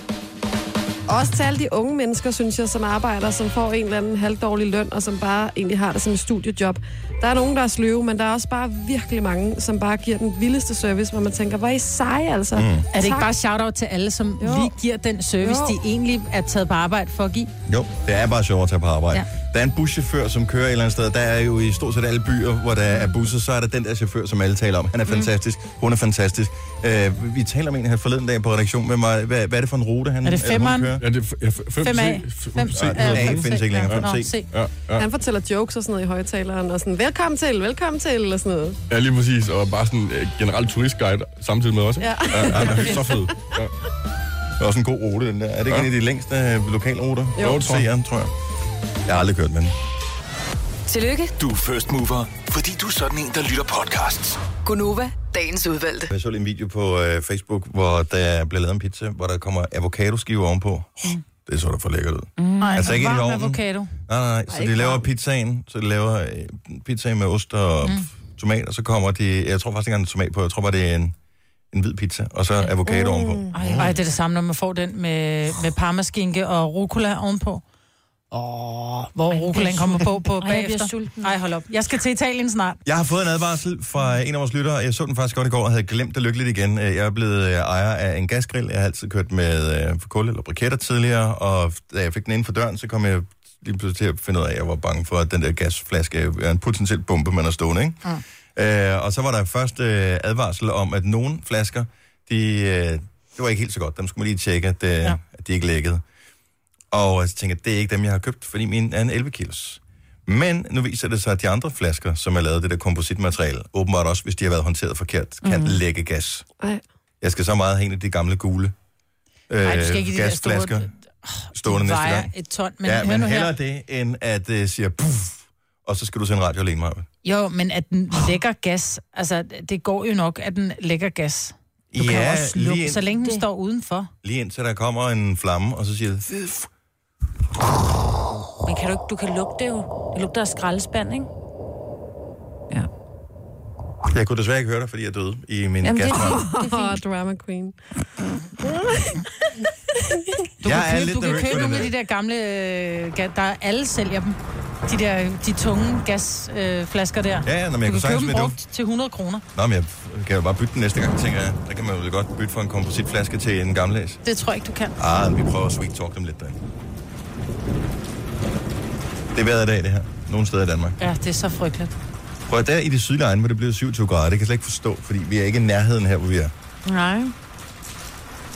Speaker 3: Også til alle de unge mennesker, synes jeg, som arbejder, som får en eller anden halvdårlig løn, og som bare egentlig har det som et studiejob. Der er nogen, der er sløve, men der er også bare virkelig mange, som bare giver den vildeste service, hvor man tænker, hvor er I seje altså.
Speaker 1: Mm. Er det
Speaker 4: Er det ikke
Speaker 3: Tak.
Speaker 4: bare shout-out til alle, som jo. lige giver den service,
Speaker 3: Jo.
Speaker 4: jo. de egentlig er taget på arbejde for at give?
Speaker 1: Jo, det er bare sjovt at tage på arbejde. Ja.
Speaker 4: Ja.
Speaker 1: Der er en buschauffør, som kører et eller andet sted. Der er jo i stort set alle byer, hvor der er busser, så er der den der chauffør, som alle taler om. Han er
Speaker 3: Mm.
Speaker 1: fantastisk. Hun er fantastisk. Øh, vi taler med en her forleden dag på redaktion med mig. Hvad, hvad er det for en rute, han
Speaker 3: Er det
Speaker 1: eller hun
Speaker 3: femmeren?
Speaker 1: kører?
Speaker 10: Ja, det er f- ja, f- fem
Speaker 3: Fem A.
Speaker 10: C. F-
Speaker 3: Fem-
Speaker 10: C.
Speaker 1: Ja, det
Speaker 10: Ja,
Speaker 1: findes ikke længere.
Speaker 10: ja.
Speaker 1: 5C.
Speaker 10: Ja, ja.
Speaker 3: Han fortæller jokes og sådan noget i højtaleren, og sådan, velkommen til, velkommen til, og sådan noget.
Speaker 10: ja, lige præcis. Og bare sådan øh, generelt turistguide samtidig med også.
Speaker 3: Ja.
Speaker 10: ja, ja det er så fed. Ja.
Speaker 1: Det er også en god rute, den der. Er det ikke ja. en af de længste øh, lokalruter?
Speaker 10: Jo.
Speaker 1: Road Seeren, tror jeg. Jeg har aldrig kørt med den.
Speaker 5: Tillykke,
Speaker 6: Du er first mover, fordi du er sådan en, der lytter podcasts.
Speaker 5: Gunova, dagens udvalgte.
Speaker 1: Jeg så lige en video på øh, Facebook, hvor der blev lavet en pizza, hvor der kommer avocadoskiver ovenpå. Mm. Det så da for lækkert ud.
Speaker 4: Mm.
Speaker 1: Altså ikke ind i
Speaker 4: varm
Speaker 1: ovnen.
Speaker 4: avocado.
Speaker 1: Nej, nej, nej. Så de laver pizzaen, så de laver øh, pizzaen med ost og mm. tomat, og så kommer de, jeg tror faktisk ikke, der er en tomat på, jeg tror bare, det er en, en hvid pizza, og så avocado mm. ovenpå.
Speaker 4: Ej, ej, det er det samme, når man får den med, med parmaskinke og rucola ovenpå. Åh, hvor rucolaen kommer på, på
Speaker 2: Ej, jeg bliver
Speaker 4: bagefter. Ej, hold op. Jeg skal til Italien snart.
Speaker 1: Jeg har fået en advarsel fra en af vores lyttere. Jeg så den faktisk godt i går og havde glemt det lykkeligt igen. Jeg er blevet øh, ejer af en gasgrill. Jeg har altid kørt med øh, kul eller briketter tidligere, og da jeg fik den inden for døren, så kom jeg lige pludselig til at finde ud af, at jeg var bange for, at den der gasflaske er en potentiel bombe, man har stående, ikke? Mm. Øh, og så var der først øh, advarsel om, at nogle flasker, de, øh, det var ikke helt så godt. Dem skulle man lige tjekke, at, øh, ja. at de ikke lækkede. Og så tænkte jeg, det er ikke dem, jeg har købt, fordi min er en 11 kilos. Men nu viser det sig, at de andre flasker, som er lavet af det der kompositmateriale, åbenbart også, hvis de har været håndteret forkert, kan mm.
Speaker 3: Mhm.
Speaker 1: lægge gas.
Speaker 3: Ej.
Speaker 1: Jeg skal så meget have en af de gamle gule øh,
Speaker 4: Ej, du skal ikke i de der
Speaker 1: gasflasker
Speaker 4: store-
Speaker 1: stående
Speaker 4: Det
Speaker 1: næste
Speaker 4: vejer
Speaker 1: gang.
Speaker 4: et ton, men
Speaker 1: Men ja,
Speaker 4: hør
Speaker 1: men
Speaker 4: nu her.
Speaker 1: hellere det, end at det siger øh, puff, og så skal du sende radio alene, Maja.
Speaker 4: Jo, men at den lækker gas, altså det går jo nok, at den lækker gas. Du kan
Speaker 1: Ja,
Speaker 4: jo også slukke,
Speaker 1: lige ind-
Speaker 4: så længe den står udenfor.
Speaker 1: Lige indtil der kommer en flamme, og så siger det... "Fff." øh,
Speaker 2: Men kan du, ikke- du kan lugte det jo. Det lugter af skraldespand, ikke?
Speaker 1: Jeg kunne desværre ikke høre dig, fordi jeg døde i min
Speaker 7: Jamen, det er
Speaker 1: gasbrand.
Speaker 7: fint. Åh, drama queen.
Speaker 4: Du
Speaker 1: Jeg
Speaker 4: kan
Speaker 1: er
Speaker 4: købe,
Speaker 1: lidt
Speaker 4: du kan
Speaker 1: nervøs for
Speaker 4: købe
Speaker 1: det
Speaker 4: nogle
Speaker 1: der.
Speaker 4: af de der gamle, øh, ga- der er alle sælger dem. De der, de tunge gasflasker øh, flasker der.
Speaker 1: Ja, ja, nå, men jeg kunne
Speaker 4: du kan
Speaker 1: sagtens
Speaker 4: købe dem
Speaker 1: med, du.
Speaker 4: brugt til 100 kroner.
Speaker 1: Nå, men jeg kan jo bare bytte den næste gang, tænker jeg. Der kan man jo godt bytte for en kompositflaske til en gammeldags.
Speaker 4: Det tror jeg ikke, du kan.
Speaker 1: Ah, vi prøver at sweet talk dem lidt derinde. Det er vejret i dag, det her. Nogle steder i Danmark.
Speaker 4: Ja, det er så frygteligt.
Speaker 1: Prøv at der i det sydlige egne, hvor det bliver 27 grader, det kan jeg slet ikke forstå, fordi vi er ikke i nærheden her, hvor vi er.
Speaker 4: Nej.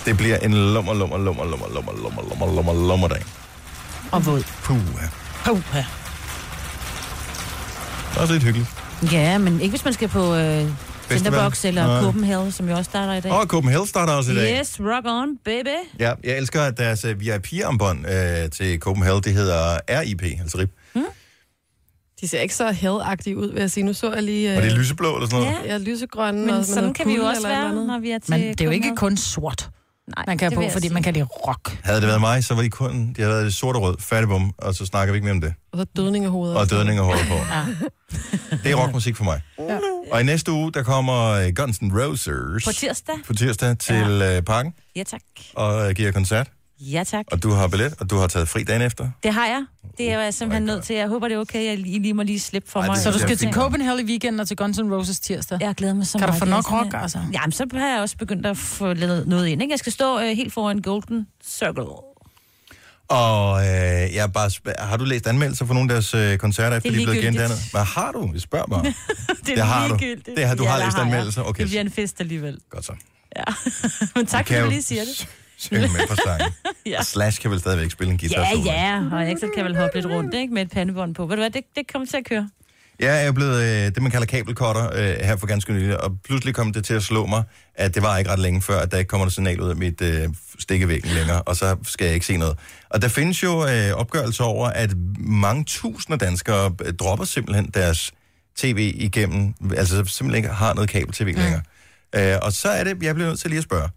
Speaker 1: Det bliver en lommer, lommer, lommer, lommer, lommer, lommer, lommer, lommer, lommer dag.
Speaker 4: Og våd.
Speaker 1: Puh,
Speaker 4: Puh.
Speaker 1: det er også lidt hyggeligt.
Speaker 2: Ja, men ikke hvis man skal på øh, Tinderbox eller
Speaker 1: Nej.
Speaker 2: Copenhagen, som jo også starter i dag.
Speaker 1: Og Copenhagen starter også i dag.
Speaker 2: Yes, rock on, baby.
Speaker 1: Ja, jeg elsker at deres øh, VIP-armbånd øh, til Copenhagen. Det hedder RIP, altså RIP.
Speaker 7: De ser ikke så hadagtige ud, vil jeg sige. Nu så jeg lige...
Speaker 1: Og det
Speaker 3: øh,
Speaker 1: er lyseblå eller sådan noget?
Speaker 7: Ja, lysegrønne
Speaker 2: Men
Speaker 7: og
Speaker 2: sådan
Speaker 7: noget
Speaker 2: kan vi jo
Speaker 7: guld
Speaker 2: også
Speaker 7: eller et
Speaker 2: være,
Speaker 7: eller andet.
Speaker 2: når vi er til
Speaker 4: Men det er jo ikke
Speaker 2: Copenhagen.
Speaker 4: kun sort. Nej, man kan
Speaker 2: det vil
Speaker 4: have på,
Speaker 2: jeg
Speaker 4: fordi man kan lide rock.
Speaker 1: Havde det været mig, så var de kun, de havde været det sorte og rød, fattigbom, og så snakker vi ikke mere om det.
Speaker 7: Og så dødning af hovedet.
Speaker 1: Og dødning af hovedet på.
Speaker 4: Ja.
Speaker 1: Det er rockmusik for mig.
Speaker 7: Ja.
Speaker 1: Og i næste uge, der kommer øh, Guns N' Roses.
Speaker 2: På tirsdag.
Speaker 1: På tirsdag til ja. Parken
Speaker 2: Ja tak.
Speaker 1: og øh, giver koncert.
Speaker 2: Ja tak.
Speaker 1: Og du har billet, og du har taget fri dagen efter.
Speaker 2: Det har jeg. Det er jeg simpelthen nødt til. Jeg håber, det er okay, at I lige må lige slippe for
Speaker 1: Oh Ej, det
Speaker 2: mig.
Speaker 1: synes Så du jeg er skal til fint.
Speaker 4: Copenhagen i weekenden og til Guns N' Roses tirsdag?
Speaker 2: Jeg glæder mig så
Speaker 4: Kan du
Speaker 2: meget.
Speaker 4: få
Speaker 2: Det er
Speaker 4: nok
Speaker 2: simpelthen-
Speaker 4: rock, altså?
Speaker 2: Jamen, så har jeg også begyndt at få lavet noget ind, ikke? Jeg skal stå øh, helt foran Golden Circle.
Speaker 1: Og øh, jeg er bare sp- har du læst anmeldelser for nogle af deres øh, koncerter, efter de er blevet
Speaker 2: ligegyldigt.
Speaker 1: gendannet? Hvad har du? Jeg spørger bare.
Speaker 2: det er
Speaker 1: Det har du.
Speaker 2: ligegyldigt.
Speaker 1: Det har- du har
Speaker 2: der
Speaker 1: læst
Speaker 2: jeg.
Speaker 1: anmeldelser. Okay.
Speaker 2: Det bliver en fest alligevel.
Speaker 1: Godt så.
Speaker 2: Ja. Men tak,
Speaker 1: kan
Speaker 2: fordi du
Speaker 1: jo
Speaker 2: lige siger det.
Speaker 1: synge med på sangen.
Speaker 2: ja.
Speaker 1: Ja. Slash kan vel stadigvæk spille en guitar
Speaker 2: Ja,
Speaker 1: solo.
Speaker 2: ja, og Axel kan vel hoppe lidt rundt, ikke? Med et pandebånd på. Ved du hvad, det, det kommer til at køre.
Speaker 1: Jeg er blevet øh, det, man kalder kabelkotter øh, her for ganske nylig, og pludselig kom det til at slå mig, at det var ikke ret længe før, at der ikke kommer noget signal ud af mit øh, stikkevæggen længere, og så skal jeg ikke se noget. Og der findes jo øh, opgørelser over, at mange tusinder danskere øh, dropper simpelthen deres tv igennem, altså simpelthen ikke har noget kabel-tv længere. Øh, og så er det, jeg bliver nødt til lige at spørge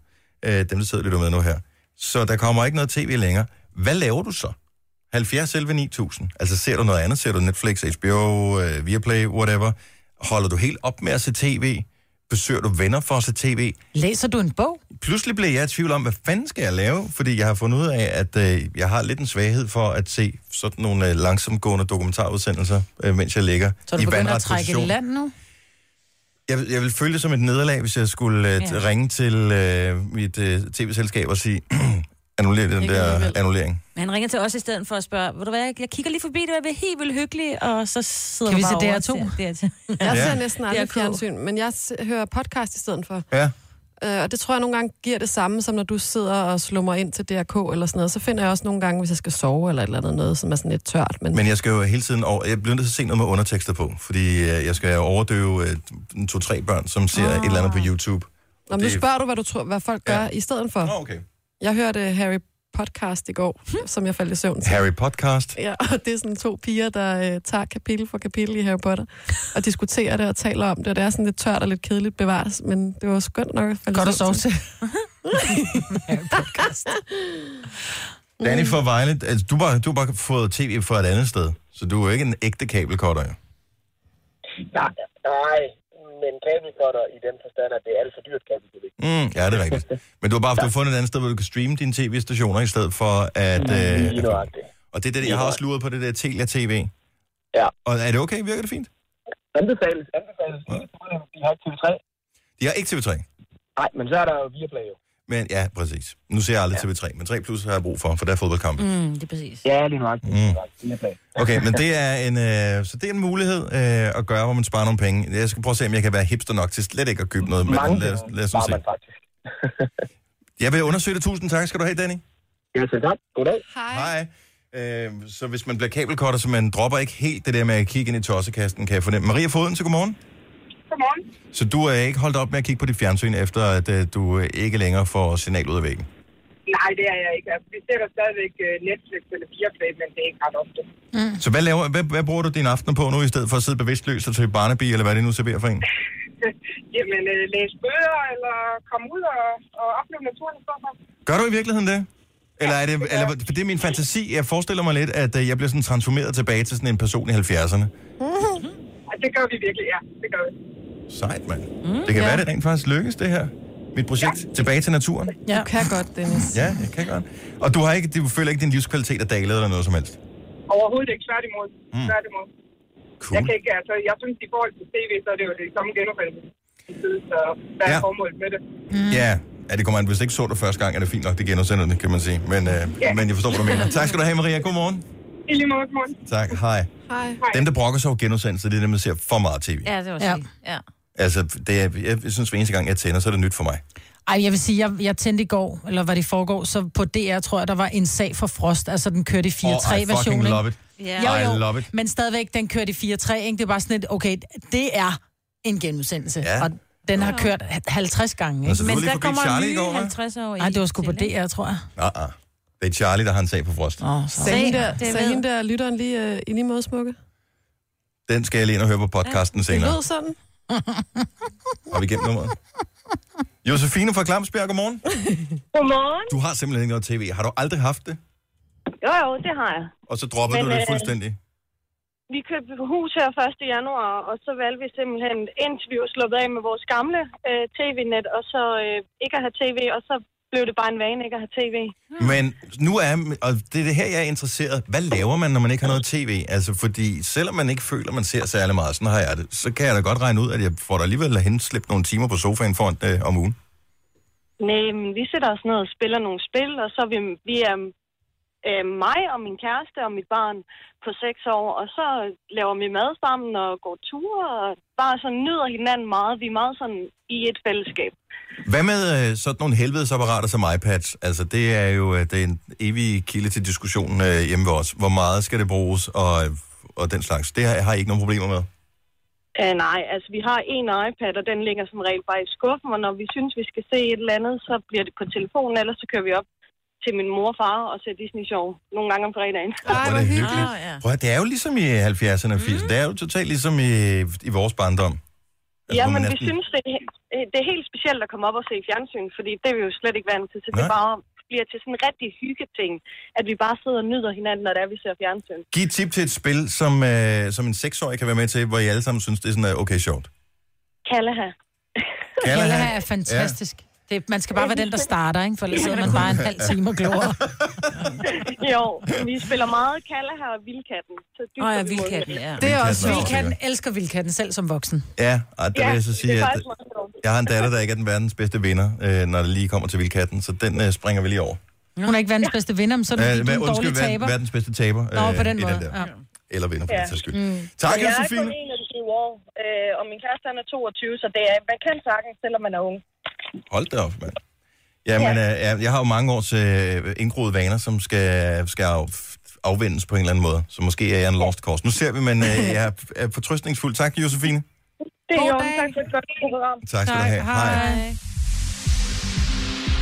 Speaker 1: øh, dem, der sidder og lytter med nu her. Så der kommer ikke noget tv længere. Hvad laver du så? 70 11 9000. Altså ser du noget andet? Ser du Netflix, HBO, øh, Viaplay, whatever? Holder du helt op med at se tv? Besøger du venner for at se tv?
Speaker 4: Læser du en bog?
Speaker 1: Pludselig blev jeg i tvivl om, hvad fanden skal jeg lave? Fordi jeg har fundet ud af, at øh, jeg har lidt en svaghed for at se sådan nogle øh, langsomgående dokumentarudsendelser, øh, mens jeg ligger
Speaker 4: Så du
Speaker 1: i
Speaker 4: begynder
Speaker 1: vandret
Speaker 4: at trække i
Speaker 1: position.
Speaker 4: land nu?
Speaker 1: Jeg, vil- jeg vil føle det som et nederlag, hvis jeg skulle øh,
Speaker 4: Ja.
Speaker 1: ja. ringe til øh, mit øh, tv-selskab og sige, annuller den
Speaker 2: Ikke
Speaker 1: der
Speaker 2: alligevel.
Speaker 1: annullering.
Speaker 2: Men han ringer til os i stedet for at spørge, ved du hvad, jeg kigger lige forbi det, jeg vil helt vildt hyggelig, og så sidder
Speaker 4: Kan vi
Speaker 2: du bare
Speaker 4: se
Speaker 2: over
Speaker 4: DR2?
Speaker 2: og ser DR2.
Speaker 7: Jeg
Speaker 1: Ja.
Speaker 7: ser næsten
Speaker 2: Det er
Speaker 7: aldrig
Speaker 2: cool.
Speaker 7: fjernsyn, men jeg s- hører podcast i stedet for.
Speaker 1: Ja.
Speaker 7: Øh, og det tror jeg nogle gange giver det samme, som når du sidder og slummer ind til DRK eller sådan noget. Så finder jeg også nogle gange, hvis jeg skal sove eller et eller andet noget, som er sådan lidt tørt. Men,
Speaker 1: Men jeg skal jo hele tiden over... Jeg bliver nødt til at se noget med undertekster på, fordi øh, jeg skal overdøve øh, to-tre børn, som ser et eller andet på YouTube. Ah,
Speaker 7: Nå, men nu
Speaker 1: det-
Speaker 7: spørger du, hvad, du tror, hvad folk gør ja. i stedet for.
Speaker 3: Ah,
Speaker 1: Nå, okay.
Speaker 7: Jeg hørte Harry podcast i går,
Speaker 2: Hm.
Speaker 7: som jeg faldt i søvn til.
Speaker 1: Harry Podcast.
Speaker 7: Ja, og det er sådan to piger, der øh, tager kapitel for kapitel i Harry Potter, og diskuterer det og taler om det, og det er sådan lidt tørt og lidt kedeligt bevares, men det var skønt nok at falde i
Speaker 4: Godt at sove
Speaker 7: søvn
Speaker 4: til.
Speaker 1: Danny for Violet, altså, du, har, du har bare fået tv fra et andet sted, så du er jo ikke en ægte kabelkotter. jo.
Speaker 16: Nej, nej, men kabelkotter i den forstand, at det er alt for dyrt kabel.
Speaker 1: Mm, ja, det er rigtigt. Men du har bare du har fundet et andet sted, hvor du kan streame dine tv-stationer, i stedet for at...
Speaker 16: Mm,
Speaker 1: Øh,
Speaker 16: Lige nøjagtigt.
Speaker 1: og det er det, jeg har også luret på det der Telia TV.
Speaker 16: Ja.
Speaker 1: Og er det okay? Virker det fint?
Speaker 16: Anbefales, anbefales. Ja. De har ikke TV3.
Speaker 1: De har ikke TV3.
Speaker 16: Nej, men så er der jo Viaplay jo.
Speaker 1: Men ja, præcis. Nu ser jeg aldrig ja. TV3, men 3 Plus har jeg brug for, for der er fodboldkampe.
Speaker 2: Mm, det er præcis.
Speaker 16: Ja, lige nøjagtigt.
Speaker 1: Mm.
Speaker 16: Viaplay.
Speaker 1: Okay, men det er en, øh, så det er en mulighed øh, at gøre, hvor man sparer nogle penge. Jeg skal prøve at se, om jeg kan være hipster nok til slet ikke at købe noget. Men
Speaker 16: Mange
Speaker 1: lad, os- lad os nu
Speaker 16: sparer
Speaker 1: se.
Speaker 16: man faktisk.
Speaker 1: Jeg vil undersøge det. Tusind tak skal du have, Danny.
Speaker 16: Ja, så tak. Goddag.
Speaker 7: Hej.
Speaker 1: Hej. Øh, så hvis man bliver kabelkotter, så man dropper ikke helt det der med at kigge ind i tossekasten, kan jeg fornemme. Maria Foden, så godmorgen.
Speaker 9: Godmorgen.
Speaker 1: Så du er ikke holdt op med at kigge på dit fjernsyn, efter at øh, du øh, ikke længere får signal ud af væggen.
Speaker 8: Nej, det er jeg ikke. Altså, vi ser da stadigvæk øh, Netflix eller Viaplay, men det er ikke ret ofte.
Speaker 1: Mm. Så hvad, laver, hvad, hvad bruger du dine aftener på nu, i stedet for at sidde bevidstløs og tage Barnaby, eller hvad det nu serverer for en?
Speaker 8: Jamen, øh, læse bøger eller komme ud og, og opleve naturen i stedet for.
Speaker 1: Gør du i virkeligheden det? Eller er det, eller, for det er min fantasi. Jeg forestiller mig lidt, at øh, jeg bliver sådan transformeret tilbage til sådan en person i 70'erne.
Speaker 8: Ja, det gør vi virkelig, ja. Det gør vi.
Speaker 1: Sejt, mand. Mm, det kan ja. være, det rent faktisk lykkes, det her. Mit projekt. Ja. Tilbage til naturen.
Speaker 3: Ja. Du kan godt, Dennis.
Speaker 1: Ja, jeg kan godt. Og du, har ikke, du føler ikke, din livskvalitet er dalet eller noget som helst?
Speaker 8: Overhovedet ikke. Tværtimod. Mm. Tværtimod. Cool. Jeg kan ikke, altså, jeg synes, i forhold til tv, så er det jo det samme genopfældelse. Så hvad er
Speaker 1: Ja.
Speaker 8: ja. formålet med det?
Speaker 1: Mm. Ja, ja det kommer an. Hvis det ikke så det første gang, er det fint nok, det genudsender det, kan man sige. Men, øh,
Speaker 8: Ja.
Speaker 1: men jeg forstår, hvad du mener. Tak skal du have, Maria. Godmorgen.
Speaker 8: I lige måde, morgen.
Speaker 1: Tak. Hej.
Speaker 8: Hej.
Speaker 1: Dem, der brokker sig over genudsendelser, det er dem, der ser for meget tv.
Speaker 2: Ja, det var ja. ja.
Speaker 1: Altså, det er, jeg synes, hver eneste gang, jeg tænder, så er det nyt for mig.
Speaker 4: Ej, jeg vil sige, jeg, jeg tændte i går, eller var det i forgår, så på DR, tror jeg, der var en sag for Frost, altså den kørte i 4-3-version.
Speaker 1: Oh, I fucking
Speaker 4: ikke?
Speaker 1: love it.
Speaker 4: Yeah. Jo, jo,
Speaker 1: I love it.
Speaker 4: Men stadigvæk, den kørte i 4-3, ikke? Det er bare sådan et, okay, det er en genudsendelse. Ja. Og den har kørt 50 gange,
Speaker 1: Og
Speaker 4: ikke?
Speaker 1: selvfølgelig Men der forbi kommer en Charlie ny i går, hva'?
Speaker 4: 50 år Nej, det var sgu på DR, tror jeg.
Speaker 1: Ah, ah. Det er Charlie, der har en sag på frost.
Speaker 4: Oh,
Speaker 3: Sagde
Speaker 4: Se,
Speaker 3: hende der,
Speaker 4: det
Speaker 3: sagde
Speaker 4: ved-
Speaker 3: hende der lytteren lige øh, i lige måde smukke?
Speaker 1: Den skal jeg lige ind og høre på podcasten senere.
Speaker 3: Det lød sådan.
Speaker 1: Har vi gennem nummeret? Josefine fra Klamsbjerg, godmorgen.
Speaker 17: Godmorgen.
Speaker 1: Du har simpelthen ikke noget tv. Har du aldrig haft det?
Speaker 17: Jo, jo, det har jeg.
Speaker 1: Og så droppede
Speaker 17: Men,
Speaker 1: du det
Speaker 17: øh,
Speaker 1: fuldstændig?
Speaker 17: Vi købte hus her 1. januar, og så valgte vi simpelthen, indtil vi var sluppet af med vores gamle øh, tv-net, og så øh, ikke at have tv, og så blev det bare en vane ikke at have tv.
Speaker 1: Men nu er, og det er det her, jeg er interesseret. Hvad laver man, når man ikke har noget tv? Altså, fordi selvom man ikke føler, man ser særlig meget, sådan har jeg det, så kan jeg da godt regne ud, at jeg får da alligevel henslæbt nogle timer på sofaen foran øh, om ugen.
Speaker 17: Nej, men vi sætter os ned og spiller nogle spil, og så er vi, vi er øh, mig og min kæreste og mit barn på 6 år, og så laver vi mad sammen og går ture, og bare sådan nyder hinanden meget. Vi er meget sådan i et fællesskab.
Speaker 1: Hvad med øh, sådan nogle helvedesapparater som iPads? Altså, det er jo øh, det er en evig kilde til diskussion øh, hjemme ved os. Hvor meget skal det bruges, og, øh, og den slags. Det har, har I ikke nogen problemer med.
Speaker 17: Øh, nej, altså vi har en iPad, og den ligger som regel bare i skuffen, og når vi synes, vi skal se et eller andet, så bliver det på telefonen, ellers så kører vi op til min mor og far og ser Disney Show nogle gange om fredagen.
Speaker 1: Ej, hvor hyggeligt. Prøv at, det er jo ligesom i 70'erne og 80'erne. Mm. Det er jo totalt ligesom i, i vores barndom.
Speaker 17: Ja,
Speaker 1: Altså, hvor man
Speaker 17: men vi
Speaker 1: næsten-
Speaker 17: synes, det er, he- øh, det er helt specielt at komme op og se fjernsyn, fordi det er vi jo slet ikke vant til, så det
Speaker 1: Nej.
Speaker 17: bare bliver til sådan en rigtig hyggeting, at vi bare sidder og nyder hinanden, når det er, vi ser fjernsyn.
Speaker 1: Giv et tip til et spil, som, øh, som en seksårig kan være med til, hvor I alle sammen synes, det er sådan, øh, okay, sjovt.
Speaker 17: Kallaha.
Speaker 4: Kallaha er fantastisk. Ja. Det, man skal bare være den, der starter, ikke? for ellers sidder man bare en halv time og glor.
Speaker 17: jo, vi spiller meget Kallaha og Vildkatten. Så dybt
Speaker 4: Åh, ja,
Speaker 17: er vi mod
Speaker 4: vildkatten,
Speaker 17: hinanden.
Speaker 4: ja.
Speaker 1: Det er også sjovt.
Speaker 4: Vildkatten elsker vildkatten selv som voksen.
Speaker 1: Ja, og der ja, vil jeg så sige,
Speaker 4: det er
Speaker 1: at
Speaker 4: faktisk
Speaker 1: jeg har en datter, der ikke er den verdens bedste vinder, øh, når det lige kommer til vildkatten, så den øh, springer vi lige over.
Speaker 4: Hun er ikke verdens bedste vinder, men så er det,
Speaker 1: hvad-
Speaker 4: fordi du er en dårlig
Speaker 1: ver-
Speaker 4: taber.
Speaker 1: verdens bedste taber. øh,
Speaker 4: Nå, på den
Speaker 1: i
Speaker 4: måde.
Speaker 1: der.
Speaker 4: Ja.
Speaker 1: Eller vinder, for
Speaker 17: Ja.
Speaker 1: ja. den sags skyld. Mm. Tak,
Speaker 17: jeg er
Speaker 1: Josefine.
Speaker 17: kun 21 år, øh, og min kæreste han er 22, så det er, man kan sagtens, selvom man er ung.
Speaker 1: Hold da op, mand. Jamen, øh, ja, jeg har jo mange års øh, indgroede vaner, som skal, skal af, afvendes på en eller anden måde. Så måske er jeg en lost cause. Nu ser vi, men øh, jeg er, er fortrystningsfuld. Tak, Josefine.
Speaker 17: Det er jo, tak for et godt program.
Speaker 1: Tak skal du have. Hej.
Speaker 4: Hej.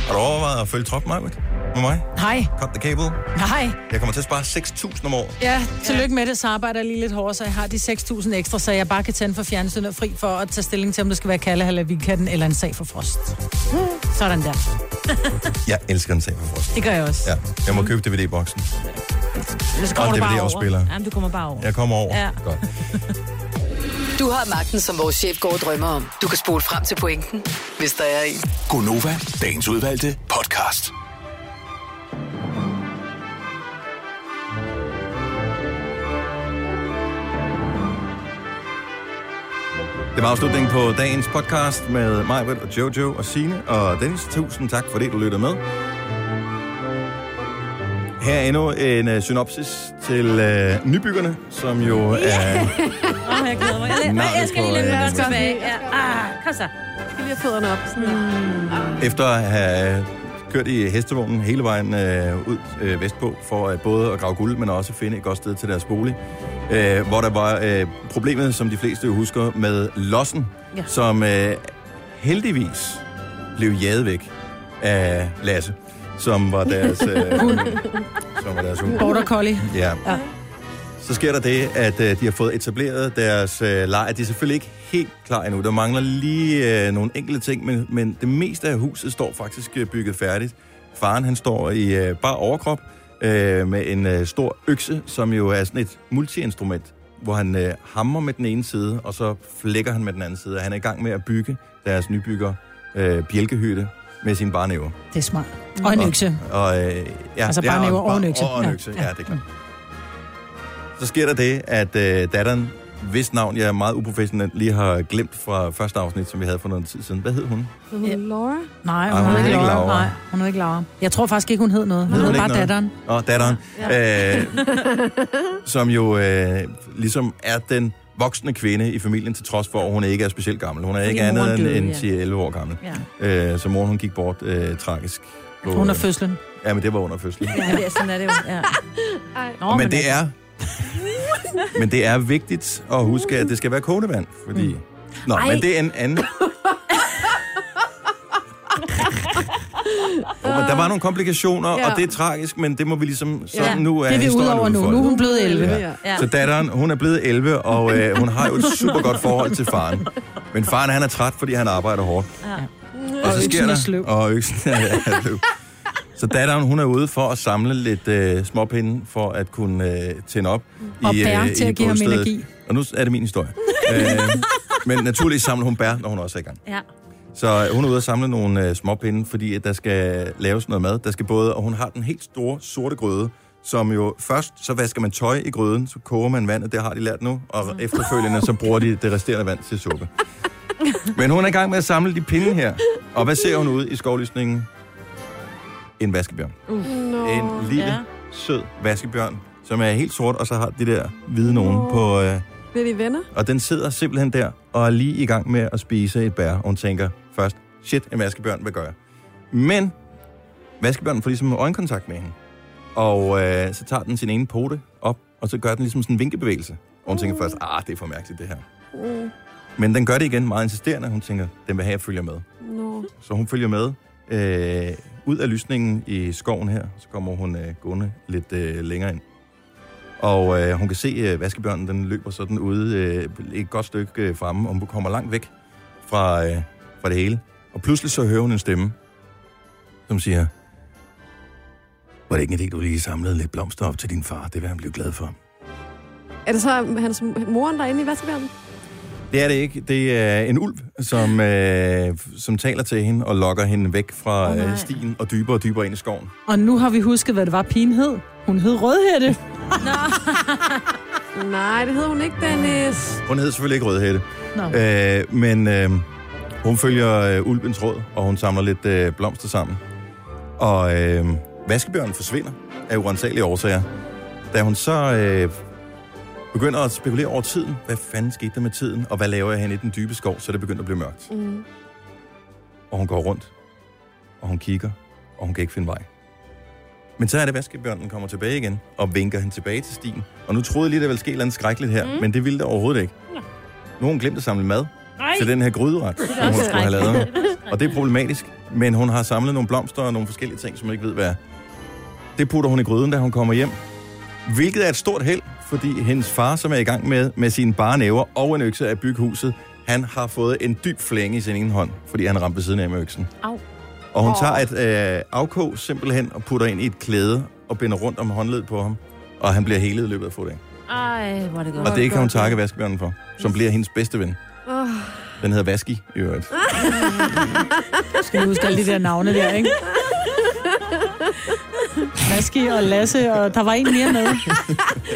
Speaker 1: Har du overvejet at følge trop, Majbert? Med mig?
Speaker 4: Hej.
Speaker 1: Cut the cable.
Speaker 4: Nej.
Speaker 1: Jeg kommer til at spare 6.000 om året.
Speaker 4: Ja, tillykke med det, så arbejder jeg lige lidt hårdere, så jeg har de 6.000 ekstra, så jeg bare kan tænde for fjernsynet fri for at tage stilling til, om det skal være Kalle eller Vildkatten eller en sag for frost. Sådan der.
Speaker 1: Jeg elsker en sag for frost.
Speaker 4: Det gør jeg også.
Speaker 1: Ja, jeg må købe DVD-boksen.
Speaker 2: Ellers
Speaker 1: Og
Speaker 2: kommer
Speaker 1: en
Speaker 2: du bare
Speaker 1: DVD-afspiller.
Speaker 2: over. Jamen, du kommer bare over.
Speaker 1: Jeg kommer over.
Speaker 2: Ja.
Speaker 1: Godt.
Speaker 5: Du har magten, som vores chef går og drømmer om. Du kan spole frem til pointen, hvis der er en.
Speaker 6: Gonova, dagens udvalgte podcast.
Speaker 1: Det var afslutningen på dagens podcast med Majbert og Jojo og Sine og Dennis. Tusind tak for det, du lytter med. Her er endnu en uh, synopsis til uh, nybyggerne, som jo er...
Speaker 2: Åh, jeg glæder mig. Jeg,
Speaker 1: Nej,
Speaker 2: jeg, jeg skal
Speaker 1: det
Speaker 2: lige lidt
Speaker 1: tror jeg
Speaker 2: mere
Speaker 1: ikke.
Speaker 2: tilbage. Ja. Ah, kom så. Mm. Jeg skal lige have fødderne op. Sådan
Speaker 1: Efter at have kørt i hestevognen hele vejen øh, ud øh, vestpå, for øh, både at grave guld, men også finde et godt sted til deres bolig, øh, hvor der var øh, problemet, som de fleste jo husker, med lossen, ja. som øh, heldigvis blev jaget væk af Lasse. som var deres, øh, som var deres hund.
Speaker 4: Border Collie.
Speaker 1: Ja. Så sker der det, at øh, de har fået etableret deres øh, lejr. De er selvfølgelig ikke helt klar endnu. Der mangler lige øh, nogle enkelte ting, men, men det meste af huset står faktisk øh, bygget færdigt. Faren han står i øh, bare overkrop øh, med en øh, stor økse, som jo er sådan et multiinstrument, hvor han øh, hammer med den ene side, og så flækker han med den anden side. Han er i gang med at bygge deres nybygger øh, bjælkehytte med sin barnæver.
Speaker 4: Det er smart. Og en økse.
Speaker 1: Og, øh, ja,
Speaker 4: Altså
Speaker 1: ja,
Speaker 4: barnæver
Speaker 1: bar-
Speaker 4: og en økse.
Speaker 1: Og en
Speaker 4: Ja,
Speaker 1: økse, ja, det er klart. Så sker der det, at øh, datteren, hvis navn jeg er meget uprofessionelt lige har glemt fra første afsnit, som vi havde for noget tid siden. Hvad hed hun?
Speaker 4: Hun ja. Laura? Nej,
Speaker 1: Ej,
Speaker 4: hun,
Speaker 1: hun
Speaker 4: hedder
Speaker 1: hed
Speaker 4: ikke
Speaker 1: ikke
Speaker 4: Laura.
Speaker 1: Laura.
Speaker 4: Nej, hun hedder ikke Laura. Jeg tror faktisk ikke, hun hed noget. Hun
Speaker 1: Hed
Speaker 4: hed,
Speaker 1: hun ikke
Speaker 4: bare
Speaker 1: noget?
Speaker 4: datteren.
Speaker 1: Åh, datteren, ja.
Speaker 4: Ja.
Speaker 1: øh, som jo øh, ligesom er den voksne kvinde i familien, til trods for, at hun ikke er specielt gammel. Hun er
Speaker 4: Fordi
Speaker 1: ikke
Speaker 4: moren
Speaker 1: andet end,
Speaker 4: døde,
Speaker 1: end
Speaker 4: ja.
Speaker 1: 10-11 år gammel.
Speaker 4: Ja.
Speaker 1: Øh, så moren, hun gik bort øh, tragisk. På,
Speaker 4: Under
Speaker 1: øh,
Speaker 4: fødslen.
Speaker 1: Ja, men det var under fødslen.
Speaker 2: Ja, det er, sådan er det jo. Ja. altså.
Speaker 1: Nå, men,
Speaker 4: altså.
Speaker 1: det er, men det er vigtigt at huske, at det skal være kogende vand, fordi...
Speaker 4: Mm.
Speaker 1: Nå,
Speaker 2: Ej.
Speaker 1: men det er en anden... Oh, men der var nogle komplikationer, ja.
Speaker 4: Ja.
Speaker 1: og det er tragisk, men det må vi ligesom... Så ja.
Speaker 4: Ja.
Speaker 1: nu er
Speaker 4: Det er vi
Speaker 1: historien
Speaker 4: ude over nu.
Speaker 1: udfoldet.
Speaker 4: Nu er hun blevet 11. Ja.
Speaker 1: Så datteren, hun er blevet 11, og øh, hun har jo et super godt forhold til faren. Men faren, han er træt, fordi han arbejder hårdt. Og, så sker der, og øksen er, er sløv. Så datteren, hun er ude for at samle lidt øh, småpinde, for at kunne øh, tænde op.
Speaker 4: Og bær til at give ham
Speaker 1: bålstedet.
Speaker 4: energi.
Speaker 1: Og nu er det min historie. øh, men naturligvis samler hun bær, når hun også er i gang.
Speaker 2: Ja.
Speaker 1: Så hun er ude at samle nogle øh, småpinde, fordi at der skal laves noget mad. Der skal både, og hun har den helt store sorte grøde, som jo først, så vasker man tøj i grøden, så koger man vandet, det har de lært nu, og efterfølgende, så bruger de det resterende vand til suppe. Men hun er i gang med at samle de pinde her, og hvad ser hun ude i skovlysningen? En vaskebjørn.
Speaker 7: Uh. No.
Speaker 1: En lille, ja. sød vaskebjørn, som er helt sort, og så har det der hvide nogen på... Øh,
Speaker 7: Bliver de venner?
Speaker 1: og den sidder simpelthen der og er lige i gang med at spise et bær. Og hun tænker først, shit, en vaskebjørn, hvad gør jeg? Men vaskebjørnen får ligesom øjenkontakt med hende. Og øh, så tager den sin ene pote op, og så gør den ligesom sådan en vinkebevægelse. Og hun tænker først, ah, det er for mærkeligt det her.
Speaker 7: Mm.
Speaker 1: Men den gør det igen meget insisterende. Hun tænker, den vil have, at jeg følger med.
Speaker 7: No.
Speaker 1: Så hun følger med øh, ud af lysningen i skoven her. Så kommer hun øh, gående lidt øh, længere ind. Og øh, hun kan se, at øh, vaskebjørnen den løber sådan ude øh, et godt stykke øh, fremme, og hun kommer langt væk fra, øh, fra det hele. Og pludselig så hører hun en stemme, som siger, var det ikke en idé, du lige samlede lidt blomster op til din far? Det vil han blive glad for.
Speaker 7: Er det så hans moren, der er inde i vaskebjørnen?
Speaker 1: Det er det ikke. Det er en ulv, som, øh, som taler til hende og lokker hende væk fra
Speaker 4: Åh, nej.
Speaker 1: øh, stien og dybere og dybere ind i skoven.
Speaker 4: Og nu har vi husket, hvad det var, pigen hed. Hun hed Rødhætte.
Speaker 7: Nej, det hedder hun ikke, Dennis.
Speaker 1: Hun hed selvfølgelig ikke Rødhætte.
Speaker 7: Nå.
Speaker 1: Øh, men øh, hun følger øh, ulvens råd, og hun samler lidt øh, blomster sammen. Og øh, vaskebjørnen forsvinder af urensagelige årsager. Da hun så øh, begynder at spekulere over tiden, hvad fanden skete der med tiden, og hvad laver jeg hen i den dybe skov, så det begynder at blive mørkt.
Speaker 7: Mm.
Speaker 1: og hun går rundt, og hun kigger, og hun kan ikke finde vej. Men så er det, vaskebjørnen kommer tilbage igen, og vinker hende tilbage til stien. Og nu troede jeg lige, der ville ske et eller andet skrækkeligt her, mm. men det ville der overhovedet ikke. Nu har hun glemt at samle mad
Speaker 6: Nej.
Speaker 1: til den her gryderet,
Speaker 6: Det er da
Speaker 1: som hun
Speaker 6: også
Speaker 1: skulle have
Speaker 6: skrækkeligt.
Speaker 1: lavet. Og det er problematisk, men hun har samlet nogle blomster og nogle forskellige ting, som hun ikke ved, hvad er. Det putter hun i gryden, da hun kommer hjem. Hvilket er et stort held, fordi hendes far, som er i gang med, med sine bare næver og en økse af byghuset, han har fået en dyb flænge i sin ene hånd, fordi han ramte ved siden af med øksen.
Speaker 2: Au.
Speaker 1: Og hun tager et øh, afkog simpelthen og putter ind i et klæde og binder rundt om håndledet på ham. Og han bliver helet i løbet af få dage.
Speaker 2: Ej, hvor er det godt.
Speaker 1: Og det kan hun takke vaskebjørnen for, som bliver hendes bedste ven.
Speaker 2: Oh.
Speaker 1: Den hedder Vaski i øvrigt.
Speaker 4: Ah, Skal vi huske alle de der navne der, ikke? Maski og Lasse, og der var en mere med.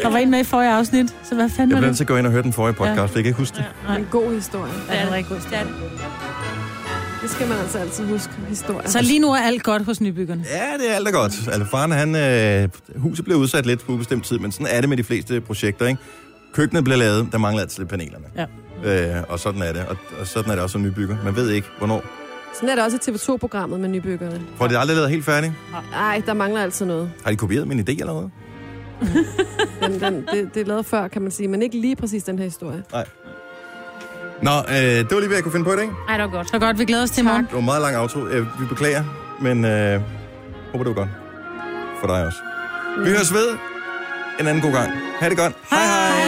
Speaker 4: Der var en med i forrige afsnit, så hvad fanden
Speaker 1: Jeg
Speaker 4: var
Speaker 1: bliver nødt
Speaker 4: det?
Speaker 1: til at gå ind og høre den forrige podcast,
Speaker 4: Ja.
Speaker 1: for jeg kan ikke huske det.
Speaker 7: Nej. En god historie.
Speaker 4: Ja, det er en rigtig god historie.
Speaker 7: Det skal man altså altid huske, historie.
Speaker 4: Så lige nu er alt godt hos nybyggerne.
Speaker 1: Ja, det er alt er godt. Altså, faren, han, øh, huset blev udsat lidt på ubestemt tid, men sådan er det med de fleste projekter, ikke? Køkkenet bliver lavet, der mangler altid lidt panelerne.
Speaker 4: Ja.
Speaker 1: Øh, og sådan er det. Og, og sådan er det også som nybygger. Man ved ikke, hvornår.
Speaker 7: Sådan er det også i TV2-programmet med nybyggerne.
Speaker 1: Får de det aldrig lavet helt færdigt?
Speaker 7: Nej, der mangler altid noget.
Speaker 1: Har de kopieret min idé eller noget?
Speaker 7: Den, den, det, det er lavet før, kan man sige, men ikke lige præcis den her historie.
Speaker 1: Nej. Nå, øh, det var lige, hvad jeg kunne finde på det, ikke?
Speaker 2: Ej, det var godt.
Speaker 4: Så godt, vi glæder os til i morgen.
Speaker 1: Det var en meget lang auto. Øh, vi beklager, men øh, Håber du er godt. For dig også. Vi høres ved en anden god gang. Ha' det godt. Hej hej.